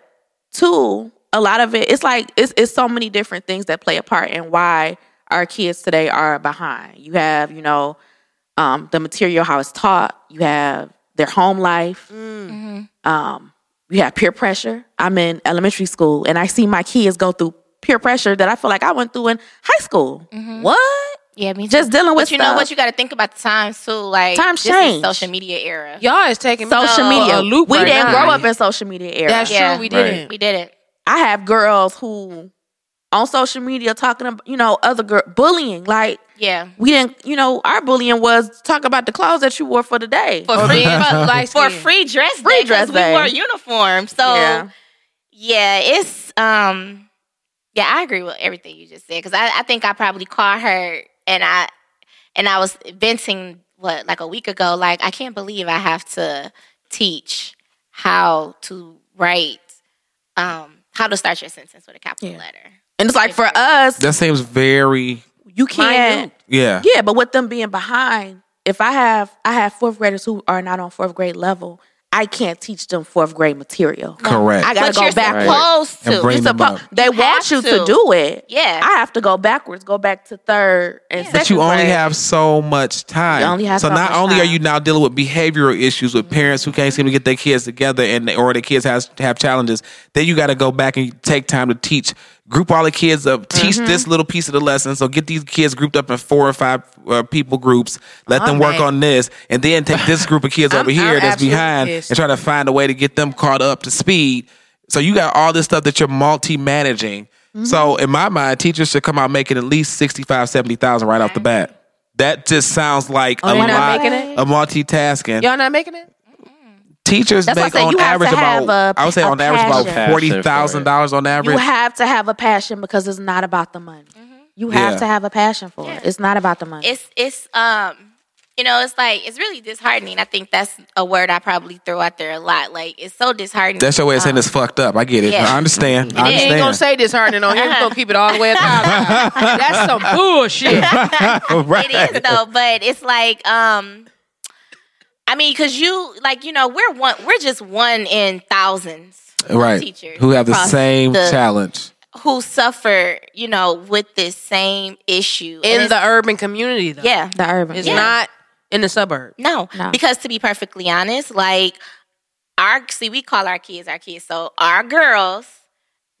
[SPEAKER 5] two, a lot of it, it's like it's it's so many different things that play a part in why our kids today are behind. You have, you know, um, the material how it's taught. You have their home life.
[SPEAKER 3] Mm. Mm-hmm.
[SPEAKER 5] Um, you have peer pressure. I'm in elementary school, and I see my kids go through peer pressure that I feel like I went through in high school.
[SPEAKER 3] Mm-hmm.
[SPEAKER 5] What?
[SPEAKER 6] Yeah, me too.
[SPEAKER 5] Just dealing with
[SPEAKER 6] But you know
[SPEAKER 5] stuff.
[SPEAKER 6] what? You got to think about the times too. Like
[SPEAKER 5] Times
[SPEAKER 6] this
[SPEAKER 5] change.
[SPEAKER 6] is social media era.
[SPEAKER 3] y'all is taking me
[SPEAKER 5] social
[SPEAKER 3] for
[SPEAKER 5] media.
[SPEAKER 3] A loop
[SPEAKER 5] we
[SPEAKER 3] right
[SPEAKER 5] didn't
[SPEAKER 3] now.
[SPEAKER 5] grow up in social media era.
[SPEAKER 3] That's
[SPEAKER 6] Yeah.
[SPEAKER 3] true. We
[SPEAKER 4] Right.
[SPEAKER 3] didn't.
[SPEAKER 6] We did it.
[SPEAKER 5] I have girls who on social media talking about you know other girl bullying. Like
[SPEAKER 6] Yeah.
[SPEAKER 5] we didn't, you know, our bullying was talk about the clothes that you wore for the day.
[SPEAKER 6] For free,
[SPEAKER 3] light
[SPEAKER 6] for
[SPEAKER 3] skin.
[SPEAKER 6] free dress
[SPEAKER 5] Free
[SPEAKER 6] day, 'cause
[SPEAKER 5] dress
[SPEAKER 6] we
[SPEAKER 5] day.
[SPEAKER 6] wore uniform. So
[SPEAKER 5] yeah,
[SPEAKER 6] Yeah, it's um, yeah, I agree with everything you just said because I, I think I probably called her and I and I was venting what like a week ago. Like I can't believe I have to teach how to write, um, how to start your sentence with a capital
[SPEAKER 5] Yeah.
[SPEAKER 6] letter.
[SPEAKER 5] and it's like for us,
[SPEAKER 2] That seems very
[SPEAKER 5] you can't.
[SPEAKER 2] yeah.
[SPEAKER 5] Yeah, but with them being behind, if I have I have fourth graders who are not on fourth grade level, I can't teach them fourth grade material.
[SPEAKER 2] Correct.
[SPEAKER 5] I gotta
[SPEAKER 6] but
[SPEAKER 5] go
[SPEAKER 6] you're
[SPEAKER 5] backwards.
[SPEAKER 6] supposed
[SPEAKER 2] And
[SPEAKER 6] to.
[SPEAKER 2] bring-
[SPEAKER 5] You're
[SPEAKER 2] them
[SPEAKER 5] suppo-
[SPEAKER 2] up.
[SPEAKER 5] they
[SPEAKER 6] You
[SPEAKER 5] want
[SPEAKER 6] have
[SPEAKER 5] you to
[SPEAKER 6] to.
[SPEAKER 5] do it.
[SPEAKER 6] yeah,
[SPEAKER 5] I have to go backwards, go back to third and second
[SPEAKER 2] but you only
[SPEAKER 5] grade.
[SPEAKER 2] have so much time.
[SPEAKER 5] You only have
[SPEAKER 2] so
[SPEAKER 5] so
[SPEAKER 2] not
[SPEAKER 5] much
[SPEAKER 2] only are
[SPEAKER 5] time.
[SPEAKER 2] you now dealing with behavioral issues with parents who can't seem to get their kids together and or the kids has have challenges, then you got to go back and take time to teach, group all the kids up, teach
[SPEAKER 5] Mm-hmm.
[SPEAKER 2] this little piece of the lesson. So get these kids grouped up in four or five uh, people groups, let them work on this, and then take this group of kids over
[SPEAKER 3] I'm-
[SPEAKER 2] here
[SPEAKER 3] I'm
[SPEAKER 2] that's
[SPEAKER 3] absolutely
[SPEAKER 2] behind
[SPEAKER 3] pissed.
[SPEAKER 2] and try to find a way to get them caught up to speed. So you got all this stuff that you're multi-managing. So in my mind, teachers should come out making at least 65, 70,000 right off the bat. That just sounds like a
[SPEAKER 3] Oh, they're not
[SPEAKER 2] lot
[SPEAKER 3] making it?
[SPEAKER 2] of multitasking.
[SPEAKER 3] Y'all not making it?
[SPEAKER 2] Teachers
[SPEAKER 5] That's why I
[SPEAKER 2] make
[SPEAKER 5] said you
[SPEAKER 2] on
[SPEAKER 5] have to
[SPEAKER 2] average about
[SPEAKER 5] have a-
[SPEAKER 2] I would say
[SPEAKER 5] a
[SPEAKER 2] on average
[SPEAKER 5] passion.
[SPEAKER 2] about forty thousand dollars on
[SPEAKER 5] You
[SPEAKER 2] average.
[SPEAKER 5] have to have a passion because it's not about the money. You have
[SPEAKER 2] Yeah.
[SPEAKER 5] to have a passion for it. Mm-hmm. It's not about the money.
[SPEAKER 6] it's it's um you know it's like it's really disheartening i think that's a word i probably throw out there a lot like it's so disheartening
[SPEAKER 2] That's your way of saying it's fucked up. I get it.
[SPEAKER 6] yeah.
[SPEAKER 2] I understand. I
[SPEAKER 3] They ain't gonna
[SPEAKER 2] understand.
[SPEAKER 3] say this hurting on here. We gonna keep it all the way at thousand. That's some bullshit.
[SPEAKER 2] right.
[SPEAKER 6] it is though but it's like um i mean because you like you know we're one we're just one in thousands of
[SPEAKER 2] Right.
[SPEAKER 6] teachers
[SPEAKER 2] Who have the
[SPEAKER 6] across
[SPEAKER 2] same
[SPEAKER 6] the-
[SPEAKER 2] challenge.
[SPEAKER 6] who suffer you know with this same issue
[SPEAKER 3] in
[SPEAKER 6] And it's-
[SPEAKER 3] the urban community though.
[SPEAKER 6] yeah
[SPEAKER 5] the urban.
[SPEAKER 3] It's
[SPEAKER 5] yeah.
[SPEAKER 3] not in the suburb.
[SPEAKER 6] No,
[SPEAKER 5] No.
[SPEAKER 6] because to be perfectly honest, like our see, we call our kids our kids. So our girls,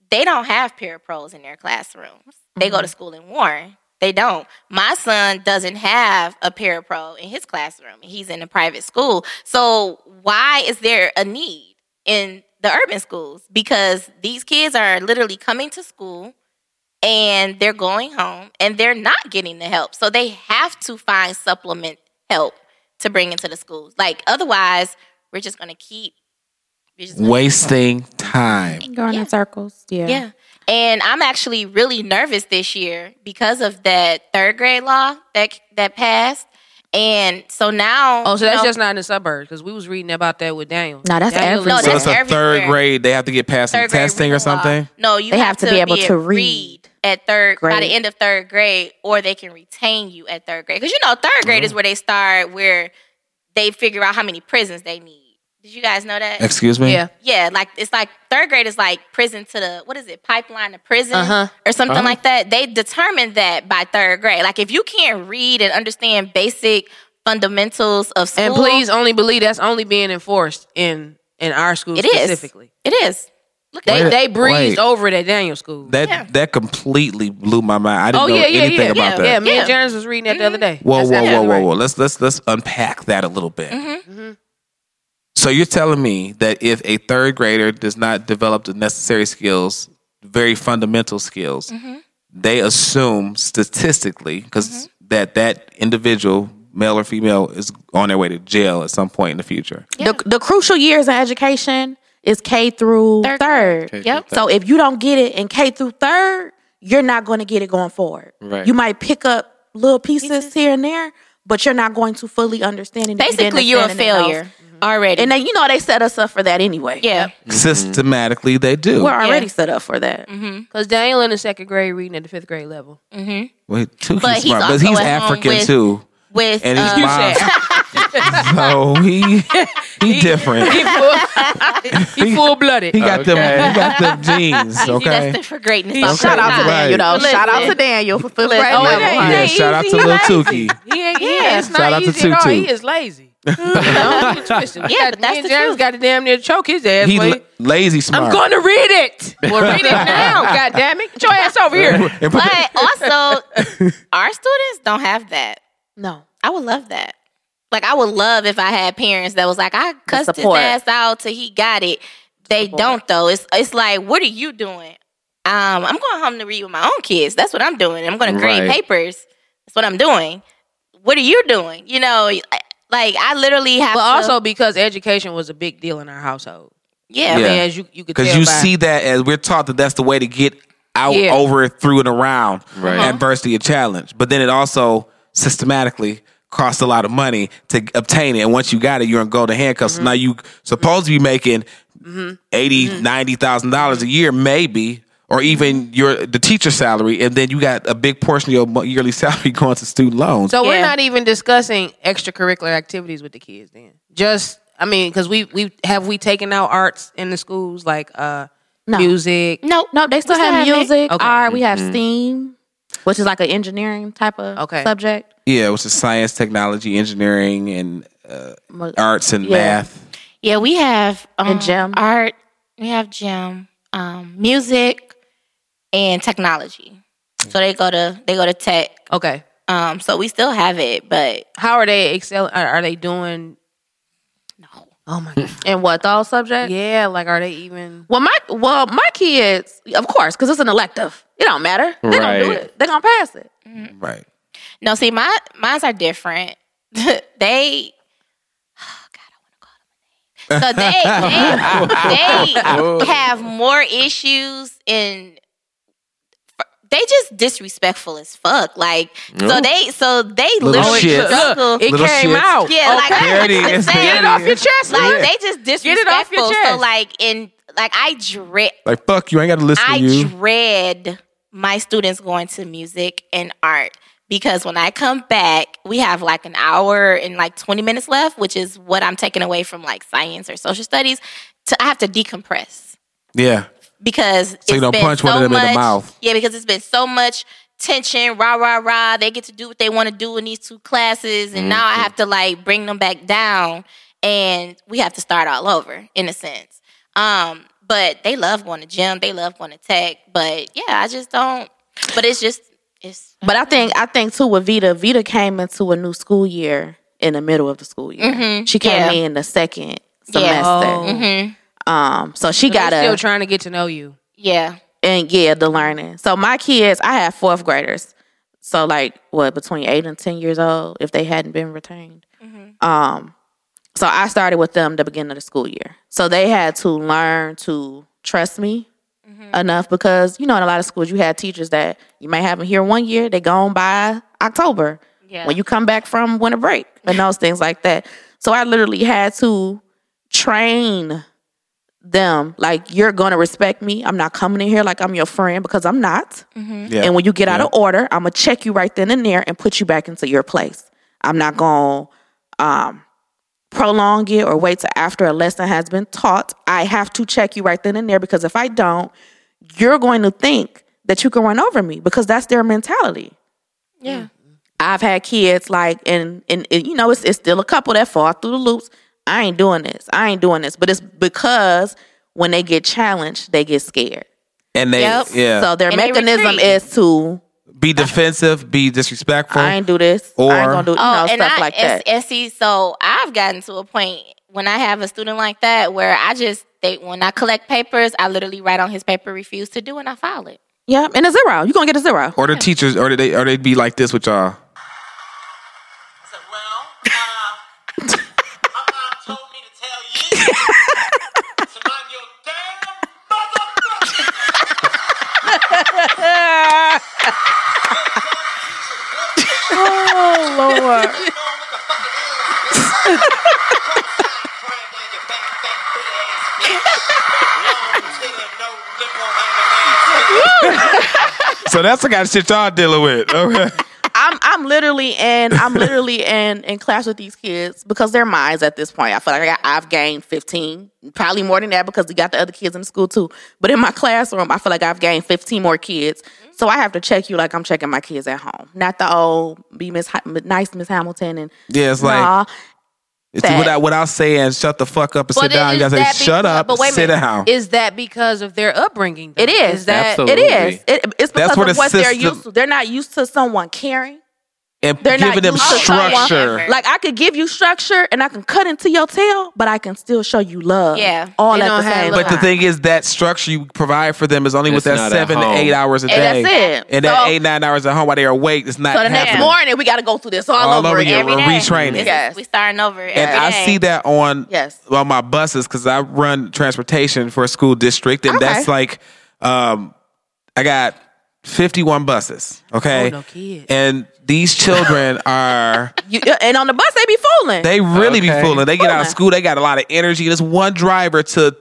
[SPEAKER 6] they don't have peer pros in their classrooms. They go to school in Warren. They don't. My son doesn't have a peer pro in his classroom. He's in a private school. So why is there a need in the urban schools? Because these kids are literally coming to school and they're going home and they're not getting the help. So they have to find supplement help to bring into the schools. Like otherwise, we're just gonna keep we're just gonna-
[SPEAKER 2] Wasting time.
[SPEAKER 5] Going
[SPEAKER 6] Yeah.
[SPEAKER 5] in circles. Yeah.
[SPEAKER 6] yeah. And I'm actually really nervous this year because of that third grade law that that passed. And so now
[SPEAKER 3] Oh, so
[SPEAKER 6] you
[SPEAKER 3] that's
[SPEAKER 6] know,
[SPEAKER 3] just not in the suburbs because we was reading about that with Daniel.
[SPEAKER 5] No, that's
[SPEAKER 3] Daniel
[SPEAKER 5] every-
[SPEAKER 3] was-
[SPEAKER 2] So
[SPEAKER 6] No,
[SPEAKER 2] it's
[SPEAKER 6] that's
[SPEAKER 2] a third
[SPEAKER 6] everywhere.
[SPEAKER 2] grade. They have to get past some
[SPEAKER 6] third grade
[SPEAKER 2] testing or
[SPEAKER 6] reading law.
[SPEAKER 2] something.
[SPEAKER 6] No, you
[SPEAKER 5] They have to be able to
[SPEAKER 6] able
[SPEAKER 5] read
[SPEAKER 6] at third by
[SPEAKER 5] grade.
[SPEAKER 6] the end of third grade, or they can retain you at
[SPEAKER 2] Mm-hmm.
[SPEAKER 6] third grade. Because you know, third grade is where they start where they figure out how many prisons they need. Did you guys know that?
[SPEAKER 2] Excuse me?
[SPEAKER 5] Yeah.
[SPEAKER 6] Yeah, like it's like third grade is like prison to the what is it pipeline to prison
[SPEAKER 5] Uh-huh.
[SPEAKER 6] or something
[SPEAKER 2] Oh.
[SPEAKER 6] like that. They determined that by third grade. Like if you can't read and understand basic fundamentals of school,
[SPEAKER 7] And please only believe that's only being enforced in in our school
[SPEAKER 6] It is.
[SPEAKER 7] specifically.
[SPEAKER 6] it is. Look at
[SPEAKER 7] They
[SPEAKER 6] that.
[SPEAKER 7] they breezed
[SPEAKER 2] wait.
[SPEAKER 7] over it at Daniel School.
[SPEAKER 2] That
[SPEAKER 6] Yeah.
[SPEAKER 2] that completely blew my mind. I didn't
[SPEAKER 7] oh
[SPEAKER 2] know
[SPEAKER 7] yeah, yeah,
[SPEAKER 2] anything
[SPEAKER 7] yeah,
[SPEAKER 2] about
[SPEAKER 7] yeah.
[SPEAKER 2] that.
[SPEAKER 7] Yeah, Mm-hmm. me and
[SPEAKER 6] Yeah.
[SPEAKER 7] Janice was reading that the other day.
[SPEAKER 2] Whoa,
[SPEAKER 7] That's
[SPEAKER 2] whoa, whoa,
[SPEAKER 7] absolutely
[SPEAKER 2] whoa,
[SPEAKER 7] right.
[SPEAKER 2] whoa! Let's let's let's unpack that a little bit. Mm-hmm. So you're telling me that if a third grader does not develop the necessary skills, very fundamental skills, they assume statistically because that that individual, male or female, is on their way to jail at some point in the future.
[SPEAKER 5] The, the crucial years in education is K through third.
[SPEAKER 6] Third.
[SPEAKER 4] K
[SPEAKER 6] Yep.
[SPEAKER 4] through
[SPEAKER 5] So if you don't get it in K through third, you're not going to get it going forward.
[SPEAKER 4] Right.
[SPEAKER 5] You might pick up little pieces, here and there, but you're not going to fully understand it. if you didn't
[SPEAKER 6] Basically, you're a
[SPEAKER 5] understand anything
[SPEAKER 6] failure
[SPEAKER 5] else.
[SPEAKER 6] already.
[SPEAKER 5] Mm-hmm. And they, you know, they set us up for that anyway.
[SPEAKER 6] yeah,
[SPEAKER 2] Systematically, they do.
[SPEAKER 5] We're already set up for that.
[SPEAKER 7] Cause Daniel in the second grade reading at the fifth grade level.
[SPEAKER 2] Wait, Tuki's
[SPEAKER 6] But he's
[SPEAKER 2] smart, but
[SPEAKER 6] also
[SPEAKER 2] he's
[SPEAKER 6] at home
[SPEAKER 2] African
[SPEAKER 6] with-
[SPEAKER 2] too,
[SPEAKER 6] with
[SPEAKER 2] and he's
[SPEAKER 6] uh,
[SPEAKER 2] mine. so he he different.
[SPEAKER 7] He full blooded.
[SPEAKER 2] He got them. He got them jeans.
[SPEAKER 6] he's
[SPEAKER 2] Okay.
[SPEAKER 6] destined for greatness.
[SPEAKER 5] Shout out to
[SPEAKER 2] Right.
[SPEAKER 5] Daniel, though. Oh, Shout out to
[SPEAKER 6] Listen.
[SPEAKER 5] Daniel for fifth grade.
[SPEAKER 6] Listen. Oh, it
[SPEAKER 5] level.
[SPEAKER 6] ain't.
[SPEAKER 2] Yeah,
[SPEAKER 7] He
[SPEAKER 2] shout out to Lil Tuki.
[SPEAKER 7] He ain't, yeah, it's
[SPEAKER 2] Shout out
[SPEAKER 7] not
[SPEAKER 2] to
[SPEAKER 7] easy at all.
[SPEAKER 2] Tutu.
[SPEAKER 7] He is lazy. You know, he twisted. We
[SPEAKER 6] Yeah,
[SPEAKER 7] got-
[SPEAKER 6] but that's
[SPEAKER 7] me and
[SPEAKER 6] the
[SPEAKER 7] Janice
[SPEAKER 6] truth.
[SPEAKER 7] got to damn near choke his ass.
[SPEAKER 2] He
[SPEAKER 7] boy.
[SPEAKER 2] la- lazy
[SPEAKER 7] I'm
[SPEAKER 2] smart.
[SPEAKER 7] going to read it. Well, read it now. God damn it. Get your ass over here.
[SPEAKER 2] And put-
[SPEAKER 6] But also, our students don't have that.
[SPEAKER 5] No.
[SPEAKER 6] I would love that. Like I would love if I had parents that was like, I cussed his
[SPEAKER 5] support.
[SPEAKER 6] ass out till he got it. They don't though. It's it's like, what are you doing? Um, I'm going home to read with my own kids. That's what I'm doing. I'm going to grade
[SPEAKER 4] Right.
[SPEAKER 6] papers. That's what I'm doing. What are you doing? You know, like I literally have.
[SPEAKER 7] But
[SPEAKER 6] to-
[SPEAKER 7] also because education was a big deal in our household.
[SPEAKER 6] yeah,
[SPEAKER 7] I mean,
[SPEAKER 2] Yeah.
[SPEAKER 7] as you, you could
[SPEAKER 2] Because
[SPEAKER 7] tell
[SPEAKER 2] you
[SPEAKER 7] by-
[SPEAKER 2] see that as we're taught that that's the way to get out,
[SPEAKER 7] Yeah.
[SPEAKER 2] over, through, and around
[SPEAKER 4] Right. Uh-huh.
[SPEAKER 2] adversity and challenge. But then it also systematically costs a lot of money to obtain it. And once you got it, you're in golden handcuffs. Now you supposed to be making eighty, ninety thousand dollars a year, maybe, or even your the teacher salary, and then you got a big portion of your mo- yearly salary going to student loans.
[SPEAKER 7] So we're
[SPEAKER 6] Yeah.
[SPEAKER 7] not even discussing extracurricular activities with the kids then. Just I mean, because we we have we taken out arts in the schools like uh
[SPEAKER 5] No.
[SPEAKER 7] music.
[SPEAKER 5] No, no, they still
[SPEAKER 6] still
[SPEAKER 5] have
[SPEAKER 6] have it.
[SPEAKER 5] music.
[SPEAKER 7] Okay. Mm-hmm.
[SPEAKER 5] Art, we have STEAM, which is like an engineering type of
[SPEAKER 7] Okay.
[SPEAKER 5] subject.
[SPEAKER 2] yeah, which is science, technology, engineering, and uh,
[SPEAKER 5] Mo-
[SPEAKER 2] arts and
[SPEAKER 5] Yeah.
[SPEAKER 2] math.
[SPEAKER 6] yeah. We have um,
[SPEAKER 5] And gym.
[SPEAKER 6] art. We have gym, um, music, and technology. So they go to they go to tech.
[SPEAKER 7] Okay.
[SPEAKER 6] Um, so we still have it, but
[SPEAKER 7] How are they excelling? Are, are they doing?
[SPEAKER 6] no.
[SPEAKER 7] Oh my god.
[SPEAKER 5] And what those subjects?
[SPEAKER 7] yeah, like are they even?
[SPEAKER 5] Well, my well, my kids, of course, because it's an elective. It don't matter. They are gonna do
[SPEAKER 4] Right.
[SPEAKER 5] it. They are gonna pass it.
[SPEAKER 2] Right.
[SPEAKER 6] No, see, my mines are different. they, oh God, I want to call them a
[SPEAKER 2] Oh.
[SPEAKER 6] name. So they, they, they have more issues in. They just disrespectful as fuck. Like so
[SPEAKER 4] Ooh.
[SPEAKER 6] they so they
[SPEAKER 2] Little
[SPEAKER 6] literally
[SPEAKER 2] shits.
[SPEAKER 6] struggle.
[SPEAKER 7] It
[SPEAKER 2] Little
[SPEAKER 7] came
[SPEAKER 2] shits.
[SPEAKER 7] out.
[SPEAKER 6] Yeah, like
[SPEAKER 2] There it is.
[SPEAKER 6] Get
[SPEAKER 2] There
[SPEAKER 6] it off your
[SPEAKER 2] is.
[SPEAKER 7] chest,
[SPEAKER 6] like
[SPEAKER 2] Yeah.
[SPEAKER 6] they just
[SPEAKER 7] it off your
[SPEAKER 6] disrespectful. So
[SPEAKER 7] chest.
[SPEAKER 6] like in like I dread
[SPEAKER 2] Like fuck you, I ain't got to listen
[SPEAKER 6] I
[SPEAKER 2] to you.
[SPEAKER 6] dread my students going to music and art because when I come back, we have like an hour and like 20 minutes left, which is what I'm taking away from like science or social studies. To, I have to decompress
[SPEAKER 2] yeah.
[SPEAKER 6] because so
[SPEAKER 2] you don't punch one of them in the mouth.
[SPEAKER 6] Yeah, because it's been so much tension, rah rah rah. They get to do what they want to do in these two classes, and now
[SPEAKER 2] Mm-hmm.
[SPEAKER 6] I have to like bring them back down, and we have to start all over in a sense. Um, but they love going to gym, they love going to tech, but yeah, I just don't. But it's just it's
[SPEAKER 5] But I think I think too with Vita, Vita came into a new school year in the middle of the school year. She came
[SPEAKER 6] Mm-hmm. Yeah.
[SPEAKER 5] in the second semester.
[SPEAKER 6] Yeah. Oh.
[SPEAKER 7] Mm-hmm.
[SPEAKER 5] Um, so she got
[SPEAKER 7] They still
[SPEAKER 5] a
[SPEAKER 7] trying to get to know you.
[SPEAKER 6] yeah.
[SPEAKER 5] and yeah, the learning. So my kids, I have fourth graders. So like what between eight and ten years old, if they hadn't been retained. Um, so I started with them the beginning of the school year. So they had to learn to trust me enough because you know in a lot of schools you had teachers that you may have them here one year, they gone by October
[SPEAKER 6] Yeah.
[SPEAKER 5] when you come back from winter break and those things like that. So I literally had to train them like you're gonna respect me. I'm not coming in here like I'm your friend because I'm not.
[SPEAKER 2] Yeah.
[SPEAKER 5] And when you get out of order, I'm gonna check you right then and there and put you back into your place. I'm not gonna um, prolong it or wait till after a lesson has been taught. I have to check you right then and there because if I don't, you're going to think that you can run over me because that's their mentality.
[SPEAKER 6] Yeah.
[SPEAKER 5] I've had kids like, and and, and, you know, it's it's still a couple that fall through the loops. I ain't doing this. I ain't doing this. But it's because when they get challenged, they get scared.
[SPEAKER 2] And they
[SPEAKER 6] Yep.
[SPEAKER 2] yeah
[SPEAKER 5] So their
[SPEAKER 6] And they
[SPEAKER 5] mechanism
[SPEAKER 6] retreat.
[SPEAKER 5] is to
[SPEAKER 2] be defensive, be disrespectful.
[SPEAKER 5] I ain't do this. I ain't
[SPEAKER 2] Or-
[SPEAKER 5] gonna do you know, stuff
[SPEAKER 6] I,
[SPEAKER 5] like
[SPEAKER 6] it's-
[SPEAKER 5] that.
[SPEAKER 6] Oh, And see, so I've gotten to a point when I have a student like that where I just they when I collect papers, I literally write on his paper, refuse to do, and I file it.
[SPEAKER 5] yeah, and a zero. You're gonna get a zero.
[SPEAKER 2] or the teachers, or they, or they'd be like this with y'all.
[SPEAKER 8] I said, well, uh, my mom told me to tell you to mind your damn motherfucking business. You don't look a fucking ass. Crying down your back, fat, big ass bitch. Long tail, no nipple, hanging ass bitch.
[SPEAKER 2] So that's the kind of shit y'all dealing with. Okay.
[SPEAKER 5] I'm I'm literally in I'm literally in in class with these kids because they're minds at this point. I feel like I got, I've gained 15, probably more than that because we got the other kids in the school too. But in my classroom, I feel like I've gained 15 more kids. So I have to check you like I'm checking my kids at home, not the old be Miss Ha- nice Miss Hamilton and
[SPEAKER 2] Yeah, it's like
[SPEAKER 5] nah.
[SPEAKER 2] it's
[SPEAKER 5] that-
[SPEAKER 2] without without saying shut the fuck up and sit down. You gotta say shut up, sit down.
[SPEAKER 7] Is that because of their upbringing? though?
[SPEAKER 5] It is.
[SPEAKER 7] that
[SPEAKER 5] It is.
[SPEAKER 4] Absolutely.
[SPEAKER 5] It, it's because
[SPEAKER 2] That's where
[SPEAKER 5] of
[SPEAKER 2] the
[SPEAKER 5] what they're
[SPEAKER 2] system-
[SPEAKER 5] used to. They're not used to someone caring.
[SPEAKER 2] and
[SPEAKER 5] They're not
[SPEAKER 2] giving them
[SPEAKER 5] used to someone-
[SPEAKER 2] structure.
[SPEAKER 5] Like I could give you structure and I can cut into your tail, but I can still show you love.
[SPEAKER 6] Yeah.
[SPEAKER 5] all
[SPEAKER 7] They
[SPEAKER 5] at
[SPEAKER 7] don't
[SPEAKER 5] the
[SPEAKER 7] have
[SPEAKER 5] same.
[SPEAKER 7] love.
[SPEAKER 2] But the
[SPEAKER 5] time.
[SPEAKER 2] thing is that structure you provide for them is only with
[SPEAKER 4] It's
[SPEAKER 2] that
[SPEAKER 4] not at
[SPEAKER 2] seven to
[SPEAKER 4] home.
[SPEAKER 2] eight hours a
[SPEAKER 5] And
[SPEAKER 2] day.
[SPEAKER 5] that's it.
[SPEAKER 2] And that
[SPEAKER 5] So-
[SPEAKER 2] eight nine hours at home while they're awake, it's not
[SPEAKER 5] So the next
[SPEAKER 2] happening.
[SPEAKER 5] morning, we got to go through this all,
[SPEAKER 2] All
[SPEAKER 5] over,
[SPEAKER 2] over
[SPEAKER 5] again.
[SPEAKER 2] again.
[SPEAKER 6] Every
[SPEAKER 2] we're
[SPEAKER 6] day.
[SPEAKER 2] retraining.
[SPEAKER 6] This is-
[SPEAKER 5] Yes.
[SPEAKER 6] we starting over. every
[SPEAKER 2] And I
[SPEAKER 6] day.
[SPEAKER 2] see that on
[SPEAKER 5] Yes.
[SPEAKER 2] on my buses because I run transportation for a school district, and
[SPEAKER 5] Okay.
[SPEAKER 2] that's like um, I got fifty one buses. Okay,
[SPEAKER 7] Oh, no kids.
[SPEAKER 2] and these children are
[SPEAKER 5] You, and on the bus, they be fooling.
[SPEAKER 2] they really be
[SPEAKER 4] Okay.
[SPEAKER 2] fooling. They get out of
[SPEAKER 5] Fooling.
[SPEAKER 2] school, they got a lot of energy. There's one driver to.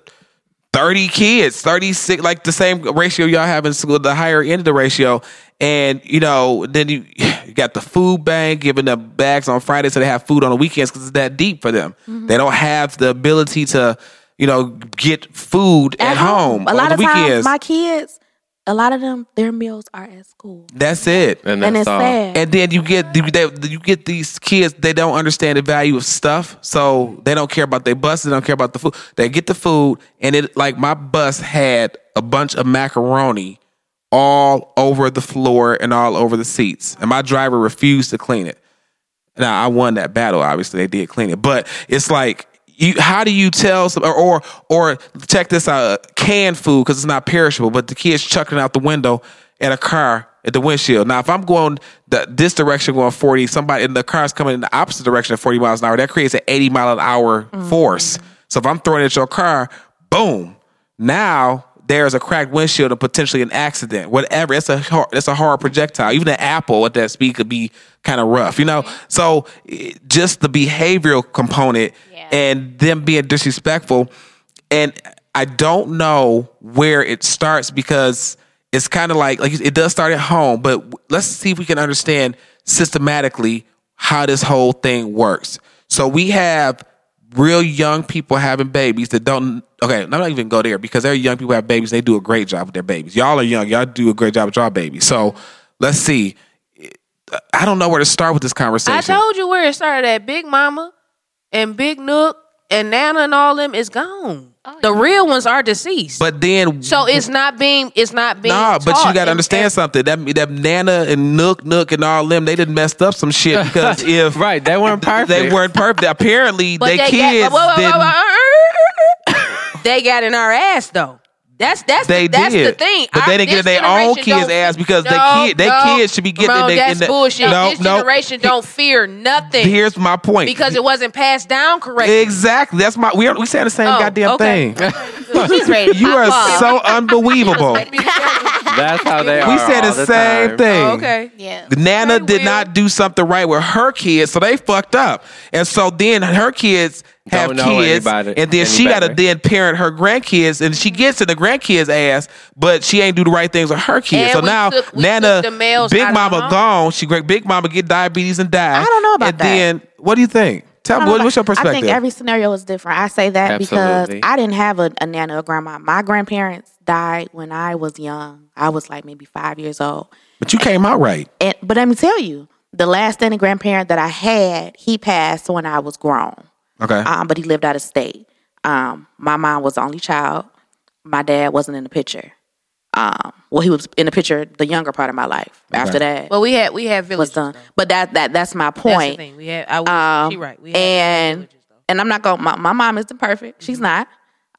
[SPEAKER 2] 30 kids, 36, like the same ratio y'all have in school, the higher end of the ratio. And, you know, then you, you got the food bank giving them bags on Friday so they have food on the weekends because it's that deep for them.
[SPEAKER 5] Mm-hmm.
[SPEAKER 2] They don't have the ability to, you know, get food at, home,
[SPEAKER 5] A
[SPEAKER 2] on
[SPEAKER 5] lot
[SPEAKER 2] the
[SPEAKER 5] of
[SPEAKER 2] weekends.
[SPEAKER 5] times, my kids, a lot of them, their meals are at school,
[SPEAKER 2] That's it.
[SPEAKER 4] And that's
[SPEAKER 5] and it's
[SPEAKER 4] all.
[SPEAKER 5] sad.
[SPEAKER 2] And then you get you- they, you get these kids they don't understand the value of stuff, so they don't care about their buses, they don't care about the food. They get the food, and it like my bus had a bunch of macaroni all over the floor and all over the seats, and my driver refused to clean it. Now I won that battle. Obviously, they did clean it, but it's like you. How do you tell some or or, or check this out? uh, Canned food because it's not perishable, but the kids chucking it out the window at a car at the windshield. Now, if I'm going the, this direction, going 40, somebody in the car's coming in the opposite direction at 40 miles an hour. That creates an 80 mile an hour force. So if I'm throwing it at your car, boom. Now there's a cracked windshield and potentially an accident. Whatever. It's a hard, it's a hard projectile. Even an apple at that speed could be kind of rough, you know. So it- just the behavioral component and them being disrespectful, and I don't know where it starts because it's kind of like like it does start at home, but w- let's see if we can understand systematically how this whole thing works. So we have real young people having babies that don't okay i'm not even go there because there are young people have babies they do a great job with their babies y'all are young y'all do a great job with y'all babies so let's see i don't know where to start with this conversation
[SPEAKER 7] I told you where it started at. Big Mama and Big Nook and Nana and all them is gone. the real ones are deceased.
[SPEAKER 2] but then
[SPEAKER 7] so it's not being it's not being
[SPEAKER 2] Nah, but you
[SPEAKER 7] taught
[SPEAKER 2] gotta
[SPEAKER 7] and-
[SPEAKER 2] understand
[SPEAKER 7] and-
[SPEAKER 2] something. That that Nana and Nook Nook and all them, they didn't messed up some shit because if
[SPEAKER 4] Right, they weren't perfect.
[SPEAKER 2] they weren't perfect, apparently
[SPEAKER 7] But
[SPEAKER 2] they,
[SPEAKER 7] they
[SPEAKER 2] kids
[SPEAKER 7] got, whoa, whoa, whoa,
[SPEAKER 2] didn't.
[SPEAKER 7] whoa, whoa, whoa. they got in our ass though. That's that's
[SPEAKER 2] They
[SPEAKER 7] the, that's
[SPEAKER 2] did,
[SPEAKER 7] the thing.
[SPEAKER 2] but they
[SPEAKER 7] Our-
[SPEAKER 2] didn't get
[SPEAKER 7] this
[SPEAKER 2] in their own
[SPEAKER 7] generation
[SPEAKER 2] kids'
[SPEAKER 7] don't-
[SPEAKER 2] ass because they
[SPEAKER 7] No,
[SPEAKER 2] kid- they
[SPEAKER 7] no,
[SPEAKER 2] kids should be getting in
[SPEAKER 7] Ramon,
[SPEAKER 2] they- in
[SPEAKER 7] That's
[SPEAKER 2] the-
[SPEAKER 7] bullshit.
[SPEAKER 2] No,
[SPEAKER 7] this
[SPEAKER 2] no.
[SPEAKER 7] generation don't fear nothing.
[SPEAKER 2] Here's my point.
[SPEAKER 7] because it wasn't passed down correctly.
[SPEAKER 2] exactly that's my we are, we saying the same
[SPEAKER 7] Oh,
[SPEAKER 2] goddamn
[SPEAKER 7] okay.
[SPEAKER 2] thing.
[SPEAKER 6] She's ready. to
[SPEAKER 2] You
[SPEAKER 6] pop
[SPEAKER 2] are
[SPEAKER 6] off.
[SPEAKER 2] so unbelievable.
[SPEAKER 4] That's how they are.
[SPEAKER 2] we said
[SPEAKER 4] all
[SPEAKER 2] the, same
[SPEAKER 4] time.
[SPEAKER 2] thing.
[SPEAKER 7] Oh, okay.
[SPEAKER 6] Yeah.
[SPEAKER 2] Nana
[SPEAKER 7] They
[SPEAKER 2] did
[SPEAKER 7] will.
[SPEAKER 2] not do something right with her kids, so they fucked up. And so then her kids have
[SPEAKER 4] Don't know
[SPEAKER 2] kids,
[SPEAKER 4] anybody-
[SPEAKER 2] and then she got
[SPEAKER 4] any
[SPEAKER 2] to
[SPEAKER 4] better.
[SPEAKER 2] then parent her grandkids, and she gets in the grandkids' ass, but she ain't do the right things with her
[SPEAKER 7] And
[SPEAKER 2] kids. so
[SPEAKER 7] we
[SPEAKER 2] now
[SPEAKER 7] took- we
[SPEAKER 2] Nana,
[SPEAKER 7] took the males
[SPEAKER 2] Big
[SPEAKER 7] out of the
[SPEAKER 2] Mama
[SPEAKER 7] home.
[SPEAKER 2] gone. She great Big Mama get diabetes and die.
[SPEAKER 5] I don't know about
[SPEAKER 2] and
[SPEAKER 5] that.
[SPEAKER 2] then what do you think? Tell me,
[SPEAKER 5] I don't
[SPEAKER 2] what-
[SPEAKER 5] know.
[SPEAKER 2] what's your perspective?
[SPEAKER 5] I think every scenario is different. I say that
[SPEAKER 4] Absolutely.
[SPEAKER 5] because I didn't have a, a nana or grandma. My grandparents died when I was young. I was like maybe five years old.
[SPEAKER 2] but you came out right.
[SPEAKER 5] And but let me tell you, the last standing grandparent that I had, he passed when I was grown.
[SPEAKER 2] Okay.
[SPEAKER 5] Um, but he lived out of state. Um, my mom was the only child. My dad wasn't in the picture. Um, well, he was in the picture the younger part of my life. After that,
[SPEAKER 7] But we had we had
[SPEAKER 5] was
[SPEAKER 7] villages.
[SPEAKER 5] done. But that that that's my point.
[SPEAKER 7] That's the thing. We had. I was,
[SPEAKER 5] Um,
[SPEAKER 7] she right. We had
[SPEAKER 5] and and I'm not going. to My, my mom isn't perfect. She's
[SPEAKER 7] Mm-hmm.
[SPEAKER 5] not.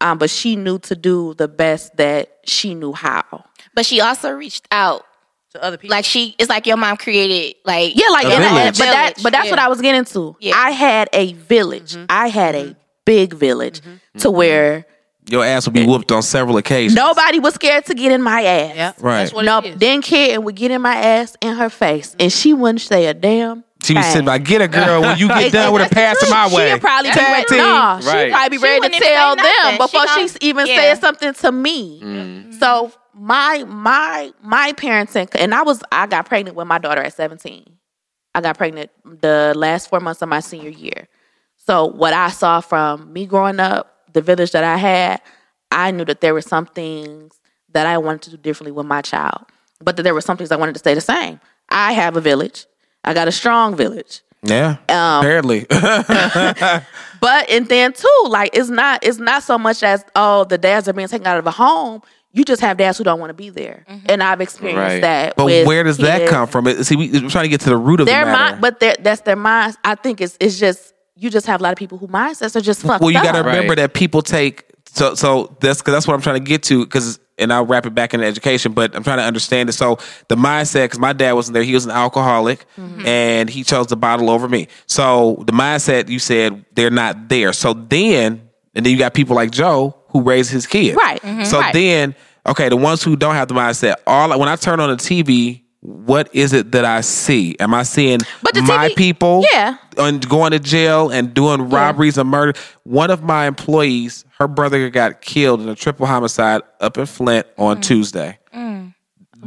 [SPEAKER 5] Um, but she knew to do the best that she knew how.
[SPEAKER 6] But she also reached out.
[SPEAKER 7] to other people.
[SPEAKER 6] Like she, it's like your mom created. Like
[SPEAKER 5] Yeah, like
[SPEAKER 2] A
[SPEAKER 5] and I-
[SPEAKER 2] village.
[SPEAKER 5] but that
[SPEAKER 6] Village,
[SPEAKER 5] but that's
[SPEAKER 6] yeah.
[SPEAKER 5] what I was getting to.
[SPEAKER 6] Yeah.
[SPEAKER 5] I had a village.
[SPEAKER 7] Mm-hmm.
[SPEAKER 5] I had a big village to
[SPEAKER 2] Mm-hmm.
[SPEAKER 5] where
[SPEAKER 2] Your ass will be whooped on several occasions.
[SPEAKER 5] nobody was scared to get in my ass.
[SPEAKER 7] yeah,
[SPEAKER 2] Right.
[SPEAKER 7] That's what
[SPEAKER 5] No,
[SPEAKER 7] it is.
[SPEAKER 5] didn't care and would get in my ass in her face, and she wouldn't say a damn.
[SPEAKER 2] She was
[SPEAKER 5] thing.
[SPEAKER 2] sitting like, get a girl when you get done with a pass in my way.
[SPEAKER 5] She'd probably be
[SPEAKER 2] Tag
[SPEAKER 5] ready.
[SPEAKER 2] team.
[SPEAKER 5] Nah,
[SPEAKER 4] Right.
[SPEAKER 5] she'd probably be
[SPEAKER 6] She
[SPEAKER 5] ready to
[SPEAKER 6] wouldn't even
[SPEAKER 5] tell
[SPEAKER 6] say nothing.
[SPEAKER 5] them before
[SPEAKER 6] She
[SPEAKER 5] she,
[SPEAKER 6] gon-
[SPEAKER 5] even
[SPEAKER 6] yeah. Mm-hmm.
[SPEAKER 5] said something to me. So my my my parenting, and I was I got pregnant with my daughter at seventeen. I got pregnant the last four months of my senior year. So what I saw from me growing up, the village that I had, I knew that there were some things that I wanted to do differently with my child, but that there were some things I wanted to stay the same. I have a village. I got a strong village.
[SPEAKER 2] Yeah.
[SPEAKER 5] Um,
[SPEAKER 2] apparently.
[SPEAKER 5] But and then too, like it's not it's not so much as oh the dads are being taken out of a home. You just have dads who don't want to be there, and I've experienced
[SPEAKER 4] Right.
[SPEAKER 5] that.
[SPEAKER 2] but
[SPEAKER 5] with
[SPEAKER 2] where does that
[SPEAKER 5] kids.
[SPEAKER 2] come from? It- See, we, we're trying to get to the root of
[SPEAKER 5] Their
[SPEAKER 2] the matter.
[SPEAKER 5] mind, but their, that's their minds. I think it's it's just you just have a lot of people who mindsets are just fucked
[SPEAKER 2] well, you
[SPEAKER 5] up.
[SPEAKER 2] got to remember
[SPEAKER 4] Right.
[SPEAKER 2] that people take so so that's cause that's what I'm trying to get to because and I'll wrap it back into education, but I'm trying to understand it. So the mindset, because my dad wasn't there, he was an alcoholic,
[SPEAKER 5] Mm-hmm.
[SPEAKER 2] and he chose the bottle over me. So the mindset you said they're not there. So then, and then you got people like Joe who raised his kid,
[SPEAKER 5] Right. Mhm.
[SPEAKER 2] So
[SPEAKER 5] Right.
[SPEAKER 2] then, okay, the ones who don't have the mindset, all when I turn on the TV. What is it that I see? Am I seeing
[SPEAKER 5] But the
[SPEAKER 2] my
[SPEAKER 5] TV
[SPEAKER 2] people?
[SPEAKER 5] yeah.
[SPEAKER 2] and going to jail and doing robberies and murder. One of my employees, her brother got killed in a triple homicide up in Flint
[SPEAKER 7] Mm.
[SPEAKER 2] on Tuesday.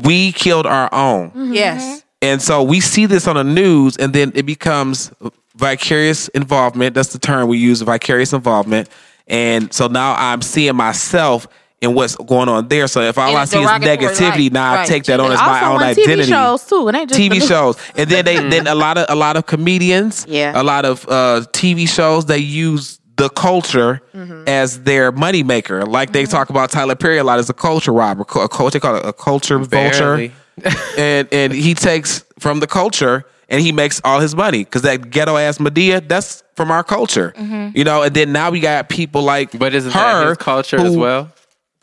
[SPEAKER 2] We killed our own.
[SPEAKER 7] Mm-hmm. yes,
[SPEAKER 2] And so we see this on the news, and then it becomes vicarious involvement. That's the term we use, vicarious involvement. And so now I'm seeing myself in what's going on there. So if all
[SPEAKER 7] In
[SPEAKER 2] I
[SPEAKER 7] a
[SPEAKER 2] see is
[SPEAKER 7] derogatory
[SPEAKER 2] negativity,
[SPEAKER 7] light.
[SPEAKER 2] now I
[SPEAKER 7] Right.
[SPEAKER 2] take that on as
[SPEAKER 5] Also
[SPEAKER 2] my own
[SPEAKER 5] on
[SPEAKER 2] identity.
[SPEAKER 5] TV shows too, and they just
[SPEAKER 2] TV shows, and then they then a lot of a lot of comedians,
[SPEAKER 5] Yeah.
[SPEAKER 2] a lot of uh, TV shows they use the culture as their moneymaker. Like they talk about Tyler Perry a lot as a culture robber, co- a culture called a culture
[SPEAKER 4] Barely.
[SPEAKER 2] vulture, and and he takes from the culture and he makes all his money because that ghetto ass Medea that's from our culture, you know. And then now we got people like
[SPEAKER 4] But isn't
[SPEAKER 2] her
[SPEAKER 4] that his culture as
[SPEAKER 2] who-
[SPEAKER 4] well?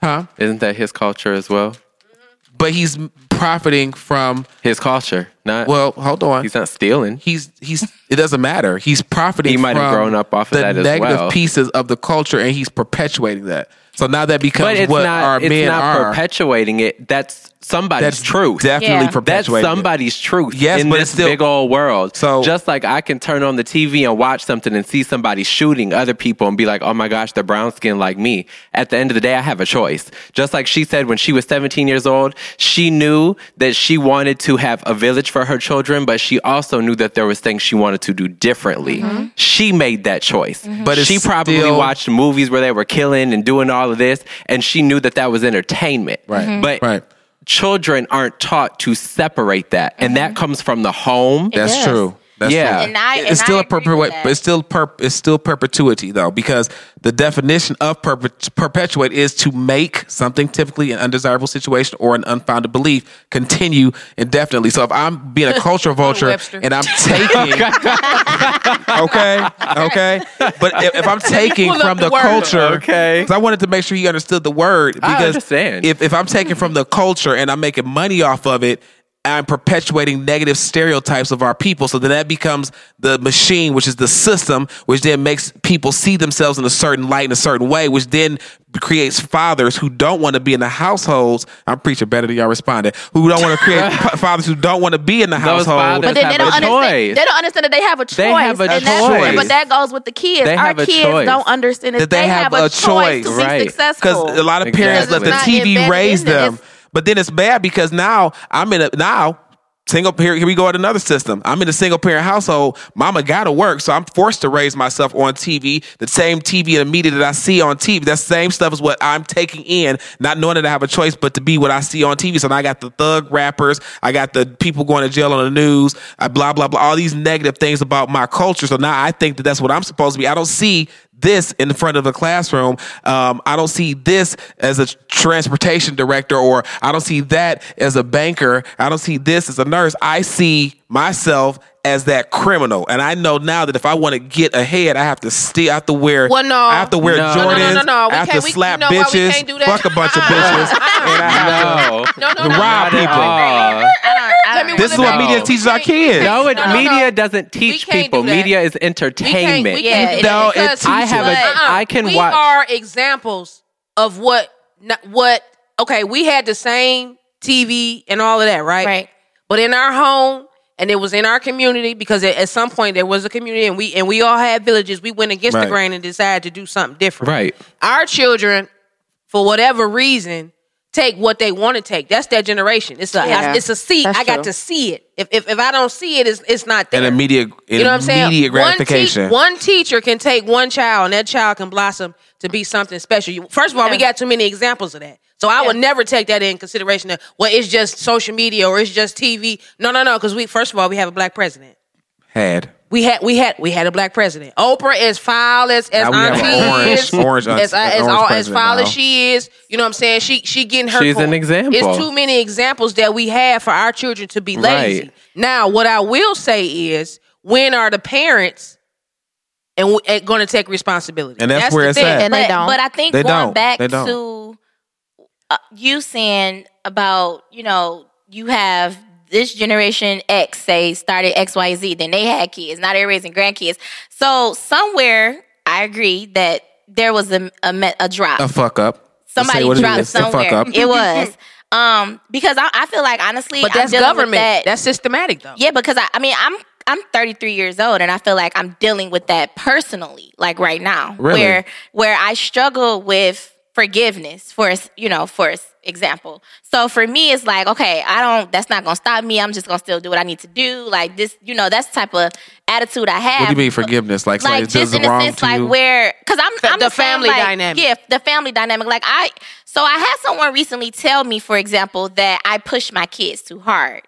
[SPEAKER 2] Huh?
[SPEAKER 4] Isn't that his culture as well?
[SPEAKER 2] But he's profiting from
[SPEAKER 4] His culture, not
[SPEAKER 2] well, hold on,
[SPEAKER 4] He's not stealing.
[SPEAKER 2] he's he's it doesn't matter. He's profiting.
[SPEAKER 4] He might have
[SPEAKER 2] from
[SPEAKER 4] grown up off of
[SPEAKER 2] the
[SPEAKER 4] that as
[SPEAKER 2] negative
[SPEAKER 4] well.
[SPEAKER 2] pieces of the culture, and he's perpetuating that. So now that
[SPEAKER 4] But
[SPEAKER 2] becomes
[SPEAKER 4] it's
[SPEAKER 2] what
[SPEAKER 4] not.
[SPEAKER 2] our
[SPEAKER 4] it's
[SPEAKER 2] men
[SPEAKER 4] not
[SPEAKER 2] are.
[SPEAKER 4] perpetuating it. That's somebody's
[SPEAKER 2] That's
[SPEAKER 4] truth.
[SPEAKER 2] Definitely
[SPEAKER 6] Yeah.
[SPEAKER 4] That's
[SPEAKER 2] perpetuating. it.
[SPEAKER 4] somebody's truth
[SPEAKER 2] Yes,
[SPEAKER 4] in
[SPEAKER 2] but
[SPEAKER 4] this
[SPEAKER 2] it's still-
[SPEAKER 4] big old world.
[SPEAKER 2] So-
[SPEAKER 4] just like I can turn on the TV and watch something and see somebody shooting other people and be like, "Oh my gosh, they're brown skinned like me." At the end of the day, I have a choice. Just like she said when she was 17 years old, she knew that she wanted to have a village for her children, but she also knew that there was things she wanted to do differently. She made that choice.
[SPEAKER 2] But it's
[SPEAKER 4] she probably
[SPEAKER 2] still-
[SPEAKER 4] watched movies where they were killing and doing all of this, and she knew that that was entertainment.
[SPEAKER 2] Right. Mhm.
[SPEAKER 4] But
[SPEAKER 2] Right.
[SPEAKER 4] children aren't taught to separate that,
[SPEAKER 3] Mm-hmm.
[SPEAKER 4] and that comes from the home.
[SPEAKER 2] That's
[SPEAKER 6] Yes.
[SPEAKER 2] true. That's
[SPEAKER 4] Yeah.
[SPEAKER 2] true.
[SPEAKER 6] And I-
[SPEAKER 2] it's
[SPEAKER 6] and
[SPEAKER 2] still
[SPEAKER 6] I
[SPEAKER 2] a
[SPEAKER 6] agree with
[SPEAKER 2] perpetuate,
[SPEAKER 6] that.
[SPEAKER 2] but it's still perp, it's still perpetuity though, because the definition of perpet- perpetuate is to make something typically an undesirable situation or an unfounded belief continue indefinitely. So if I'm being a culture vulture
[SPEAKER 7] Webster.
[SPEAKER 2] and I'm taking, okay, okay, but if, if I'm taking
[SPEAKER 7] Pull up
[SPEAKER 2] from
[SPEAKER 7] the
[SPEAKER 2] the,
[SPEAKER 7] word.
[SPEAKER 2] culture,
[SPEAKER 4] Okay.
[SPEAKER 2] because I wanted to make sure he understood the word
[SPEAKER 4] I
[SPEAKER 2] because
[SPEAKER 4] understand.
[SPEAKER 2] if if I'm taking from the culture and I'm making money off of it, I'm perpetuating negative stereotypes of our people. So then that becomes the machine, which is the system, which then makes people see themselves in a certain light in a certain way, which then creates fathers who don't want to be in the households. I'm preaching better than y'all responded. Who don't want to create fa- fathers who don't want to be in the
[SPEAKER 4] Those
[SPEAKER 2] household.
[SPEAKER 4] fathers
[SPEAKER 5] But then they
[SPEAKER 4] have
[SPEAKER 5] don't
[SPEAKER 4] a
[SPEAKER 5] understand.
[SPEAKER 4] choice.
[SPEAKER 5] They don't understand that they have a choice.
[SPEAKER 4] They have a
[SPEAKER 5] and that's-
[SPEAKER 2] choice.
[SPEAKER 5] But that goes with the kids.
[SPEAKER 4] They
[SPEAKER 5] Our
[SPEAKER 4] have a
[SPEAKER 5] kids
[SPEAKER 4] choice.
[SPEAKER 5] don't understand
[SPEAKER 2] That they have a choice,
[SPEAKER 5] to
[SPEAKER 4] right.
[SPEAKER 5] be
[SPEAKER 2] because
[SPEAKER 5] successful.
[SPEAKER 2] a lot of parents
[SPEAKER 4] Exactly.
[SPEAKER 2] let the
[SPEAKER 4] Because
[SPEAKER 6] it's not
[SPEAKER 2] TV
[SPEAKER 6] embedded
[SPEAKER 2] raise
[SPEAKER 6] in it.
[SPEAKER 2] them.
[SPEAKER 6] It's-
[SPEAKER 2] But then it's bad because now I'm in a now Single parent, here we go at another system. I'm in a single parent household. Mama gotta work, so I'm forced to raise myself on TV. The same TV and the media that I see on TV, that same stuff is what I'm taking in, not knowing that I have a choice but to be what I see on TV. So now I got the thug rappers, I got the people going to jail on the news, I blah, blah, blah, all these negative things about my culture. So now I think that that's what I'm supposed to be. I don't see this in front of a classroom. Um, I don't see this as a transportation director, or I don't see that as a banker. I don't see this as a nurse. I see myself as that criminal, and I know now that if I want to get ahead, I have to still I have to wear.
[SPEAKER 3] Well, no.
[SPEAKER 2] I have to wear
[SPEAKER 4] No. No, no,
[SPEAKER 2] Jordans.
[SPEAKER 4] no,
[SPEAKER 3] no, no. We
[SPEAKER 2] I have to
[SPEAKER 3] can't- we-
[SPEAKER 2] slap
[SPEAKER 3] you know why we
[SPEAKER 2] bitches,
[SPEAKER 3] can't do that?
[SPEAKER 2] fuck a bunch of
[SPEAKER 3] Uh-uh.
[SPEAKER 2] bitches,
[SPEAKER 3] Uh-uh.
[SPEAKER 2] and I have to.
[SPEAKER 4] No.
[SPEAKER 3] No, no, no.
[SPEAKER 2] Rob
[SPEAKER 4] Not at
[SPEAKER 2] people.
[SPEAKER 4] all.
[SPEAKER 3] Let me
[SPEAKER 2] This is
[SPEAKER 3] wanna
[SPEAKER 2] what
[SPEAKER 3] know.
[SPEAKER 2] media teaches our kids.
[SPEAKER 4] No, it,
[SPEAKER 3] No, no, no.
[SPEAKER 4] media doesn't teach
[SPEAKER 3] can't do
[SPEAKER 4] people.
[SPEAKER 3] that.
[SPEAKER 4] Media is
[SPEAKER 3] We can't-
[SPEAKER 4] entertainment.
[SPEAKER 3] we
[SPEAKER 6] Yeah,
[SPEAKER 3] can't
[SPEAKER 6] it
[SPEAKER 3] do
[SPEAKER 2] No,
[SPEAKER 3] that
[SPEAKER 2] it
[SPEAKER 3] because
[SPEAKER 4] I have
[SPEAKER 3] but-
[SPEAKER 4] a- I can
[SPEAKER 3] uh-uh. we
[SPEAKER 4] watch-
[SPEAKER 3] are examples of what not, what okay, we had the same TV and all of that, right?
[SPEAKER 6] Right.
[SPEAKER 3] But in our home and it was in our community because at, at some point there was a community and we and we all had villages. We went against
[SPEAKER 2] Right.
[SPEAKER 3] the grain and decided to do something different.
[SPEAKER 4] Right.
[SPEAKER 3] Our children for whatever reason take what they want to take. That's their generation. It's a I-
[SPEAKER 5] Yeah.
[SPEAKER 3] it's a see.
[SPEAKER 5] That's
[SPEAKER 3] I got
[SPEAKER 5] true.
[SPEAKER 3] to see it. If if, if I don't see it it's it's not there
[SPEAKER 2] And immediate,
[SPEAKER 3] you know what I'm saying?
[SPEAKER 2] immediate
[SPEAKER 3] One te-
[SPEAKER 2] gratification.
[SPEAKER 3] One, teacher can take one child, and that child can blossom to be something special. You- First of all, we got too many examples of that. So I would never take that in consideration. That, well, it's just social media or it's just TV. No, no, no. Because we first of all we have a black president.
[SPEAKER 2] had.
[SPEAKER 3] We had we had we had a black president. Oprah is foul as as
[SPEAKER 2] Now we have
[SPEAKER 3] auntie
[SPEAKER 2] an orange-
[SPEAKER 3] is,
[SPEAKER 2] orange aunt-
[SPEAKER 3] as, uh,
[SPEAKER 2] an
[SPEAKER 3] as,
[SPEAKER 2] orange
[SPEAKER 3] all- as
[SPEAKER 2] president
[SPEAKER 3] foul
[SPEAKER 2] now.
[SPEAKER 3] as she is. You know what I'm saying? She she getting her.
[SPEAKER 4] She's an
[SPEAKER 3] coin.
[SPEAKER 4] example.
[SPEAKER 3] It's too many examples that we have for our children to be lazy.
[SPEAKER 4] Right.
[SPEAKER 3] Now, what I will say is, when are the parents and, and going to take responsibility?
[SPEAKER 2] And that's where
[SPEAKER 3] the
[SPEAKER 2] it's
[SPEAKER 3] thing.
[SPEAKER 2] at.
[SPEAKER 5] And
[SPEAKER 6] but,
[SPEAKER 5] they don't.
[SPEAKER 6] But I think
[SPEAKER 2] They
[SPEAKER 6] going
[SPEAKER 2] don't.
[SPEAKER 6] back
[SPEAKER 2] They don't.
[SPEAKER 6] to uh, you saying about you know you have this generation X say started X Y Z, then they had kids. Now they're raising grandkids. So somewhere, I agree that there was a a, me- a drop.
[SPEAKER 2] A fuck up. Just
[SPEAKER 6] Somebody
[SPEAKER 2] say what it
[SPEAKER 6] dropped
[SPEAKER 2] is. A fuck
[SPEAKER 6] somewhere.
[SPEAKER 2] up.
[SPEAKER 6] It was. Um, because I, I feel like honestly,
[SPEAKER 3] But
[SPEAKER 6] I'm
[SPEAKER 3] that's
[SPEAKER 6] dealing with
[SPEAKER 3] government.
[SPEAKER 6] that-
[SPEAKER 3] That's systematic, though.
[SPEAKER 6] yeah, because I, I mean, I'm I'm 33 years old, and I feel like I'm dealing with that personally, like right now,
[SPEAKER 2] Really?
[SPEAKER 6] where where I struggle with forgiveness for s- you know for s- example. So for me, it's like okay, I don't. That's not gonna stop me. I'm just gonna still do what I need to do. Like this, you know, that's the type of attitude I have.
[SPEAKER 2] What do you mean forgiveness? Like, somebody
[SPEAKER 6] Like
[SPEAKER 2] does
[SPEAKER 6] just in
[SPEAKER 2] the
[SPEAKER 6] a
[SPEAKER 2] wrong
[SPEAKER 6] sense,
[SPEAKER 2] to
[SPEAKER 6] like
[SPEAKER 2] you?
[SPEAKER 6] where, because I'm, I'm
[SPEAKER 3] the
[SPEAKER 6] same,
[SPEAKER 3] family
[SPEAKER 6] like,
[SPEAKER 3] dynamic.
[SPEAKER 6] Yeah, the family dynamic. Like I, so I had someone recently tell me, for example, that I push my kids too hard.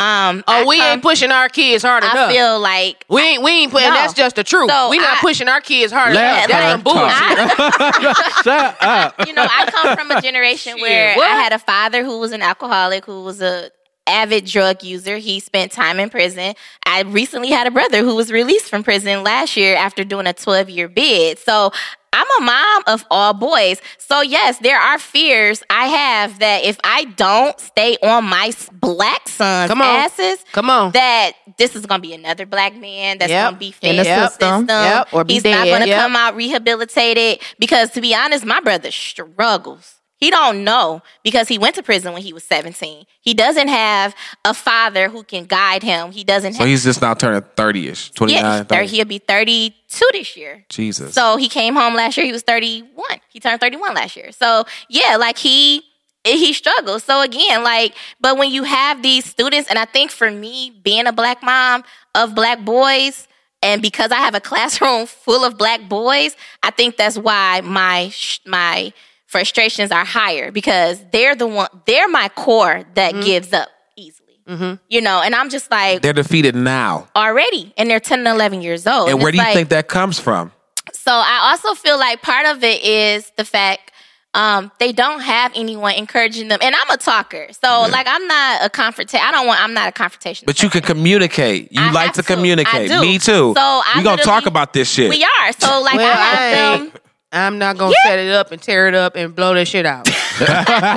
[SPEAKER 6] Um,
[SPEAKER 3] Oh,
[SPEAKER 6] I
[SPEAKER 3] we
[SPEAKER 6] come-
[SPEAKER 3] ain't pushing our kids hard
[SPEAKER 6] I
[SPEAKER 3] enough.
[SPEAKER 6] feel like
[SPEAKER 3] we ain't we ain't putting.
[SPEAKER 6] No.
[SPEAKER 3] That's just the truth.
[SPEAKER 6] So
[SPEAKER 3] we not
[SPEAKER 6] I-
[SPEAKER 3] pushing our kids hard
[SPEAKER 4] Let
[SPEAKER 3] enough. That's
[SPEAKER 4] her
[SPEAKER 3] some bullshit.
[SPEAKER 4] talk. Shut up.
[SPEAKER 6] you know, I come from a generation where
[SPEAKER 3] what?
[SPEAKER 6] I had a father who was an alcoholic, who was a avid drug user. He spent time in prison. I recently had a brother who was released from prison last year after doing a 12 year bid. So I'm a mom of all boys. So yes, there are fears I have that if I don't stay on my s- black son's
[SPEAKER 3] Come on.
[SPEAKER 6] asses,
[SPEAKER 3] Come on.
[SPEAKER 6] that this is gonna be another black man that's
[SPEAKER 3] Yep.
[SPEAKER 6] gonna be fed
[SPEAKER 5] In the
[SPEAKER 6] the
[SPEAKER 5] system.
[SPEAKER 6] system.
[SPEAKER 5] Yep. Or be
[SPEAKER 6] He's not
[SPEAKER 5] dead.
[SPEAKER 6] gonna
[SPEAKER 5] Yep.
[SPEAKER 6] come out rehabilitated because, to be honest, my brother struggles. He don't know because he went to prison when he was seventeen. He doesn't have a father who can guide him. He doesn't.
[SPEAKER 2] So
[SPEAKER 6] have,
[SPEAKER 2] he's just now turning 30 ish, 29,
[SPEAKER 6] yeah,
[SPEAKER 2] 30.
[SPEAKER 6] thir- he'll be thirty-two this year.
[SPEAKER 2] Jesus.
[SPEAKER 6] So he came home last year. He was 31. He turned 31 last year. So yeah, like he he struggles. So again, like, but when you have these students, and I think for me, being a black mom of black boys, and because I have a classroom full of black boys, I think that's why my sh- my frustrations are higher because they're the one they're my core that
[SPEAKER 2] Mm-hmm.
[SPEAKER 6] gives up easily. You know, and I'm just like
[SPEAKER 2] They're defeated now.
[SPEAKER 6] already, and they're 10 and 11 years old.
[SPEAKER 2] And where
[SPEAKER 6] it's
[SPEAKER 2] do you
[SPEAKER 6] like-
[SPEAKER 2] think that comes from?
[SPEAKER 6] so I also feel like part of it is the fact um, they don't have anyone encouraging them, and I'm a talker, so like I'm not a confrontation. I don't want. I'm not a confrontation.
[SPEAKER 2] But you can communicate. You
[SPEAKER 6] I
[SPEAKER 2] like
[SPEAKER 6] have
[SPEAKER 2] to
[SPEAKER 6] to. I
[SPEAKER 2] communicate.
[SPEAKER 6] do.
[SPEAKER 2] Me too.
[SPEAKER 6] So I
[SPEAKER 2] We're going to talk
[SPEAKER 6] literally-
[SPEAKER 2] about this shit.
[SPEAKER 6] we are. So like
[SPEAKER 3] Well,
[SPEAKER 6] I
[SPEAKER 3] I
[SPEAKER 6] have
[SPEAKER 3] ain't-
[SPEAKER 6] them.
[SPEAKER 3] I'm not gonna set it up and tear it up and blow that shit out.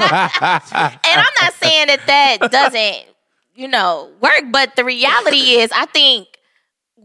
[SPEAKER 6] and I'm not saying that that doesn't, you know, work, but the reality is, I think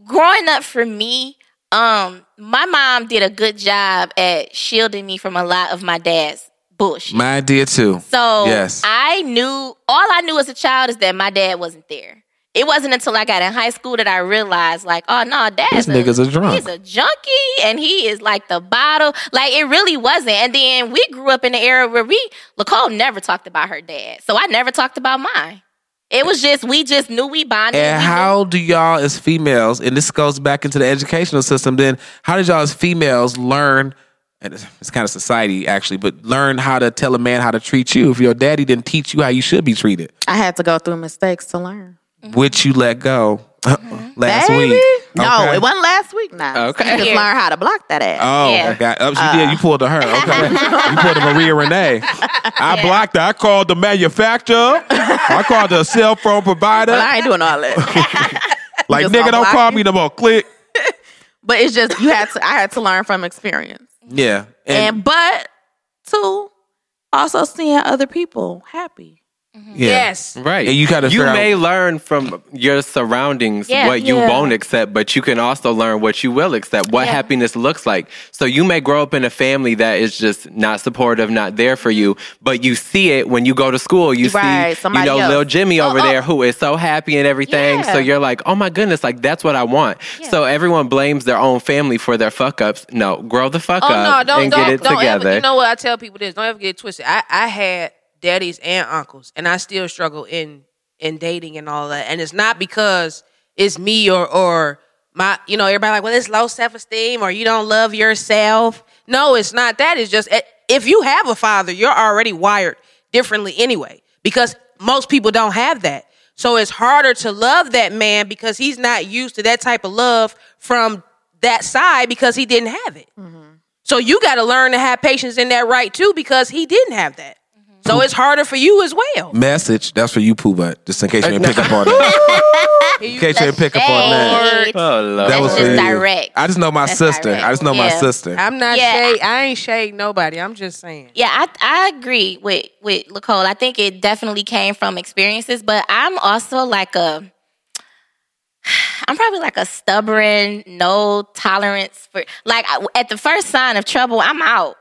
[SPEAKER 6] growing up for me, um, my mom did a good job at shielding me from a lot of my dad's bullshit.
[SPEAKER 2] Mine did too.
[SPEAKER 6] so
[SPEAKER 2] Yes.
[SPEAKER 6] I knew all I knew as a child is that my dad wasn't there. It wasn't until I got in high school that I realized, like, oh no,
[SPEAKER 2] This
[SPEAKER 6] dad's
[SPEAKER 2] nigga's a drunk.
[SPEAKER 6] He's a junkie and he is like the bottle. Like it really wasn't. And then we grew up in the era where we Lacole never talked about her dad. So I never talked about mine. It was just we just knew we bonded.
[SPEAKER 2] And
[SPEAKER 6] we
[SPEAKER 2] how do y'all as females, and this goes back into the educational system, then how did y'all as females learn, and it's- it's kind of society actually, but learn how to tell a man how to treat you if your daddy didn't teach you how you should be treated,
[SPEAKER 5] I had to go through mistakes to learn.
[SPEAKER 6] Mm-hmm.
[SPEAKER 2] which you let go uh-uh, last
[SPEAKER 5] Baby.
[SPEAKER 2] week.
[SPEAKER 5] No,
[SPEAKER 2] Okay.
[SPEAKER 5] it wasn't last week. Now,
[SPEAKER 4] Okay.
[SPEAKER 5] you just
[SPEAKER 6] Yeah.
[SPEAKER 5] learn how to block that ass.
[SPEAKER 2] Oh,
[SPEAKER 6] Yeah. Uh.
[SPEAKER 2] okay. Oh, she did. You pulled to her. Okay. you pulled to Maria Renee. I blocked her. I called the manufacturer. I called the cell phone provider.
[SPEAKER 5] But I ain't doing all that.
[SPEAKER 2] like,
[SPEAKER 5] just
[SPEAKER 2] nigga, don't
[SPEAKER 5] unblock
[SPEAKER 2] call
[SPEAKER 5] you?
[SPEAKER 2] me no more. Click.
[SPEAKER 5] but it's just you had to. I had to learn from experience.
[SPEAKER 2] Yeah.
[SPEAKER 5] And, but two, also seeing other people happy.
[SPEAKER 2] yeah.
[SPEAKER 3] Yes.
[SPEAKER 4] Right.
[SPEAKER 2] And you gotta
[SPEAKER 4] You
[SPEAKER 2] figure out-
[SPEAKER 4] may learn from your surroundings
[SPEAKER 6] Yeah.
[SPEAKER 4] what you
[SPEAKER 5] Yeah.
[SPEAKER 4] won't accept, but you can also learn what you will accept, what
[SPEAKER 6] Yeah.
[SPEAKER 4] happiness looks like. So you may grow up in a family that is just not supportive, not there for you, but you see it when you go to school. You
[SPEAKER 5] Right,
[SPEAKER 4] see, you
[SPEAKER 5] somebody
[SPEAKER 4] know,
[SPEAKER 5] else.
[SPEAKER 4] little Jimmy over
[SPEAKER 6] oh.
[SPEAKER 4] there who is so happy and everything.
[SPEAKER 6] Yeah.
[SPEAKER 4] So you're like, oh my goodness, like that's what I want. So everyone blames their own family for their fuck ups. No, grow the fuck
[SPEAKER 3] Oh no!
[SPEAKER 4] up
[SPEAKER 3] Don't
[SPEAKER 4] and
[SPEAKER 3] don't
[SPEAKER 4] get it
[SPEAKER 3] don't
[SPEAKER 4] together.
[SPEAKER 3] ever. You know what I tell people this: don't ever get it twisted. I I had daddies and uncles, and I still struggle in in dating and all that. And it's not because it's me or or my you know everybody like well it's low self esteem or you don't love yourself. No, it's not that. It's just eh, if you have a father, you're already wired differently anyway because most people don't have that. So it's harder to love that man because he's not used to that type of love from that side because he didn't have it. So you got to learn to have patience in that right too, because he didn't have that. So it's harder for you as well.
[SPEAKER 2] Message. That's for you, Pooh Butt. Just in case you didn't pick up on that. in case you didn't pick up on that.
[SPEAKER 6] Shade.
[SPEAKER 4] oh, Lord.
[SPEAKER 2] That was
[SPEAKER 6] That's
[SPEAKER 2] for you.
[SPEAKER 6] just direct.
[SPEAKER 2] I just know my
[SPEAKER 6] That's
[SPEAKER 2] sister.
[SPEAKER 6] direct.
[SPEAKER 2] I just know my
[SPEAKER 6] Yeah.
[SPEAKER 2] sister.
[SPEAKER 3] I'm not
[SPEAKER 6] Yeah.
[SPEAKER 3] shade. I ain't shade nobody. I'm just saying.
[SPEAKER 6] Yeah, I I agree with with Nicole. I think it definitely came from experiences, but I'm also like a I'm probably like a stubborn, no tolerance for like I- at the first sign of trouble, I'm out.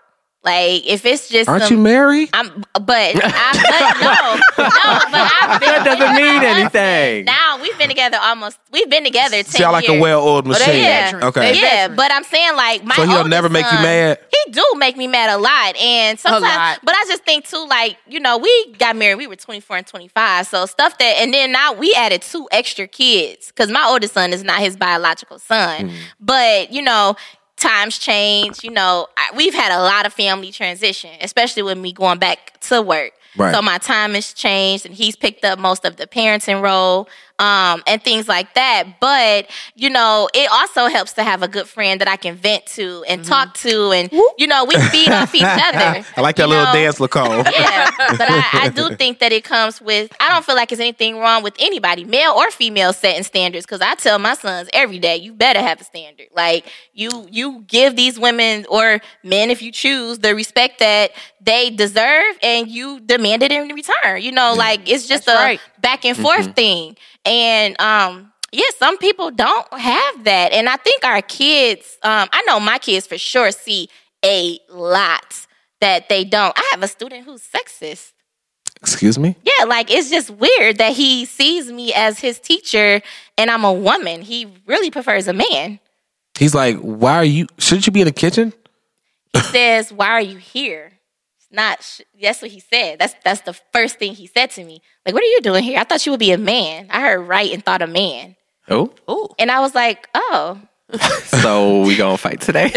[SPEAKER 6] Like if it's just
[SPEAKER 2] Aren't
[SPEAKER 6] some-
[SPEAKER 2] you married?
[SPEAKER 6] I'm but I but no. No, but I've been
[SPEAKER 4] that doesn't mean anything.
[SPEAKER 6] now we've been together almost we've been together 10
[SPEAKER 2] See, I like a
[SPEAKER 6] years.
[SPEAKER 2] well-oiled machine.
[SPEAKER 6] veterans.
[SPEAKER 2] Okay.
[SPEAKER 6] Yeah, but I'm saying like my
[SPEAKER 2] So he'll
[SPEAKER 6] oldest
[SPEAKER 2] never make you
[SPEAKER 6] son,
[SPEAKER 2] mad?
[SPEAKER 6] He do make me mad a lot, and sometimes.
[SPEAKER 3] lot.
[SPEAKER 6] But I just think too, like you know, we got married. We were 24 and 25, so stuff that, and then now we added two extra kids because my oldest son is not his biological
[SPEAKER 2] Mm-hmm.
[SPEAKER 6] son, but you know. Times change, you know. I, we've had a lot of family transition, especially with me going back to work.
[SPEAKER 2] Right.
[SPEAKER 6] So my time has changed, and he's picked up most of the parenting role um, and things like that. But you know, it also helps to have a good friend that I can vent to and talk to, and you know, we feed off each other.
[SPEAKER 2] Mm-hmm. I like that
[SPEAKER 6] you
[SPEAKER 2] little
[SPEAKER 6] know?
[SPEAKER 2] dance, Lacole.
[SPEAKER 6] Yeah, Oh, but I, I do think that it comes with. I don't feel like it's anything wrong with anybody, male or female, setting standards. Because I tell my sons every day, you better have a standard. Like you, you give these women or men, if you choose, the respect that they deserve, and you demand it in return. You know, like it's just
[SPEAKER 3] That's
[SPEAKER 6] a
[SPEAKER 3] right.
[SPEAKER 6] back and forth thing, and um. Yeah, some people don't have that. And I think our kids, um, I know my kids for sure see a lot that they don't. I have a student who's sexist.
[SPEAKER 2] Excuse me?
[SPEAKER 6] Yeah, like it's just weird that he sees me as his teacher and I'm a woman. He really prefers a man.
[SPEAKER 2] He's like, why are you, shouldn't you be in the kitchen?
[SPEAKER 6] He says, "Why are you here?" It's not. Sh- that's what he said. That's that's the first thing he said to me. Like, what are you doing here? I thought you would be a man. I heard right and thought a man,
[SPEAKER 4] Oh,
[SPEAKER 6] and I was like, oh.
[SPEAKER 4] so we gonna fight today.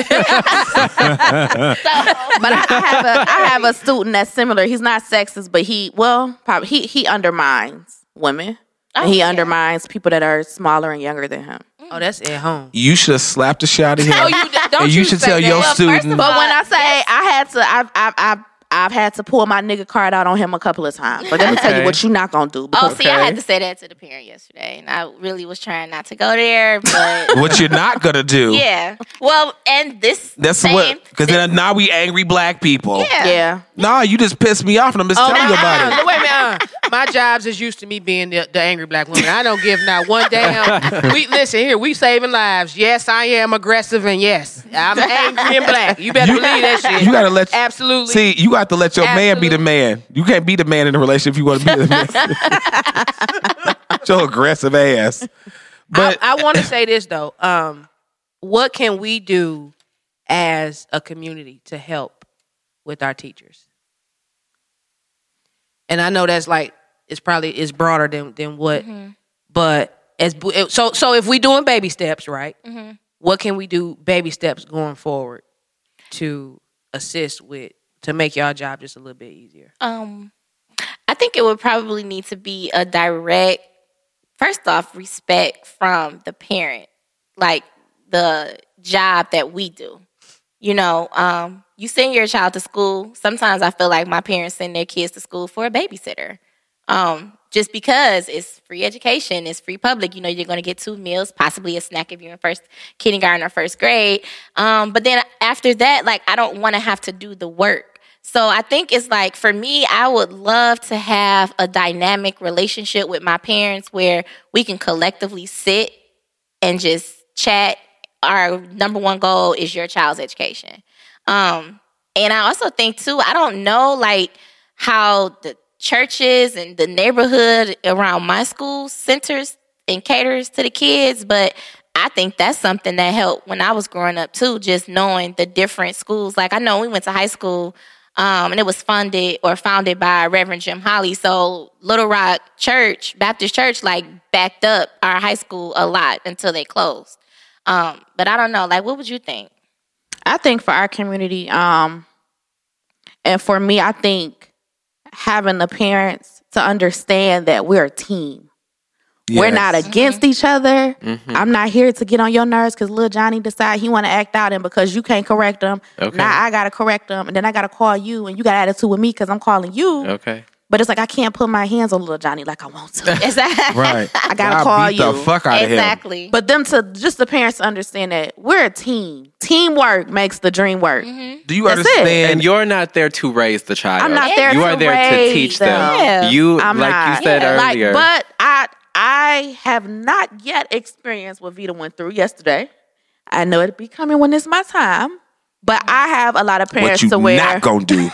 [SPEAKER 6] So
[SPEAKER 5] But I, I have a I have a student that's similar. He's not sexist, but he well probably he he undermines women. And
[SPEAKER 6] Oh,
[SPEAKER 5] he
[SPEAKER 6] yeah.
[SPEAKER 5] undermines people that are smaller and younger than him.
[SPEAKER 3] Oh, that's at home.
[SPEAKER 2] You should have slapped the shit out of him.
[SPEAKER 3] don't
[SPEAKER 2] and you, should
[SPEAKER 3] say
[SPEAKER 2] tell
[SPEAKER 3] that.
[SPEAKER 2] your
[SPEAKER 6] Well, first
[SPEAKER 2] student.
[SPEAKER 6] of
[SPEAKER 5] But
[SPEAKER 6] all-
[SPEAKER 5] when I say I had to, I've, I've, I've, I've had to pull my nigga card out on him a couple of times. But let me tell
[SPEAKER 4] Okay.
[SPEAKER 5] you what you're not gonna do.
[SPEAKER 6] Oh,
[SPEAKER 5] Because
[SPEAKER 6] see, I had to say that to the parent yesterday, and I really was trying not to go there, but
[SPEAKER 2] what you're not gonna do.
[SPEAKER 6] yeah. Well, and this
[SPEAKER 2] That's
[SPEAKER 6] same,
[SPEAKER 2] what. Because then now we angry black people.
[SPEAKER 6] Oh, yeah.
[SPEAKER 5] yeah,
[SPEAKER 2] Nah, you just pissed me off, and I'm just telling you about
[SPEAKER 3] Uh, wait a minute. uh, my jobs is used to me being the, the angry black woman. I don't give not one damn. We listen here. We saving lives. Yes, I am aggressive, and yes, I'm angry and black. You better believe that
[SPEAKER 2] it.
[SPEAKER 3] shit.
[SPEAKER 2] You gotta let.
[SPEAKER 3] absolutely.
[SPEAKER 2] See, you got to let your man be the man. You can't be the man in a relationship if you want to be the man. your aggressive ass. But
[SPEAKER 3] I, I want to say this though. Um, what can we do as a community to help with our teachers? And I know that's like
[SPEAKER 7] is probably is broader than than what. But as bu- so so if we doing baby steps, right? What can we do baby steps going forward to assist with to make y'all job just a little bit easier?
[SPEAKER 6] Um, I think it would probably need to be a direct, first off, respect from the parent, like the job that we do. You know, um, you send your child to school. Sometimes I feel like my parents send their kids to school for a babysitter. Um, just because it's free education, it's free public. You know, you're going to get two meals, possibly a snack if you're in first kindergarten or first grade. Um, but then after that, like, I don't want to have to do the work. So I think it's like for me, I would love to have a dynamic relationship with my parents where we can collectively sit and just chat. Our number one goal is your child's education. Um, and I also think too, I don't know like how the churches and the neighborhood around my school centers and caters to the kids, but I think that's something that helped when I was growing up too, just knowing the different schools. Like I know we went to high school um, and it was funded or founded by Reverend Jim Holly. So Little Rock Church, Baptist Church, like backed up our high school a lot until they closed. Um, but I don't know, like what would you think?
[SPEAKER 5] I think for our community, um, and for me, I think having the parents to understand that we're a team. We're
[SPEAKER 2] Yes.
[SPEAKER 5] not against each other.
[SPEAKER 4] Mm-hmm.
[SPEAKER 5] I'm not here to get on your nerves because little Johnny decide he want to act out, and because you can't correct him,
[SPEAKER 4] Okay.
[SPEAKER 5] now I gotta correct him, and then I gotta call you, and you got attitude with me because I'm calling you.
[SPEAKER 4] Okay.
[SPEAKER 5] But it's like I can't put my hands on little Johnny like I want to.
[SPEAKER 6] Exactly.
[SPEAKER 2] Right.
[SPEAKER 5] I gotta
[SPEAKER 2] Y'all
[SPEAKER 5] call
[SPEAKER 2] beat
[SPEAKER 5] you.
[SPEAKER 2] the fuck out of him.
[SPEAKER 6] exactly.
[SPEAKER 5] But them to just the parents to understand that we're a team. Teamwork makes the dream work.
[SPEAKER 2] Do you
[SPEAKER 5] That's it.
[SPEAKER 2] understand?
[SPEAKER 4] And you're not there to raise the child.
[SPEAKER 5] I'm not there
[SPEAKER 4] You
[SPEAKER 5] to
[SPEAKER 4] are there to
[SPEAKER 5] raise
[SPEAKER 4] teach them.
[SPEAKER 5] them.
[SPEAKER 6] Yeah.
[SPEAKER 4] You,
[SPEAKER 5] I'm
[SPEAKER 4] like
[SPEAKER 5] not.
[SPEAKER 4] you said
[SPEAKER 6] Yeah,
[SPEAKER 5] Like,
[SPEAKER 4] earlier.
[SPEAKER 5] but I I have not yet experienced what Vita went through yesterday. I know it'll be coming when it's my time. But I have a lot of
[SPEAKER 2] Mm-hmm. what
[SPEAKER 5] parents
[SPEAKER 2] you
[SPEAKER 5] to where
[SPEAKER 2] not gonna do?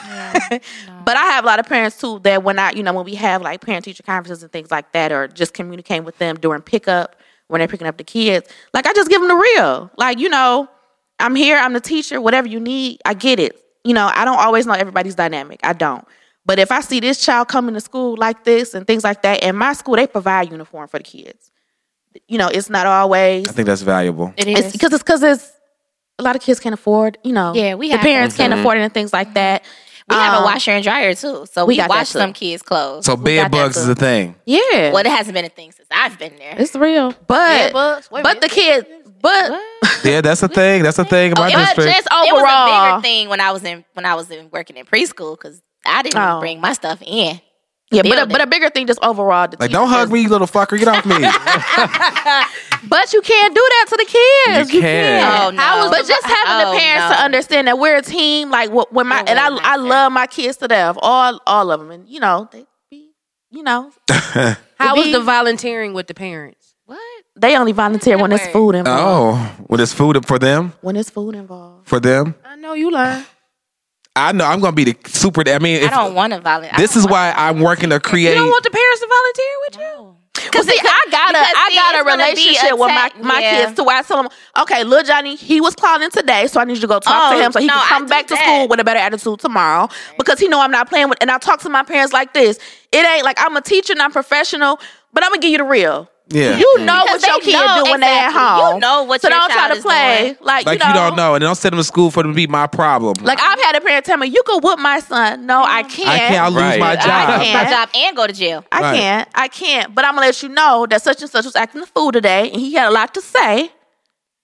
[SPEAKER 5] But I have a lot of parents too that when I, you know, when we have like parent teacher conferences and things like that, or just communicating with them during pickup when they're picking up the kids, like I just give them the real. Like, you know, I'm here, I'm the teacher, whatever you need, I get it. You know, I don't always know everybody's dynamic. I don't. But if I see this child coming to school like this and things like that, in my school, they provide uniform for the kids. You know, it's not always
[SPEAKER 2] I think that's valuable.
[SPEAKER 6] it
[SPEAKER 5] it's because it's because it's a lot of kids can't afford, you know.
[SPEAKER 6] Yeah, we
[SPEAKER 5] the
[SPEAKER 6] have Mm-hmm. that
[SPEAKER 5] parents can't afford it and things like that.
[SPEAKER 6] we have
[SPEAKER 5] Um,
[SPEAKER 6] a washer and dryer too. So
[SPEAKER 5] we
[SPEAKER 6] we,
[SPEAKER 5] got that
[SPEAKER 6] wash
[SPEAKER 5] too.
[SPEAKER 6] some kids' clothes.
[SPEAKER 2] So
[SPEAKER 6] We
[SPEAKER 2] bed
[SPEAKER 6] got that
[SPEAKER 2] bugs is
[SPEAKER 6] too.
[SPEAKER 2] a thing.
[SPEAKER 5] Yeah.
[SPEAKER 6] Well, it hasn't been a thing since I've been there.
[SPEAKER 5] It's real, but
[SPEAKER 7] bugs? Wait a
[SPEAKER 5] but the
[SPEAKER 7] minute.
[SPEAKER 5] kids, but
[SPEAKER 2] Yeah, that's a thing. That's a thing in my
[SPEAKER 5] it was
[SPEAKER 2] district.
[SPEAKER 5] just
[SPEAKER 6] It was a
[SPEAKER 5] overall.
[SPEAKER 6] bigger thing when I was in when I was in working in preschool because I didn't
[SPEAKER 5] Oh.
[SPEAKER 6] bring my stuff in.
[SPEAKER 5] Yeah, but a,
[SPEAKER 6] building.
[SPEAKER 5] but a bigger thing just overall. the
[SPEAKER 2] like,
[SPEAKER 5] teacher
[SPEAKER 2] don't hug
[SPEAKER 5] says-
[SPEAKER 2] me, you little fucker. Get off me.
[SPEAKER 5] But you can't do that to the kids.
[SPEAKER 4] You can.
[SPEAKER 6] Oh, no.
[SPEAKER 5] I was- but just having
[SPEAKER 6] Oh,
[SPEAKER 5] the parents
[SPEAKER 6] no.
[SPEAKER 5] to understand that we're a team. Like wh- when my
[SPEAKER 6] It
[SPEAKER 5] and I
[SPEAKER 6] wouldn't
[SPEAKER 5] I
[SPEAKER 6] matter.
[SPEAKER 5] love my kids to death, all all of them, and you know they be you know
[SPEAKER 7] How
[SPEAKER 5] To
[SPEAKER 7] was
[SPEAKER 5] be-
[SPEAKER 7] the volunteering with the parents?
[SPEAKER 6] What?
[SPEAKER 5] they only volunteer when it's
[SPEAKER 6] Network.
[SPEAKER 5] food involved.
[SPEAKER 2] oh, well, it's food for them.
[SPEAKER 5] When it's food involved,
[SPEAKER 2] For them,
[SPEAKER 7] I know you lying.
[SPEAKER 2] I know I'm gonna be the super. I mean,
[SPEAKER 6] I
[SPEAKER 2] if,
[SPEAKER 6] don't want to violate.
[SPEAKER 2] this is why I'm working to create.
[SPEAKER 7] You don't want the parents to volunteer with you?
[SPEAKER 5] because see, I got a
[SPEAKER 6] because,
[SPEAKER 5] I
[SPEAKER 6] see,
[SPEAKER 5] got
[SPEAKER 6] it's
[SPEAKER 5] a
[SPEAKER 6] gonna be
[SPEAKER 5] relationship
[SPEAKER 6] a
[SPEAKER 5] with my
[SPEAKER 6] tech-
[SPEAKER 5] my
[SPEAKER 6] yeah.
[SPEAKER 5] kids too. I tell them, okay, little Johnny, he was calling today, so I need you to go talk
[SPEAKER 6] Oh,
[SPEAKER 5] to him so he
[SPEAKER 6] no,
[SPEAKER 5] can
[SPEAKER 6] I
[SPEAKER 5] come
[SPEAKER 6] do
[SPEAKER 5] back to
[SPEAKER 6] that.
[SPEAKER 5] school with a better attitude tomorrow because he know I'm not playing with. And I talk to my parents like this. It ain't like I'm a teacher and I'm professional, but I'm gonna give you the real.
[SPEAKER 2] yeah,
[SPEAKER 5] You know
[SPEAKER 6] Because
[SPEAKER 5] what your
[SPEAKER 6] Mm-hmm. they
[SPEAKER 5] kid
[SPEAKER 6] know
[SPEAKER 5] do when they at
[SPEAKER 6] exactly.
[SPEAKER 5] home.
[SPEAKER 6] You know what
[SPEAKER 5] so
[SPEAKER 6] your
[SPEAKER 5] don't try
[SPEAKER 6] child
[SPEAKER 5] to
[SPEAKER 6] is
[SPEAKER 5] play
[SPEAKER 6] doing.
[SPEAKER 5] like,
[SPEAKER 2] like
[SPEAKER 5] you, know,
[SPEAKER 2] don't know, and don't send them to school for them to be my problem.
[SPEAKER 5] Like I've had a parent tell me, "You can whoop my son." No, I can't.
[SPEAKER 2] I can't I'll lose
[SPEAKER 4] Right.
[SPEAKER 2] my
[SPEAKER 4] I
[SPEAKER 2] job.
[SPEAKER 6] I
[SPEAKER 5] can't.
[SPEAKER 6] can't. My job and go to jail.
[SPEAKER 5] I
[SPEAKER 2] Right.
[SPEAKER 5] can't. I can't. But I'm gonna let you know that such and such was acting the fool today, and he had a lot to say.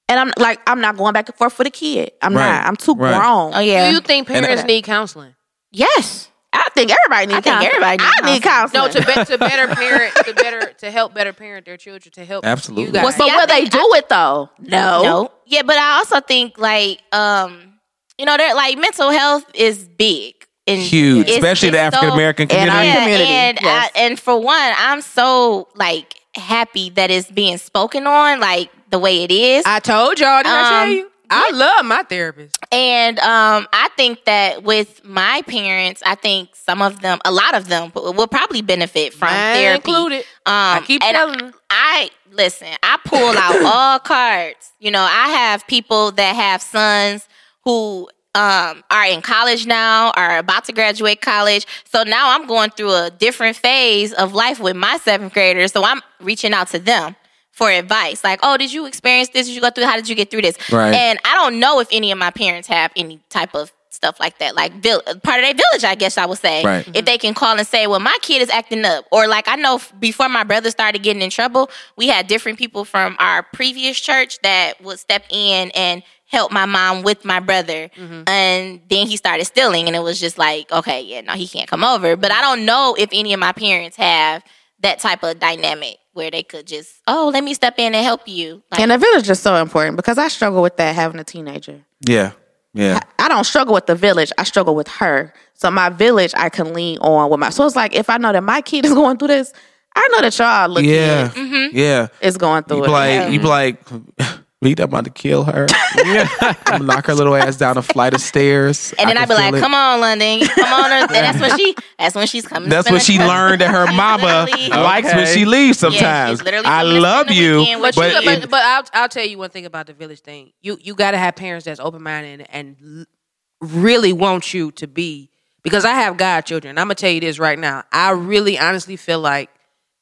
[SPEAKER 5] And I'm like, I'm not going back and forth for the kid. I'm
[SPEAKER 2] Right.
[SPEAKER 5] not. I'm too
[SPEAKER 2] Right.
[SPEAKER 5] grown.
[SPEAKER 6] Oh yeah.
[SPEAKER 7] Do you think
[SPEAKER 2] And-
[SPEAKER 7] parents need counseling?
[SPEAKER 6] yes.
[SPEAKER 5] I think everybody needs.
[SPEAKER 6] I think
[SPEAKER 5] counseling.
[SPEAKER 6] everybody need
[SPEAKER 5] I need counseling.
[SPEAKER 7] No, to, be, to better parent, to better to help better parent their children, to help
[SPEAKER 2] Absolutely.
[SPEAKER 7] You guys.
[SPEAKER 2] Well,
[SPEAKER 5] but
[SPEAKER 6] Yeah, I
[SPEAKER 5] will they
[SPEAKER 6] think-
[SPEAKER 5] do it though? No.
[SPEAKER 6] No. Yeah, but I also think like um, you know, they're like mental health is big and
[SPEAKER 2] Huge,
[SPEAKER 6] it's-
[SPEAKER 2] especially the
[SPEAKER 6] it's so-
[SPEAKER 2] African American
[SPEAKER 5] And our
[SPEAKER 2] community.
[SPEAKER 6] Yeah,
[SPEAKER 5] community,
[SPEAKER 6] And
[SPEAKER 5] yes.
[SPEAKER 6] I, and for one, I'm so like happy that it's being spoken on like the way it is.
[SPEAKER 7] I told y'all, did I tell
[SPEAKER 6] Um,
[SPEAKER 7] you? I love my therapist.
[SPEAKER 6] And um, I think that with my parents, I think some of them, a lot of them, w- will probably benefit from
[SPEAKER 7] Mine
[SPEAKER 6] therapy.
[SPEAKER 7] included.
[SPEAKER 6] Um, I
[SPEAKER 7] keep telling them.
[SPEAKER 6] I listen. I pull out all cards. You know, I have people that have sons who um, are in college now, are about to graduate college. So now I'm going through a different phase of life with my seventh graders. So I'm reaching out to them for advice. Like, oh, did you experience this? Did you go through? How did you get through this?
[SPEAKER 2] Right.
[SPEAKER 6] And I don't know if any of my parents have any type of stuff like that. Like vill- part of their village, I guess I would say.
[SPEAKER 2] Right.
[SPEAKER 6] If they can call and say, well, my kid is acting up. Or like I know f- before my brother started getting in trouble, we had different people from our previous church that would step in and help my mom with my brother. And then he started stealing and it was just like, okay, yeah, no, he can't come over. But I don't know if any of my parents have that type of dynamic where they could just, oh, let me step in and help you. Like,
[SPEAKER 5] And the village is so important because I struggle with that having a teenager.
[SPEAKER 2] Yeah. Yeah.
[SPEAKER 5] I don't struggle with the village. I struggle with her. So my village, I can lean on with my. So it's like if I know that my kid is going through this, I know that y'all looking
[SPEAKER 2] Yeah.
[SPEAKER 5] yeah.
[SPEAKER 2] Yeah.
[SPEAKER 5] is going
[SPEAKER 2] You
[SPEAKER 5] through
[SPEAKER 2] be
[SPEAKER 5] it.
[SPEAKER 2] like, you be like, Vita, I'm about to kill her. I'm gonna knock her little ass down a flight of stairs.
[SPEAKER 6] and then I'd be like, "Come on, London, come on!" Earth." And that's when she, that's when she's coming. to
[SPEAKER 2] That's
[SPEAKER 6] spend
[SPEAKER 2] what
[SPEAKER 6] the
[SPEAKER 2] she
[SPEAKER 6] trip.
[SPEAKER 2] learned that her
[SPEAKER 6] She's
[SPEAKER 2] mama
[SPEAKER 6] literally-
[SPEAKER 2] likes when
[SPEAKER 4] Okay.
[SPEAKER 2] she leaves
[SPEAKER 6] Yeah, she's
[SPEAKER 2] sometimes.
[SPEAKER 6] literally
[SPEAKER 2] I
[SPEAKER 6] coming to
[SPEAKER 2] love
[SPEAKER 6] spend the
[SPEAKER 2] you,
[SPEAKER 6] weekend with
[SPEAKER 7] But, you,
[SPEAKER 6] it-
[SPEAKER 7] but, but I'll, I'll tell you one thing about the village thing. You you got to have parents that's open minded and, and l- really want you to be because I have godchildren. I'm gonna tell you this right now. I really honestly feel like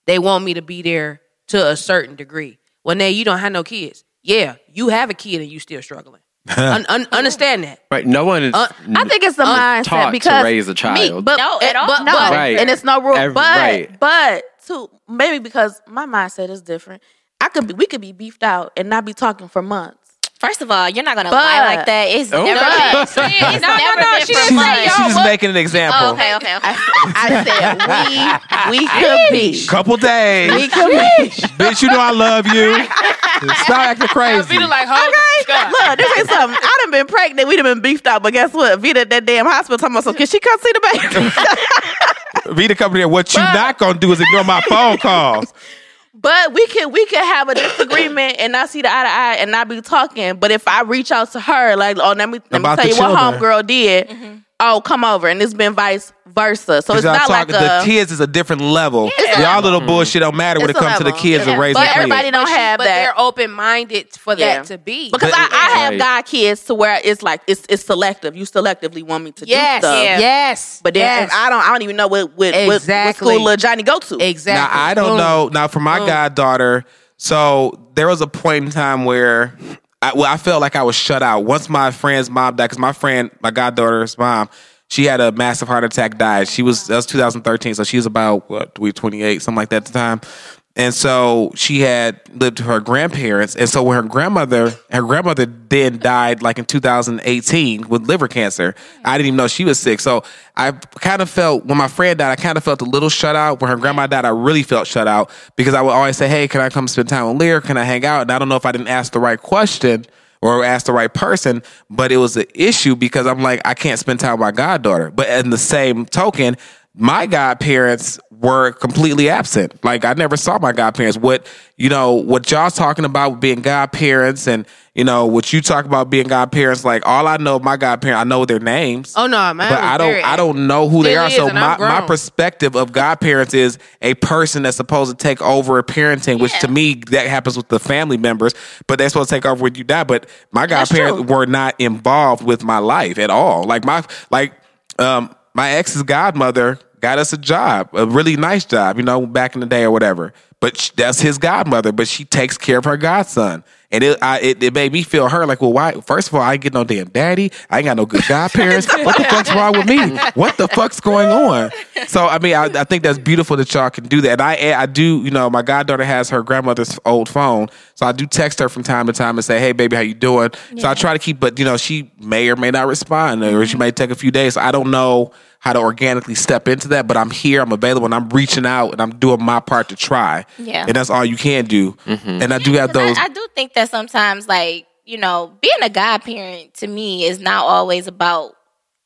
[SPEAKER 7] they want me to be there to a certain degree. Well, now you don't have no kids. Yeah, you have a kid and you still struggling. Un- un- understand that.
[SPEAKER 4] Right. No one is.
[SPEAKER 7] Uh,
[SPEAKER 5] I think it's the
[SPEAKER 4] taught
[SPEAKER 5] mindset
[SPEAKER 4] to
[SPEAKER 5] because
[SPEAKER 4] raise a child.
[SPEAKER 5] Me, but,
[SPEAKER 6] No, at all.
[SPEAKER 5] But,
[SPEAKER 6] No.
[SPEAKER 5] no,
[SPEAKER 4] Right.
[SPEAKER 5] and it's no rule.
[SPEAKER 4] Every-
[SPEAKER 5] but
[SPEAKER 4] right.
[SPEAKER 5] but too maybe because my mindset is different. I could be we could be beefed out and not be talking for months.
[SPEAKER 6] First of all, you're not gonna
[SPEAKER 5] But-
[SPEAKER 6] lie like that. It's
[SPEAKER 4] Oh,
[SPEAKER 6] never
[SPEAKER 5] but-
[SPEAKER 6] been. It's never been
[SPEAKER 7] she
[SPEAKER 6] for
[SPEAKER 7] didn't say
[SPEAKER 6] months.
[SPEAKER 2] she's just making an example.
[SPEAKER 6] Oh, okay, okay, okay.
[SPEAKER 5] I said we we could be.
[SPEAKER 2] Couple days.
[SPEAKER 5] We could be.
[SPEAKER 2] Bitch, you know I love you. Stop acting crazy.
[SPEAKER 5] Look, this ain't something. I done been pregnant. We done been beefed out, but guess what? Vita at that damn hospital talking about so can she come see the baby?
[SPEAKER 2] Vita come here. What you not gonna do is ignore my phone calls.
[SPEAKER 5] But we can we can have a disagreement and not see the eye to eye and not be talking. But if I reach out to her, like, oh, let me let me
[SPEAKER 2] About
[SPEAKER 5] tell
[SPEAKER 2] the
[SPEAKER 5] you what
[SPEAKER 2] children.
[SPEAKER 5] homegirl did.
[SPEAKER 7] Mm-hmm.
[SPEAKER 5] Oh, come over, and it's been vice versa. So it's
[SPEAKER 2] Y'all
[SPEAKER 5] not like
[SPEAKER 2] talking-
[SPEAKER 5] a.
[SPEAKER 2] the kids is a different level. Mm-hmm. Y'all little bullshit don't matter when it
[SPEAKER 5] It's a
[SPEAKER 2] comes to the
[SPEAKER 5] level.
[SPEAKER 2] kids and
[SPEAKER 5] Yeah.
[SPEAKER 2] raising
[SPEAKER 5] But
[SPEAKER 2] kids.
[SPEAKER 5] everybody don't have
[SPEAKER 7] but
[SPEAKER 5] that
[SPEAKER 7] they're open minded for
[SPEAKER 5] Yeah.
[SPEAKER 7] that to be.
[SPEAKER 5] because
[SPEAKER 2] But-
[SPEAKER 5] I, I have
[SPEAKER 4] Right.
[SPEAKER 5] god kids to where it's like it's it's selective. You selectively want me to
[SPEAKER 7] yes,
[SPEAKER 5] do stuff.
[SPEAKER 7] yes,
[SPEAKER 5] But then
[SPEAKER 7] yes.
[SPEAKER 5] if I don't I don't even know what what, what-
[SPEAKER 7] Exactly.
[SPEAKER 5] what school little Johnny go to.
[SPEAKER 7] exactly.
[SPEAKER 2] Now I don't
[SPEAKER 3] Mm.
[SPEAKER 7] Boom.
[SPEAKER 2] know. Now for my goddaughter, so there was a point in time where I, well, I felt like I was shut out. Once my friend's mom died, because my friend, my goddaughter's mom, she had a massive heart attack, died. She was that was 2013, so she was about what we 28, something like that at the time. And so she had lived with her grandparents, and so when her grandmother, her grandmother then died like in 2018 with liver cancer. I didn't even know she was sick. So I kind of felt when my friend died, I kind of felt a little shut out. When her grandma died, I really felt shut out because I would always say, "Hey, can I come spend time with Lear? Can I hang out?" And I don't know if I didn't ask the right question or ask the right person, but it was an issue because I'm like, I can't spend time with my goddaughter. But in the same token, my godparents were completely absent. Like I never saw my godparents. What you know, what y'all's talking about being godparents, and you know what you talk about being godparents. Like all I know, of my godparents, I know their names.
[SPEAKER 7] Oh, no, mine
[SPEAKER 2] But
[SPEAKER 7] was
[SPEAKER 2] I don't,
[SPEAKER 7] very
[SPEAKER 2] I don't know who they
[SPEAKER 7] Still
[SPEAKER 2] are.
[SPEAKER 7] is,
[SPEAKER 2] So
[SPEAKER 7] and I'm
[SPEAKER 2] my, my
[SPEAKER 7] grown.
[SPEAKER 2] perspective of godparents is a person that's supposed to take over parenting, which to me that happens with the family members, but they're supposed to take over when you die. But my godparents were not involved with my life at all. Like my like um my ex's godmother got us a job, a really nice job, you know, back in the day or whatever. But sh that's his godmother, but she takes care of her godson. And it, I, it it made me feel hurt. Like, well, why? First of all, I ain't get no damn daddy. I ain't got no good godparents. what the fuck's wrong with me? What the fuck's going on? So I mean, I, I think that's beautiful that y'all can do that. And I I do, you know, my goddaughter has her grandmother's old phone, so I do text her from time to time and say, hey, baby, how you doing? So I try to keep, but you know, she may or may not respond, or she may take a few days. I don't know how to organically step into that, but I'm here, I'm available, and I'm reaching out, and I'm doing my part to try.
[SPEAKER 6] Yeah.
[SPEAKER 2] and that's all you can do. And I do have
[SPEAKER 6] 'Cause
[SPEAKER 2] those.
[SPEAKER 6] I, I do think that sometimes, like, you know, being a godparent to me is not always about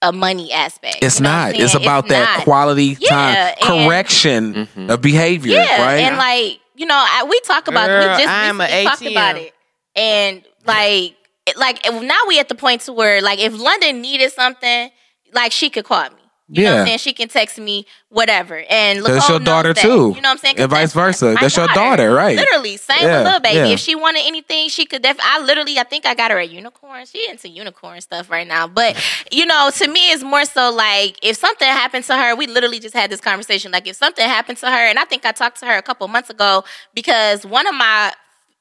[SPEAKER 6] a money aspect.
[SPEAKER 2] It's
[SPEAKER 6] You know what I'm
[SPEAKER 2] not. It's
[SPEAKER 6] saying?
[SPEAKER 2] about that
[SPEAKER 6] not.
[SPEAKER 2] quality
[SPEAKER 6] Yeah,
[SPEAKER 2] time
[SPEAKER 6] and-
[SPEAKER 2] correction of behavior,
[SPEAKER 6] Yeah,
[SPEAKER 2] right?
[SPEAKER 6] and like you know, I, we talk about
[SPEAKER 7] Girl,
[SPEAKER 6] we just
[SPEAKER 7] I'm a
[SPEAKER 6] recently talked
[SPEAKER 7] ATM.
[SPEAKER 6] about it, and like it- like now we at the point to where like if London needed something, like she could call me. You know what
[SPEAKER 2] Yeah.
[SPEAKER 6] I'm saying? She can text me whatever. And
[SPEAKER 2] So it's
[SPEAKER 6] Lacole
[SPEAKER 2] your
[SPEAKER 6] knows
[SPEAKER 2] daughter,
[SPEAKER 6] that.
[SPEAKER 2] too.
[SPEAKER 6] You know what I'm saying? 'Cause
[SPEAKER 2] And vice
[SPEAKER 6] that's
[SPEAKER 2] versa.
[SPEAKER 6] my
[SPEAKER 2] That's your daughter, right.
[SPEAKER 6] Literally, same
[SPEAKER 2] Yeah,
[SPEAKER 6] with little baby.
[SPEAKER 2] yeah.
[SPEAKER 6] If she wanted anything, she could def I literally I think I got her a unicorn. She into unicorn stuff right now. But you know, to me it's more so like if something happened to her, we literally just had this conversation. Like if something happened to her, and I think I talked to her a couple months ago because one of my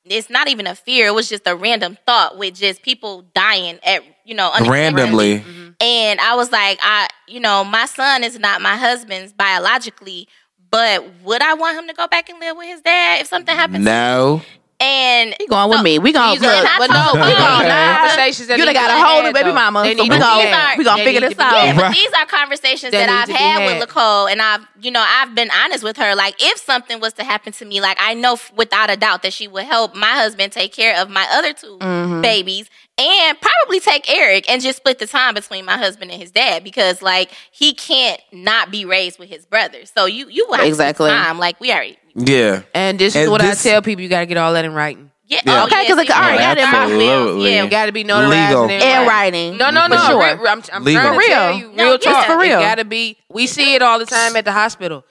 [SPEAKER 6] it's not even a fear, it was just a random thought with just people dying at you know, unexpectedly.
[SPEAKER 2] randomly.
[SPEAKER 6] And I was like, I, you know, my son is not my husband's biologically, but would I want him to go back and live with his dad if something happens?
[SPEAKER 2] No.
[SPEAKER 6] And
[SPEAKER 5] He going with me. We gonna
[SPEAKER 6] are
[SPEAKER 5] look.
[SPEAKER 6] not
[SPEAKER 5] But
[SPEAKER 6] But
[SPEAKER 5] no,
[SPEAKER 6] no,
[SPEAKER 5] we
[SPEAKER 6] okay.
[SPEAKER 5] gonna
[SPEAKER 6] Nah.
[SPEAKER 7] Conversations that
[SPEAKER 5] You done
[SPEAKER 7] need to
[SPEAKER 5] got
[SPEAKER 7] be
[SPEAKER 5] a whole new
[SPEAKER 7] had,
[SPEAKER 5] baby
[SPEAKER 7] though.
[SPEAKER 5] mama,
[SPEAKER 7] They
[SPEAKER 5] so
[SPEAKER 7] need to
[SPEAKER 5] we
[SPEAKER 7] be
[SPEAKER 5] gonna-
[SPEAKER 7] had.
[SPEAKER 5] we gonna
[SPEAKER 7] They
[SPEAKER 5] figure
[SPEAKER 7] need to
[SPEAKER 5] this
[SPEAKER 7] be
[SPEAKER 5] out.
[SPEAKER 6] yeah,
[SPEAKER 2] Right.
[SPEAKER 7] had.
[SPEAKER 6] but these are conversations
[SPEAKER 7] That
[SPEAKER 6] that,
[SPEAKER 7] need
[SPEAKER 6] I've
[SPEAKER 7] to be
[SPEAKER 6] had
[SPEAKER 7] had.
[SPEAKER 6] with Nicole, and I've, you know, I've been honest with her. Like, if something was to happen to me, like I know f- without a doubt that she would help my husband take care of my other 2
[SPEAKER 5] Mm-hmm.
[SPEAKER 6] babies, and probably take Eric and just split the time between my husband and his dad because, like, he can't not be raised with his brother. So you, you will have
[SPEAKER 5] Exactly.
[SPEAKER 6] exactly time. Like we already,
[SPEAKER 2] Yeah.
[SPEAKER 7] And this is
[SPEAKER 2] And
[SPEAKER 7] what
[SPEAKER 2] this-
[SPEAKER 7] I tell people: you got to get all that in writing.
[SPEAKER 6] yeah,
[SPEAKER 2] Yeah.
[SPEAKER 6] oh,
[SPEAKER 5] Okay,
[SPEAKER 6] yes,
[SPEAKER 5] 'cause, like,
[SPEAKER 6] we
[SPEAKER 5] all right,
[SPEAKER 6] will.
[SPEAKER 5] I didn't mind-
[SPEAKER 4] Absolutely.
[SPEAKER 6] Yeah,
[SPEAKER 7] You got to be notarized
[SPEAKER 2] Legal.
[SPEAKER 7] and in
[SPEAKER 5] in
[SPEAKER 7] writing.
[SPEAKER 5] writing.
[SPEAKER 7] No, no,
[SPEAKER 2] For
[SPEAKER 7] no.
[SPEAKER 5] sure.
[SPEAKER 7] real- I'm, I'm
[SPEAKER 2] Legal.
[SPEAKER 7] trying to
[SPEAKER 5] For
[SPEAKER 7] tell
[SPEAKER 5] real.
[SPEAKER 7] you, real
[SPEAKER 6] No, yeah.
[SPEAKER 7] talk.
[SPEAKER 6] For
[SPEAKER 5] real.
[SPEAKER 7] It gotta be. We see it all the time at the hospital.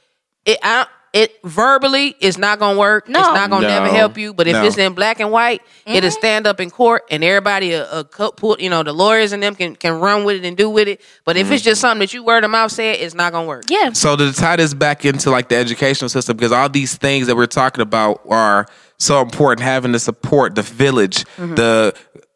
[SPEAKER 7] It, I, it verbally is not gonna work.
[SPEAKER 6] No.
[SPEAKER 7] It's not gonna
[SPEAKER 4] No.
[SPEAKER 7] never help you. But if
[SPEAKER 2] No.
[SPEAKER 7] it's in black and white, it'll stand up in court, and everybody, uh, uh, co- pull, you know, the lawyers and them can can run with it and do with it. But if
[SPEAKER 2] Mm-hmm.
[SPEAKER 7] it's just something that you word of mouth said, it's not gonna work.
[SPEAKER 6] yeah.
[SPEAKER 2] So to tie this back into like the educational system, because all these things that we're talking about are so important. Having the support, the village, the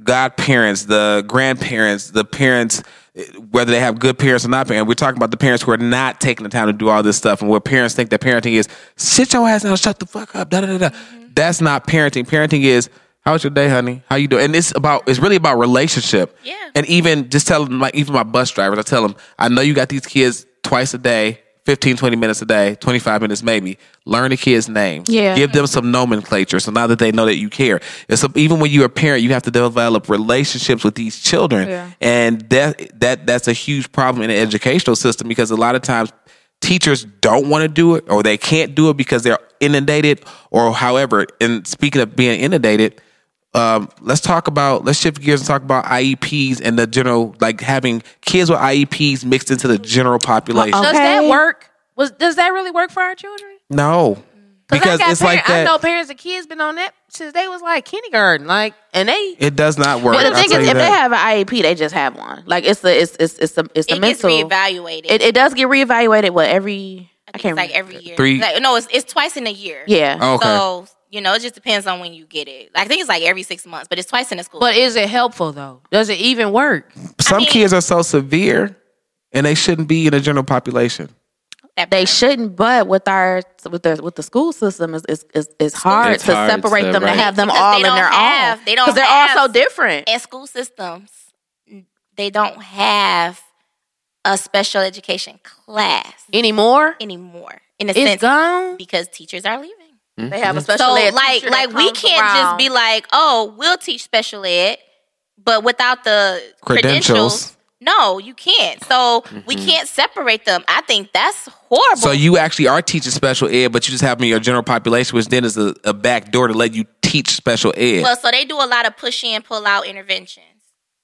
[SPEAKER 2] godparents, the grandparents, the parents, eh, whether they have good parents or not parents. We're talking about the parents who are not taking the time to do all this stuff, and what parents think that parenting is: sit your ass down, shut the fuck up, da da da da. That's not parenting. Parenting is. How was your day, honey? How you doing? And it's about it's really about relationship.
[SPEAKER 6] Yeah.
[SPEAKER 2] And even just tell them like even my bus drivers i tell them i know you got these kids twice a day 15 20 minutes a day 25 minutes maybe learn the kids names
[SPEAKER 5] Yeah.
[SPEAKER 2] give them some nomenclature so now that they know that you care it's a, even when you're a parent you have to develop relationships with these children
[SPEAKER 5] Yeah.
[SPEAKER 2] and that that that's a huge problem in the educational system because a lot of times teachers don't want to do it or they can't do it because they're inundated or however and speaking of being inundated um, let's talk about let's shift gears and talk about IEPs and the general like having kids with IEPs mixed into the general population.
[SPEAKER 7] Does
[SPEAKER 5] Okay.
[SPEAKER 7] that work? Was does that really work for our children?
[SPEAKER 2] No,
[SPEAKER 7] 'Cause
[SPEAKER 2] because
[SPEAKER 7] I got
[SPEAKER 2] it's
[SPEAKER 7] parent-
[SPEAKER 2] like that.
[SPEAKER 7] I know parents and kids been on that since they was like kindergarten, like, and they
[SPEAKER 2] It does not work.
[SPEAKER 5] But the
[SPEAKER 2] I'll
[SPEAKER 5] thing
[SPEAKER 2] tell
[SPEAKER 5] is,
[SPEAKER 2] you
[SPEAKER 5] if they
[SPEAKER 2] that.
[SPEAKER 5] have an IEP, they just have one. Like it's the it's it's it's the it's the
[SPEAKER 6] It gets
[SPEAKER 5] mental.
[SPEAKER 6] reevaluated.
[SPEAKER 5] It, it does get reevaluated. What every I,
[SPEAKER 6] I think
[SPEAKER 5] can't
[SPEAKER 6] it's like
[SPEAKER 5] remember.
[SPEAKER 6] every year.
[SPEAKER 2] Three-
[SPEAKER 6] Like, no, it's, it's twice in a year.
[SPEAKER 5] Yeah.
[SPEAKER 2] Oh, okay.
[SPEAKER 6] So you know, it just depends on when you get it. I think it's like every six months, but it's twice in a school.
[SPEAKER 7] But is it helpful though? Does it even work?
[SPEAKER 2] some
[SPEAKER 6] mean-
[SPEAKER 2] kids are so severe, and they shouldn't be in the general population.
[SPEAKER 6] That-
[SPEAKER 5] They shouldn't, but with our with the with the school system is is is, is hard
[SPEAKER 4] It's
[SPEAKER 5] to
[SPEAKER 4] hard
[SPEAKER 5] separate
[SPEAKER 4] to-
[SPEAKER 5] them
[SPEAKER 4] right.
[SPEAKER 5] to have them
[SPEAKER 6] Because
[SPEAKER 5] all
[SPEAKER 6] they
[SPEAKER 5] in
[SPEAKER 6] don't
[SPEAKER 5] their
[SPEAKER 6] have-
[SPEAKER 5] own.
[SPEAKER 6] they don't
[SPEAKER 5] they're
[SPEAKER 6] have-
[SPEAKER 5] all so different.
[SPEAKER 6] in school systems, they don't have a special education class
[SPEAKER 7] Anymore?
[SPEAKER 6] anymore. In a
[SPEAKER 7] It's
[SPEAKER 6] sense,
[SPEAKER 7] gone.
[SPEAKER 6] because teachers are leaving.
[SPEAKER 5] They
[SPEAKER 2] Mm-hmm.
[SPEAKER 5] have a
[SPEAKER 6] So
[SPEAKER 5] special ed
[SPEAKER 6] like
[SPEAKER 5] teacher
[SPEAKER 6] like
[SPEAKER 5] that
[SPEAKER 6] we
[SPEAKER 5] comes
[SPEAKER 6] can't
[SPEAKER 5] around.
[SPEAKER 6] just be like, oh, we'll teach special ed, but without the
[SPEAKER 2] Credentials.
[SPEAKER 6] credentials. No, you can't. So we can't separate them. I think that's horrible.
[SPEAKER 2] So you actually are teaching special ed, but you just have them in your general population, which then is a, a back door to let you teach special ed.
[SPEAKER 6] Well, so they do a lot of push in, pull out interventions.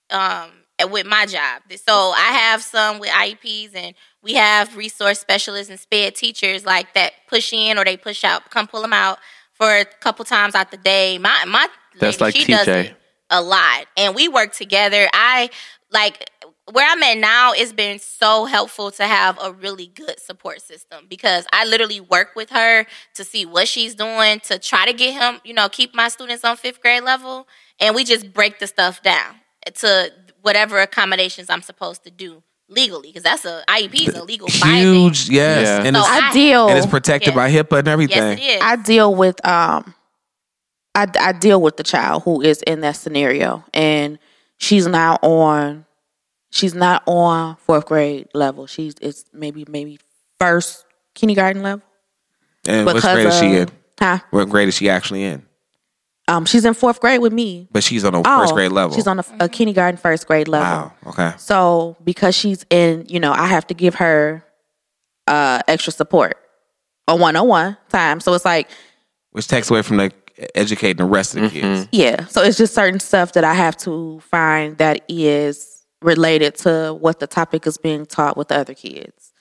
[SPEAKER 6] Um, and with my job, so I have some with IEPs, and we have resource specialists and SPED teachers like that push in or they push out. Come pull them out for a couple times out the day. My my
[SPEAKER 4] That's
[SPEAKER 6] lady,
[SPEAKER 4] like
[SPEAKER 6] she does
[SPEAKER 4] TJ.
[SPEAKER 6] it a lot, and we work together. I like where I'm at now. It's been so helpful to have a really good support system because I literally work with her to see what she's doing to try to get him, you know, keep my students on fifth grade level, and we just break the stuff down to whatever accommodations I'm supposed to do legally because that's a IEP is a legal binding.
[SPEAKER 2] Huge, yes,
[SPEAKER 4] Yeah.
[SPEAKER 2] and,
[SPEAKER 6] So
[SPEAKER 2] it's,
[SPEAKER 6] I-
[SPEAKER 5] I deal.
[SPEAKER 2] and it's protected
[SPEAKER 6] Yes.
[SPEAKER 2] by HIPAA and everything.
[SPEAKER 6] Yes, it is.
[SPEAKER 5] I deal with um I, I deal with the child who is in that scenario and she's not on she's not on fourth grade level. She's it's maybe maybe first kindergarten level. uh,
[SPEAKER 2] And what grade is she in?
[SPEAKER 5] Huh?
[SPEAKER 2] What grade is she actually in?
[SPEAKER 5] Um she's in fourth grade with me.
[SPEAKER 2] But she's on a
[SPEAKER 5] Oh,
[SPEAKER 2] first grade level.
[SPEAKER 5] She's on a, a kindergarten first grade level.
[SPEAKER 2] Wow. Okay.
[SPEAKER 5] So because she's in, you know, I have to give her uh extra support. A one on one time. So it's like
[SPEAKER 2] Which takes away from the educating the rest of the kids.
[SPEAKER 5] Yeah. So it's just certain stuff that I have to find that is related to what the topic is being taught with the other kids.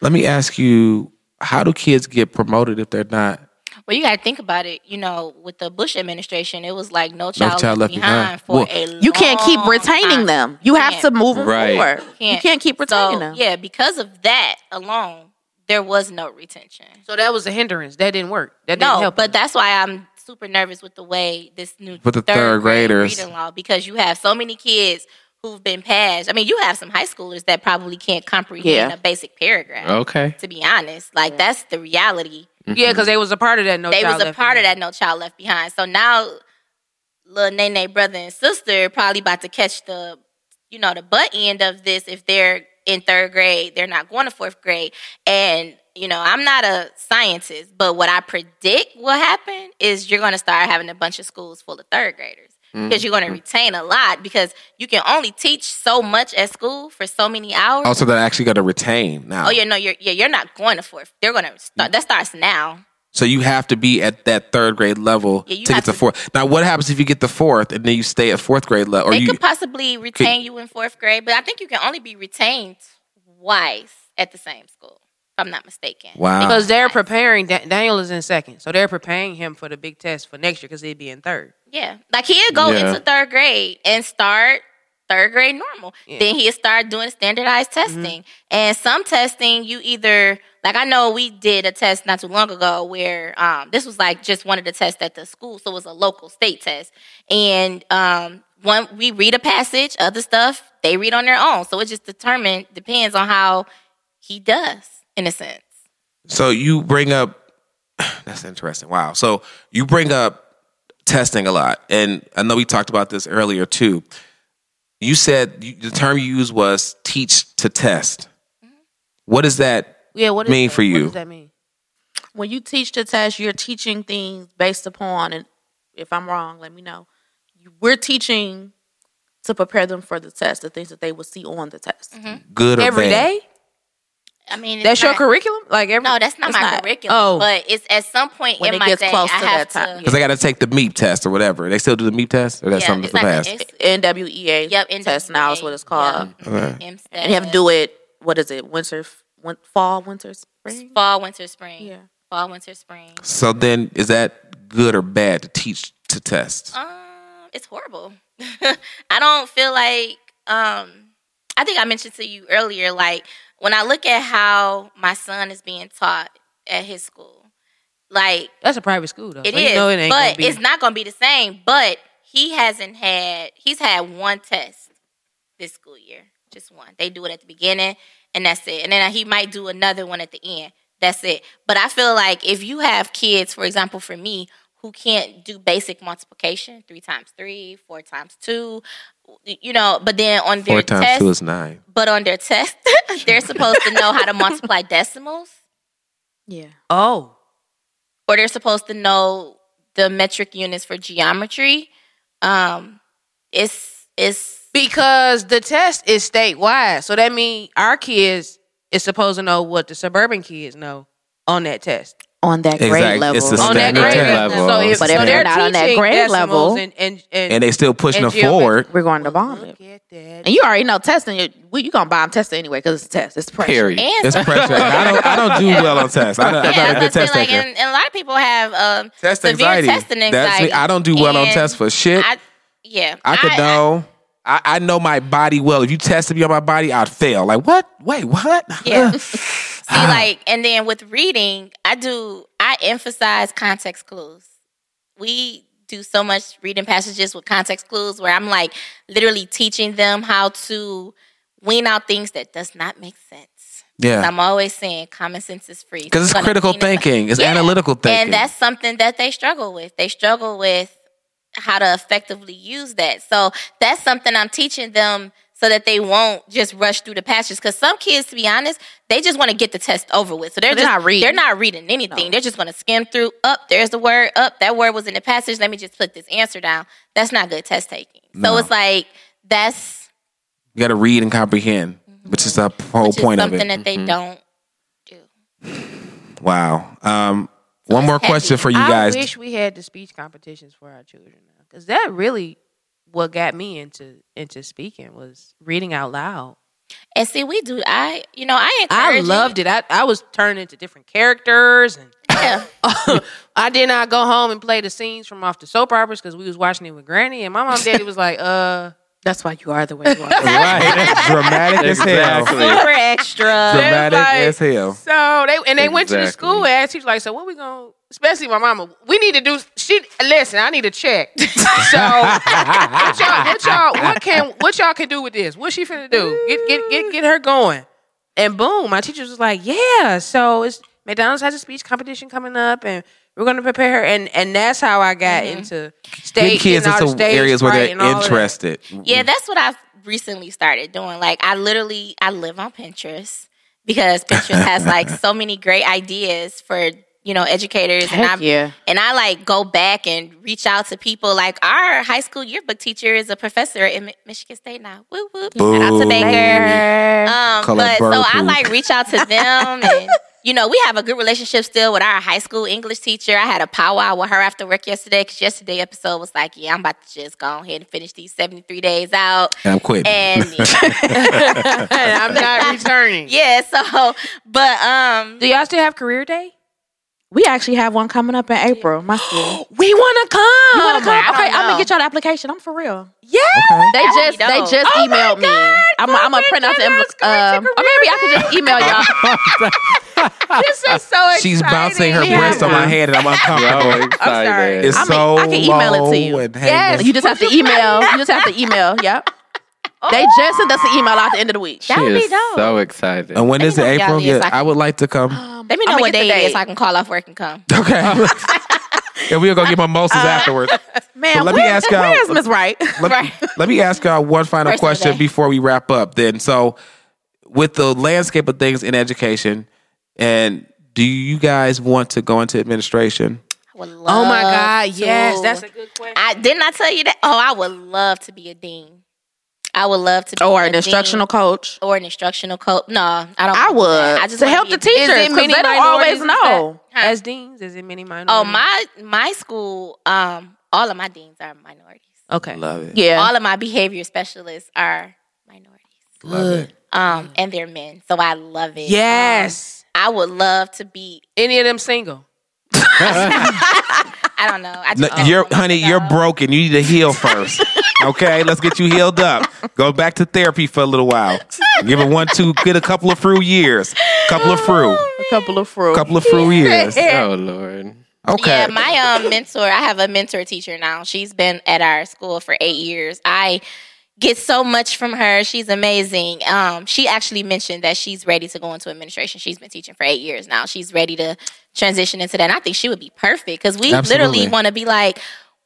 [SPEAKER 2] Let me ask you, how do kids get promoted if they're not?
[SPEAKER 6] Well, you got to think about it. You know, with the Bush administration, it was like no child,
[SPEAKER 2] Child
[SPEAKER 6] left
[SPEAKER 2] Left Behind.
[SPEAKER 6] behind, for
[SPEAKER 2] Well,
[SPEAKER 6] a
[SPEAKER 5] You can't keep
[SPEAKER 6] long
[SPEAKER 5] retaining
[SPEAKER 6] time.
[SPEAKER 5] them. You have
[SPEAKER 6] Oh, Can't.
[SPEAKER 5] to move them
[SPEAKER 4] Right.
[SPEAKER 5] forward. You can't keep retaining
[SPEAKER 6] so,
[SPEAKER 5] them.
[SPEAKER 6] Yeah, because of that alone, there was no retention.
[SPEAKER 7] So that was a hindrance. That didn't work. That didn't
[SPEAKER 6] No,
[SPEAKER 7] help.
[SPEAKER 6] but that's why I'm super nervous with the way this new
[SPEAKER 2] With the third
[SPEAKER 6] grade
[SPEAKER 2] graders.
[SPEAKER 6] reading law because you have so many kids who've been passed. I mean, you have some high schoolers that probably can't comprehend
[SPEAKER 5] Yeah.
[SPEAKER 6] a basic paragraph.
[SPEAKER 4] Okay.
[SPEAKER 6] To be honest, like that's the reality.
[SPEAKER 7] yeah, because they was a part of that. No,
[SPEAKER 6] they
[SPEAKER 7] Child
[SPEAKER 6] was a
[SPEAKER 7] Left
[SPEAKER 6] part of
[SPEAKER 7] Behind.
[SPEAKER 6] that No Child Left Behind. So now, little Nene brother and sister probably about to catch the, you know, the butt end of this if they're in third grade, they're not going to fourth grade. And you know, I'm not a scientist, but what I predict will happen is you're going to start having a bunch of schools full of third graders because you're going
[SPEAKER 7] Mm-hmm.
[SPEAKER 6] to retain a lot because you can only teach so much at school for so many hours.
[SPEAKER 7] Oh,
[SPEAKER 2] Also, they're actually going to retain now.
[SPEAKER 6] oh yeah, no, you're yeah, you're not going to fourth. They're going to
[SPEAKER 7] Mm-hmm.
[SPEAKER 6] start. That starts now.
[SPEAKER 2] So you have to be at that third grade level
[SPEAKER 6] Yeah, you
[SPEAKER 2] to
[SPEAKER 6] have
[SPEAKER 2] get to
[SPEAKER 6] to-
[SPEAKER 2] fourth. Now, what happens if you get the fourth and then you stay at fourth grade level? Or
[SPEAKER 6] they
[SPEAKER 2] you,
[SPEAKER 6] could possibly retain you in fourth grade, but I think you can only be retained twice at the same school, if I'm not mistaken.
[SPEAKER 2] Wow.
[SPEAKER 7] Because they're
[SPEAKER 6] Twice.
[SPEAKER 7] preparing. Da- Daniel is in second, so they're preparing him for the big test for next year because he'd be in third.
[SPEAKER 6] Yeah. Like he'll go
[SPEAKER 4] Yeah.
[SPEAKER 6] into third grade and start third grade normal.
[SPEAKER 7] Yeah.
[SPEAKER 6] Then he'll start doing standardized
[SPEAKER 5] Mm-hmm.
[SPEAKER 6] testing. And some testing you either like I know we did a test not too long ago where um this was like just one of the tests at the school, so it was a local state test. And um one we read a passage, other stuff they read on their own. So it just determined depends on how he does in a sense.
[SPEAKER 2] so you bring up that's interesting. Wow. So you bring up testing a lot, and I know we talked about this earlier too. You said you, the term you used was teach to test. What does that
[SPEAKER 7] Yeah. Mm-hmm. What is
[SPEAKER 2] mean
[SPEAKER 7] that?
[SPEAKER 2] for
[SPEAKER 7] What
[SPEAKER 2] you?
[SPEAKER 7] does that mean?
[SPEAKER 5] when you teach the test, you're teaching things based upon, and if I'm wrong, let me know. You- We're teaching to prepare them for the test, the things that they will see on the test.
[SPEAKER 6] Mm-hmm.
[SPEAKER 2] good or
[SPEAKER 7] Every
[SPEAKER 2] bad?
[SPEAKER 7] day.
[SPEAKER 6] I mean it's
[SPEAKER 7] That's your
[SPEAKER 6] not-
[SPEAKER 7] curriculum. Like every.
[SPEAKER 6] No, that's not
[SPEAKER 5] It's
[SPEAKER 6] my
[SPEAKER 5] not.
[SPEAKER 6] curriculum.
[SPEAKER 7] Oh.
[SPEAKER 6] But it's at some point
[SPEAKER 5] When
[SPEAKER 6] in
[SPEAKER 5] it
[SPEAKER 6] my
[SPEAKER 5] gets
[SPEAKER 6] day
[SPEAKER 5] close
[SPEAKER 6] I
[SPEAKER 5] to
[SPEAKER 6] have
[SPEAKER 5] that
[SPEAKER 6] to
[SPEAKER 5] time.
[SPEAKER 2] Because I got to take the meep test or whatever. They still do the meep test, or that's something
[SPEAKER 6] it's
[SPEAKER 2] that's the
[SPEAKER 6] like an
[SPEAKER 2] past.
[SPEAKER 6] S-
[SPEAKER 5] NWEA
[SPEAKER 6] Yep,
[SPEAKER 5] E
[SPEAKER 6] E
[SPEAKER 5] test now is what it's called.
[SPEAKER 6] Okay.
[SPEAKER 5] And you have to do it, what is it, winter, win, fall, winter, spring?
[SPEAKER 6] fall, winter, spring.
[SPEAKER 5] Yeah.
[SPEAKER 6] Fall, winter, spring.
[SPEAKER 2] so then, is that good or bad to teach to test?
[SPEAKER 6] Um, it's horrible. I don't feel like um I think I mentioned to you earlier, like when I look at how my son is being taught at his school, like
[SPEAKER 7] That's a private school though.
[SPEAKER 6] It
[SPEAKER 7] so
[SPEAKER 6] is,
[SPEAKER 7] You know it ain't gonna
[SPEAKER 6] but
[SPEAKER 7] be-
[SPEAKER 6] it's not gonna be the same. But he hasn't had he's had one test this school year, just one. They do it at the beginning, and that's it. And then he might do another one at the end. That's it. But I feel like if you have kids, for example, for me, who can't do basic multiplication, three times three, four times two, you know, but then on their
[SPEAKER 2] Four times
[SPEAKER 6] test,
[SPEAKER 2] two is nine.
[SPEAKER 6] but on their test, they're supposed to know how to multiply decimals
[SPEAKER 5] Yeah.
[SPEAKER 7] oh.
[SPEAKER 6] or they're supposed to know the metric units for geometry. Um, it's it's
[SPEAKER 7] Because the test is statewide. So that means our kids is supposed to know what the suburban kids know on that test.
[SPEAKER 5] On that grade
[SPEAKER 2] Exact-
[SPEAKER 5] level.
[SPEAKER 2] it's the
[SPEAKER 7] On that
[SPEAKER 2] Standard
[SPEAKER 7] grade
[SPEAKER 2] test.
[SPEAKER 7] level. So if,
[SPEAKER 5] But
[SPEAKER 7] so
[SPEAKER 5] if they're
[SPEAKER 7] they're
[SPEAKER 5] not on that
[SPEAKER 7] teaching
[SPEAKER 5] grade
[SPEAKER 7] decimals
[SPEAKER 5] level-
[SPEAKER 7] and, and, and,
[SPEAKER 2] And they still pushing
[SPEAKER 7] And
[SPEAKER 2] them forward.
[SPEAKER 5] We're going to bomb it.
[SPEAKER 7] look at that.
[SPEAKER 5] And you already know testing, you're, you going to bomb testing anyway because it's a test. It's pressure.
[SPEAKER 4] Period.
[SPEAKER 6] and
[SPEAKER 2] It's pressure. I don't. I don't do well on tests. I don't,
[SPEAKER 6] yeah,
[SPEAKER 2] I'm not a
[SPEAKER 6] I
[SPEAKER 2] good
[SPEAKER 6] was gonna
[SPEAKER 2] test
[SPEAKER 6] say, like,
[SPEAKER 2] taker.
[SPEAKER 6] and, and a lot of people have um,
[SPEAKER 2] test
[SPEAKER 6] severe
[SPEAKER 2] anxiety.
[SPEAKER 6] testing
[SPEAKER 2] That's
[SPEAKER 6] anxiety.
[SPEAKER 2] me. I don't do well on
[SPEAKER 6] And
[SPEAKER 2] tests for shit. I,
[SPEAKER 6] I, yeah,
[SPEAKER 2] could know. I, I know my body well. If you tested me on my body, I'd fail. Like what? Wait, what?
[SPEAKER 6] Yeah. See,
[SPEAKER 2] Ah.
[SPEAKER 6] like, and then with reading, I do, I emphasize context clues. We do so much reading passages with context clues where I'm like literally teaching them how to wean out things that does not make sense.
[SPEAKER 2] Yeah.
[SPEAKER 6] I'm always saying common sense is free.
[SPEAKER 2] Because it's
[SPEAKER 6] Gonna
[SPEAKER 2] critical
[SPEAKER 6] wean us out.
[SPEAKER 2] thinking. It's
[SPEAKER 6] Yeah.
[SPEAKER 2] analytical thinking.
[SPEAKER 6] And that's something that they struggle with. They struggle with how to effectively use that. So that's something I'm teaching them so that they won't just rush through the passages. Because some kids, to be honest, they just want to get the test over with. So they're,
[SPEAKER 5] So they're
[SPEAKER 6] just
[SPEAKER 5] not reading.
[SPEAKER 6] They're not reading anything. They're just going to skim through. Up there's the word. Up that word was in the passage. Let me just put this answer down. That's not good test taking.
[SPEAKER 2] No.
[SPEAKER 6] So it's like that's
[SPEAKER 2] you got to read and comprehend, which is the whole
[SPEAKER 6] which is
[SPEAKER 2] point of
[SPEAKER 6] something
[SPEAKER 2] it.
[SPEAKER 6] that they don't.
[SPEAKER 2] wow. Um, one more
[SPEAKER 6] heavy.
[SPEAKER 2] question for you
[SPEAKER 7] I
[SPEAKER 2] guys.
[SPEAKER 7] wish we had the speech competitions for our children now. Because that really what got me into into speaking was reading out loud.
[SPEAKER 6] And see, we do. I, you know, I encourage.
[SPEAKER 3] I
[SPEAKER 6] it.
[SPEAKER 3] loved it. I, I was turned into different characters, and
[SPEAKER 6] Yeah.
[SPEAKER 3] I did not go home and play the scenes from off the soap operas because we was watching it with Granny, and my mom and daddy was like, "Uh,
[SPEAKER 5] That's why you are the way you are.
[SPEAKER 2] Right. That's dramatic as hell.
[SPEAKER 4] Exactly.
[SPEAKER 6] super extra.
[SPEAKER 2] Dramatic
[SPEAKER 3] Like-
[SPEAKER 2] as hell.
[SPEAKER 3] so they and they went to the
[SPEAKER 4] Exactly.
[SPEAKER 3] school and asked teacher like, so what we gonna?" Especially my mama, we need to do. She listen, I need a check. So what y'all, what y'all, what can what y'all can do with this? What she finna do? Get get get get her going. And boom, my teacher was like, "Yeah, so it's McDonald's has a speech competition coming up, and we're gonna prepare her." And and that's how I got into
[SPEAKER 2] Get
[SPEAKER 3] stage
[SPEAKER 2] Mm-hmm. kids
[SPEAKER 3] and all the
[SPEAKER 2] into
[SPEAKER 3] stage
[SPEAKER 2] areas where
[SPEAKER 3] fright
[SPEAKER 2] they're
[SPEAKER 3] and all of that.
[SPEAKER 2] interested.
[SPEAKER 5] Mm-hmm.
[SPEAKER 6] Yeah, that's what I've recently started doing. Like, I literally I live on Pinterest because Pinterest has like so many great ideas for you know educators, and
[SPEAKER 5] Heck
[SPEAKER 6] I
[SPEAKER 5] yeah.
[SPEAKER 6] and I like go back and reach out to people. Like our high school yearbook teacher is a professor at Mi- Michigan State now. Woo woo! Shout out to
[SPEAKER 2] Boo.
[SPEAKER 6] Baker. Um,
[SPEAKER 2] Call
[SPEAKER 6] but
[SPEAKER 2] that
[SPEAKER 6] so
[SPEAKER 2] bird
[SPEAKER 6] I
[SPEAKER 2] poop.
[SPEAKER 6] like reach out to them and. You know, we have a good relationship still with our high school English teacher. I had a powwow with her after work yesterday because yesterday episode was like, yeah, I'm about to just go ahead and finish these 73 days out.
[SPEAKER 2] And I'm quitting.
[SPEAKER 6] And
[SPEAKER 3] And I'm not returning.
[SPEAKER 6] yeah, so, but um,
[SPEAKER 3] Do y'all still have career day?
[SPEAKER 5] We actually have one coming up in April. My school.
[SPEAKER 3] We wanna come.
[SPEAKER 5] You wanna come?
[SPEAKER 6] I
[SPEAKER 5] Oh,
[SPEAKER 6] don't
[SPEAKER 5] Okay, I'm
[SPEAKER 6] know.
[SPEAKER 5] gonna get y'all the application. I'm for real.
[SPEAKER 2] Okay.
[SPEAKER 5] They just
[SPEAKER 6] be
[SPEAKER 5] they
[SPEAKER 6] dope.
[SPEAKER 5] just emailed me. I'm I'm gonna print out the envelope. Um, or maybe I could just email y'all.
[SPEAKER 3] This is so
[SPEAKER 2] She's bouncing her breast on my head and I'm
[SPEAKER 4] Y'all
[SPEAKER 2] uncomfortable.
[SPEAKER 4] excited.
[SPEAKER 2] It's
[SPEAKER 5] I mean,
[SPEAKER 2] so
[SPEAKER 5] I can email it to
[SPEAKER 2] low
[SPEAKER 5] you.
[SPEAKER 2] and
[SPEAKER 3] Yes.
[SPEAKER 2] hanging.
[SPEAKER 5] You just have to email. You just have to email. Yep. They just sent us an email out the end of the week.
[SPEAKER 6] that
[SPEAKER 4] She
[SPEAKER 6] would be
[SPEAKER 4] is
[SPEAKER 6] dope.
[SPEAKER 4] so excited.
[SPEAKER 2] And when is it
[SPEAKER 6] Let me know if y'all
[SPEAKER 2] April?
[SPEAKER 6] is. Um,
[SPEAKER 2] Yeah,
[SPEAKER 6] I-
[SPEAKER 2] I would like to come.
[SPEAKER 6] Let me know
[SPEAKER 5] I'ma
[SPEAKER 6] what
[SPEAKER 5] get
[SPEAKER 6] day
[SPEAKER 5] the
[SPEAKER 6] it is
[SPEAKER 5] date.
[SPEAKER 6] so I can call off work and come.
[SPEAKER 2] Okay. and we'll go get mimosas afterwards.
[SPEAKER 5] Man,
[SPEAKER 2] But let me
[SPEAKER 5] where-
[SPEAKER 2] ask y'all-
[SPEAKER 5] Where's Miss Wright?
[SPEAKER 2] Let, let me ask y'all one final
[SPEAKER 6] Person of the
[SPEAKER 2] question
[SPEAKER 6] day.
[SPEAKER 2] before we wrap up then. So with the landscape of things in education, and do you guys want to go into administration?
[SPEAKER 6] I would
[SPEAKER 3] Oh
[SPEAKER 6] love
[SPEAKER 3] my God,
[SPEAKER 5] Uh,
[SPEAKER 6] to.
[SPEAKER 3] yes, that's a good question.
[SPEAKER 6] I didn't I tell you that? Oh, I would love to be a dean. I would love to be
[SPEAKER 5] Or
[SPEAKER 6] a
[SPEAKER 5] an
[SPEAKER 6] dean.
[SPEAKER 5] instructional coach.
[SPEAKER 6] or an instructional coach. No, I don't.
[SPEAKER 5] I
[SPEAKER 6] wanna do
[SPEAKER 5] would
[SPEAKER 6] that.
[SPEAKER 5] I just to
[SPEAKER 6] wanna
[SPEAKER 5] help
[SPEAKER 6] be
[SPEAKER 5] the
[SPEAKER 6] a dean.
[SPEAKER 5] teachers because they don't always know.
[SPEAKER 3] As deans, is it many minorities?
[SPEAKER 6] Oh my, my school. Um, all of my deans are minorities.
[SPEAKER 3] Okay.
[SPEAKER 2] Love it.
[SPEAKER 5] Yeah.
[SPEAKER 6] All of my behavior specialists are minorities.
[SPEAKER 2] Love it.
[SPEAKER 6] Um, and they're men, so I love it.
[SPEAKER 3] Yes.
[SPEAKER 6] Um, I would love to be.
[SPEAKER 3] Any of them single?
[SPEAKER 6] I don't know.
[SPEAKER 2] No,
[SPEAKER 6] I just don't
[SPEAKER 2] you're,
[SPEAKER 6] wanna
[SPEAKER 2] honey,
[SPEAKER 6] know.
[SPEAKER 2] you're broken. You need to heal first. okay, let's get you healed up. Go back to therapy for a little while. Give it one, two, get a couple of fruit years. Couple of fruit.
[SPEAKER 5] a couple of fruit.
[SPEAKER 2] Couple of fruit years.
[SPEAKER 4] oh Lord.
[SPEAKER 2] Okay.
[SPEAKER 6] Yeah, my um mentor, I have a mentor teacher now. She's been at our school for eight years. I get so much from her. She's amazing. Um, she actually mentioned that she's ready to go into administration. She's been teaching for eight years now. She's ready to transition into that. And I think she would be perfect because we
[SPEAKER 2] Absolutely.
[SPEAKER 6] literally want to be like,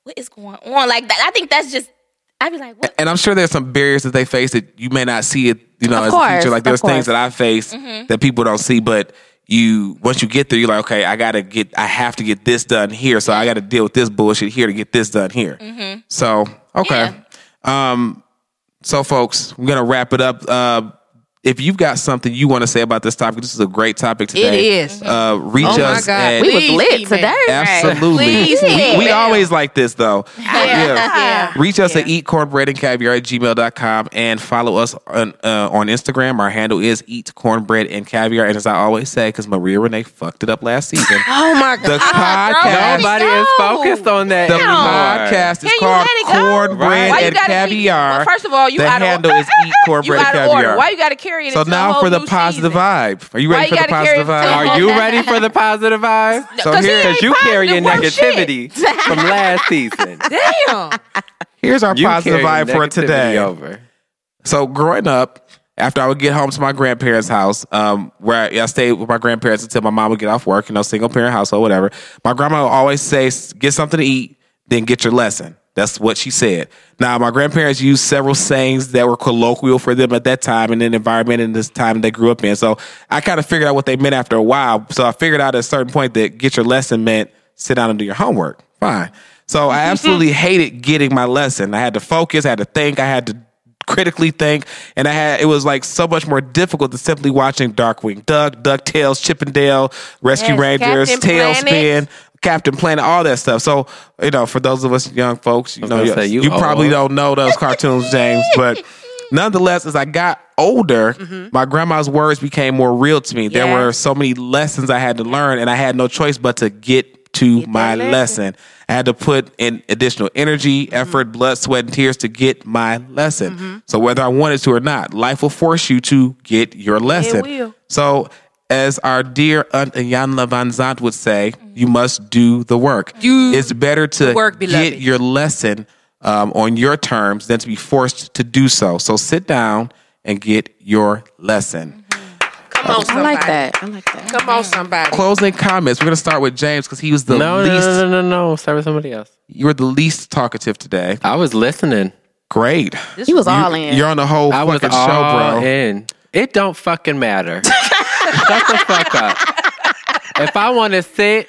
[SPEAKER 6] what is going on? Like that. I think that's just. I'd be like, what?
[SPEAKER 2] and I'm sure there's some barriers that they face that you may not see it, you know,
[SPEAKER 5] Of
[SPEAKER 2] as a
[SPEAKER 5] course,
[SPEAKER 2] teacher. Like
[SPEAKER 5] of
[SPEAKER 2] there's things
[SPEAKER 5] course.
[SPEAKER 2] that I face that people don't see, but you once you get there, you're like, okay, I gotta get, I have to get this done here, so I gotta deal with this bullshit here to get this done here. So okay, um, so folks, we're gonna wrap it up. Uh, if you've got something you want to say about this topic, this is a great topic today.
[SPEAKER 3] is.
[SPEAKER 2] Uh, reach
[SPEAKER 3] Oh my
[SPEAKER 2] us.
[SPEAKER 3] God.
[SPEAKER 2] at-
[SPEAKER 5] we was
[SPEAKER 3] Please,
[SPEAKER 5] lit
[SPEAKER 3] email.
[SPEAKER 5] today.
[SPEAKER 2] Absolutely.
[SPEAKER 3] Please,
[SPEAKER 2] we, we
[SPEAKER 3] email.
[SPEAKER 2] always like this though. Yeah.
[SPEAKER 3] Yeah.
[SPEAKER 2] Reach us at eatcornbreadandcaviar at gmail.com and follow us on, uh, on Instagram. Our handle is eatcornbread and caviar. And as I always say, because Maria Renee fucked it up last season,
[SPEAKER 3] Oh my
[SPEAKER 2] the podcast,
[SPEAKER 4] Nobody is focused on that.
[SPEAKER 2] the
[SPEAKER 4] anymore.
[SPEAKER 2] podcast is called Cornbread
[SPEAKER 3] Why you
[SPEAKER 2] and
[SPEAKER 3] gotta keep-
[SPEAKER 2] Caviar.
[SPEAKER 3] well, first of all, you
[SPEAKER 2] the
[SPEAKER 3] out of
[SPEAKER 2] handle
[SPEAKER 3] order.
[SPEAKER 2] is eat cornbread and
[SPEAKER 3] out of order.
[SPEAKER 2] caviar.
[SPEAKER 3] Why you got to carry it?
[SPEAKER 2] so
[SPEAKER 3] into a
[SPEAKER 2] now
[SPEAKER 3] whole
[SPEAKER 2] for the
[SPEAKER 3] new
[SPEAKER 2] positive
[SPEAKER 3] season?
[SPEAKER 2] vibe. Are you ready
[SPEAKER 3] Why
[SPEAKER 2] for
[SPEAKER 3] you
[SPEAKER 2] the
[SPEAKER 3] gotta carry
[SPEAKER 2] positive
[SPEAKER 3] it into a
[SPEAKER 2] vibe?
[SPEAKER 4] Are you ready for the positive vibe?
[SPEAKER 2] So
[SPEAKER 3] Cause he
[SPEAKER 2] here-
[SPEAKER 3] ain't
[SPEAKER 4] Because you carrying
[SPEAKER 3] positive one
[SPEAKER 4] negativity from last season.
[SPEAKER 3] Damn.
[SPEAKER 2] Here's our
[SPEAKER 4] You
[SPEAKER 2] positive
[SPEAKER 4] carrying
[SPEAKER 2] vibe for
[SPEAKER 4] negativity
[SPEAKER 2] today.
[SPEAKER 4] Over.
[SPEAKER 2] So growing up, after I would get home to my grandparents' house, um, where I, I stayed with my grandparents until my mom would get off work, you know, single parent household, whatever. My grandma would always say, "S- "Get something to eat, then get your lesson." That's what she said. Now, my grandparents used several sayings that were colloquial for them at that time and in the environment and this time they grew up in. So I kind of figured out what they meant after a while. So I figured out at a certain point that get your lesson meant sit down and do your homework. Fine. So I absolutely hated getting my lesson. I had to focus, I had to think, I had to critically think and i had it was like so much more difficult than simply watching darkwing duck ducktales chippendale rescue
[SPEAKER 3] Yes,
[SPEAKER 2] rangers
[SPEAKER 3] Captain
[SPEAKER 2] tailspin
[SPEAKER 3] Planet.
[SPEAKER 2] captain planet all that stuff so you know for those of us young folks you know
[SPEAKER 4] gonna
[SPEAKER 2] you,
[SPEAKER 4] say, you
[SPEAKER 2] you probably
[SPEAKER 4] old.
[SPEAKER 2] don't know those cartoons james but Nonetheless, as I got older, my grandma's words became more real to me. There were so many lessons I had to learn, and I had no choice but to get to my lesson. Mm-hmm. I had to put in additional energy, effort, blood, sweat, and tears to get my lesson. So whether I wanted to or not, life will force you to get your lesson.
[SPEAKER 9] will.
[SPEAKER 2] So as our dear Aunt Ayanna Van Zant would say, you must do the work. it's better to
[SPEAKER 9] work,
[SPEAKER 2] get
[SPEAKER 9] beloved.
[SPEAKER 2] your lesson um, on your terms than to be forced to do so. So sit down and get your lesson.
[SPEAKER 9] Come on,
[SPEAKER 5] I
[SPEAKER 9] somebody.
[SPEAKER 5] like that. I like that.
[SPEAKER 9] Come on, somebody.
[SPEAKER 2] Closing comments. We're going to start with James because he was the
[SPEAKER 4] No, no,
[SPEAKER 2] least.
[SPEAKER 4] no, no, no, no. Start with somebody else.
[SPEAKER 2] You were the least talkative today.
[SPEAKER 4] I was listening.
[SPEAKER 2] Great.
[SPEAKER 5] He was all in.
[SPEAKER 2] You're on the whole
[SPEAKER 4] I was
[SPEAKER 2] fucking
[SPEAKER 4] all
[SPEAKER 2] show, bro.
[SPEAKER 4] in. It don't fucking matter. Shut the fuck up. If I want to sit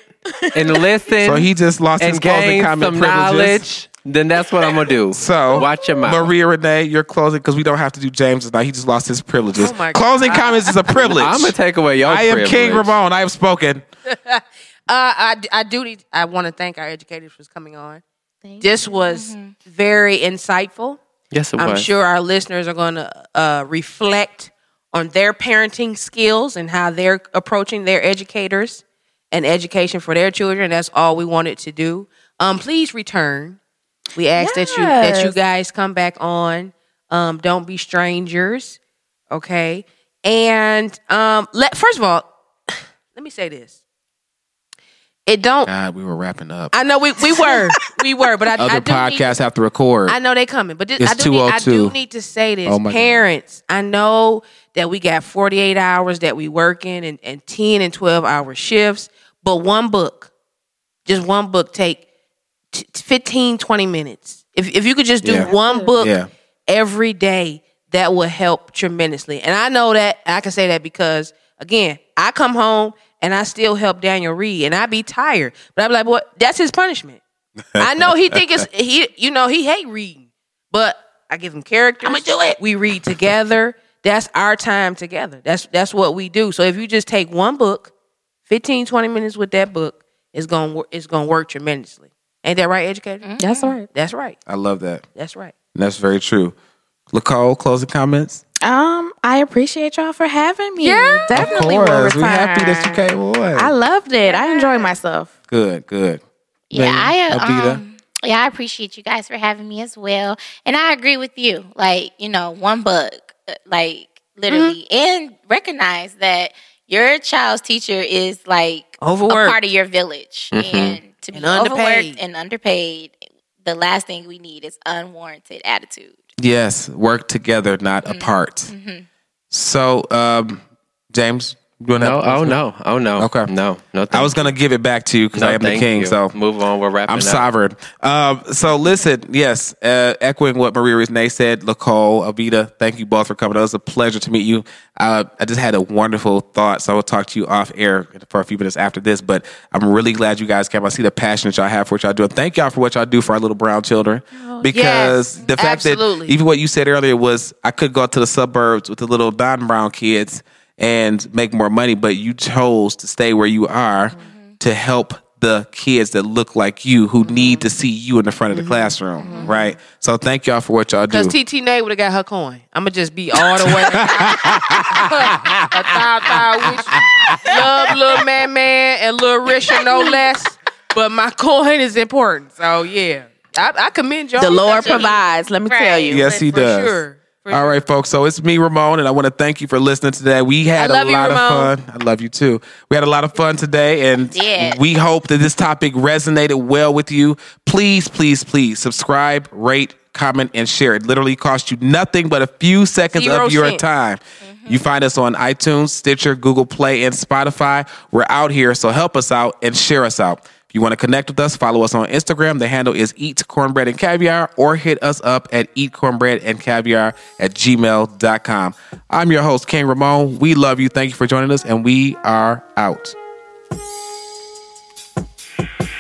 [SPEAKER 4] and listen
[SPEAKER 2] So he just lost his
[SPEAKER 4] and
[SPEAKER 2] closing
[SPEAKER 4] gain
[SPEAKER 2] comment
[SPEAKER 4] some
[SPEAKER 2] privileges.
[SPEAKER 4] knowledge, then that's what I'm gonna do.
[SPEAKER 2] So
[SPEAKER 4] watch your mouth.
[SPEAKER 2] Maria Renee, you're closing because we don't have to do James's now. He just lost his privileges.
[SPEAKER 9] Oh my
[SPEAKER 2] closing comments is a privilege.
[SPEAKER 4] I'm gonna take away your.
[SPEAKER 2] I am King
[SPEAKER 4] privilege.
[SPEAKER 2] Ramon. I have spoken.
[SPEAKER 3] Uh, I, I do. need- I want to thank our educators for coming on. this was very insightful.
[SPEAKER 4] Yes, it
[SPEAKER 3] I'm
[SPEAKER 4] was.
[SPEAKER 3] sure our listeners are going to uh, reflect on their parenting skills and how they're approaching their educators and education for their children. That's all we wanted to do. Um, please return. We ask that you that you guys come back on. Um, don't be strangers, okay? And um, let first of all, let me say this. It don't.
[SPEAKER 2] God, we were wrapping up.
[SPEAKER 3] I know we, we were we were, but I,
[SPEAKER 2] Other
[SPEAKER 3] I do need
[SPEAKER 2] podcasts have to record.
[SPEAKER 3] I know they coming, but this,
[SPEAKER 2] It's
[SPEAKER 3] I, do need, I
[SPEAKER 2] 2:02.
[SPEAKER 3] do need to say this.
[SPEAKER 2] Oh my God.
[SPEAKER 3] Parents, I know that we got 48 hours that we working and, and 10 and 12 hour shifts, but one book, just one book take t- 15, 20 minutes. If, if you could just do
[SPEAKER 2] Yeah.
[SPEAKER 3] one book
[SPEAKER 2] Yeah.
[SPEAKER 3] every day, that will help tremendously. And I know that, I can say that because, again, I come home and I still help Daniel read and I be tired, but I'm like, what? That's his punishment. I know he think it's he. You know he hate reading, but I give him characters. I'm gonna do it. We read together. That's our time together. That's that's what we do. So if you just take one book, 15, 20 minutes with that book, it's gonna wor- it's gonna work tremendously. Ain't that right, educator?
[SPEAKER 5] That's all right.
[SPEAKER 3] That's right.
[SPEAKER 2] I love that.
[SPEAKER 3] That's right.
[SPEAKER 2] And that's very true. Lacole, closing comments.
[SPEAKER 5] Um, I appreciate y'all for having me. Yeah, definitely
[SPEAKER 2] of
[SPEAKER 5] will
[SPEAKER 2] course,
[SPEAKER 5] return.
[SPEAKER 2] we happy that you came on.
[SPEAKER 5] I loved it. I enjoyed myself.
[SPEAKER 2] good, good.
[SPEAKER 6] Yeah,
[SPEAKER 2] Megan,
[SPEAKER 6] I
[SPEAKER 2] Abida.
[SPEAKER 6] uh, um, yeah, I appreciate you guys for having me as well, and I agree with you. Like you know, one book, uh, like literally,
[SPEAKER 3] Mm-hmm.
[SPEAKER 6] and recognize that your child's teacher is like a
[SPEAKER 3] Overworked. Mm-hmm.
[SPEAKER 6] part of your village, and to be
[SPEAKER 3] And underpaid.
[SPEAKER 6] overworked and underpaid, the last thing we need is unwarranted attitude.
[SPEAKER 2] Yes, work together, not
[SPEAKER 6] Mm-hmm.
[SPEAKER 2] apart. So, um, James, you want to?
[SPEAKER 4] No, oh no, oh no.
[SPEAKER 2] Okay.
[SPEAKER 4] No, no.
[SPEAKER 2] I was gonna give it back to you because
[SPEAKER 4] No,
[SPEAKER 2] I am the
[SPEAKER 4] thank
[SPEAKER 2] king.
[SPEAKER 4] you.
[SPEAKER 2] So
[SPEAKER 4] move on. We're wrapping.
[SPEAKER 2] I'm
[SPEAKER 4] up.
[SPEAKER 2] sovereign. Um, so listen, yes, uh, echoing what Maria Renee said, Nicole, Avita, thank you both for coming. It was a pleasure to meet you. Uh, I just had a wonderful thought, so I will talk to you off air for a few minutes after this. But I'm really glad you guys came. I see the passion that y'all have for what y'all do, and thank y'all for what y'all do for our little brown children. because
[SPEAKER 3] Oh, yes,
[SPEAKER 2] the fact
[SPEAKER 3] absolutely.
[SPEAKER 2] that even what you said earlier was, I could go out to the suburbs with the little Don Brown kids and make more money, but you chose to stay where you are
[SPEAKER 3] Mm-hmm.
[SPEAKER 2] to help the kids that look like you who need to see you in the front of the
[SPEAKER 3] Mm-hmm.
[SPEAKER 2] classroom, right? So thank y'all for what y'all do.
[SPEAKER 3] Because TT Nay would have got her coin. I'm gonna just be all the way. a thou thou with you. Love little man man and little Risha no less. But my coin is important. So yeah. I, I commend y'all.
[SPEAKER 5] The Lord provides. Let me tell you.
[SPEAKER 2] yes, he
[SPEAKER 3] for
[SPEAKER 2] does.
[SPEAKER 3] sure. For
[SPEAKER 2] All right, folks. So it's me, Ramon, and I want to thank you for listening today. We had a
[SPEAKER 3] love you,
[SPEAKER 2] lot
[SPEAKER 3] Ramon.
[SPEAKER 2] of fun. I love you too. We had a lot of fun today, and
[SPEAKER 6] did.
[SPEAKER 2] we hope that this topic resonated well with you. Please, please, please subscribe, rate, comment, and share. It literally costs you nothing but a few seconds
[SPEAKER 3] Zero
[SPEAKER 2] of your
[SPEAKER 3] cents.
[SPEAKER 2] time. You find us on iTunes, Stitcher, Google Play, and Spotify. We're out here, so help us out and share us out. If you want to connect with us, follow us on Instagram. The handle is Eat Cornbread and Caviar, or hit us up at eatcornbreadandcaviar at gmail.com. I'm your host, King Ramon. We love you. Thank you for joining us, and we are out.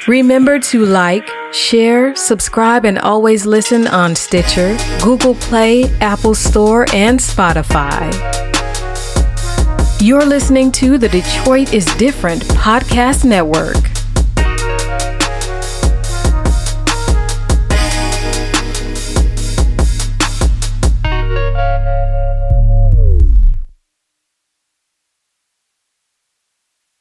[SPEAKER 1] Remember to like, share, subscribe, and always listen on Stitcher, Google Play, Apple Store, and Spotify. You're listening to the Detroit is Different Podcast Network.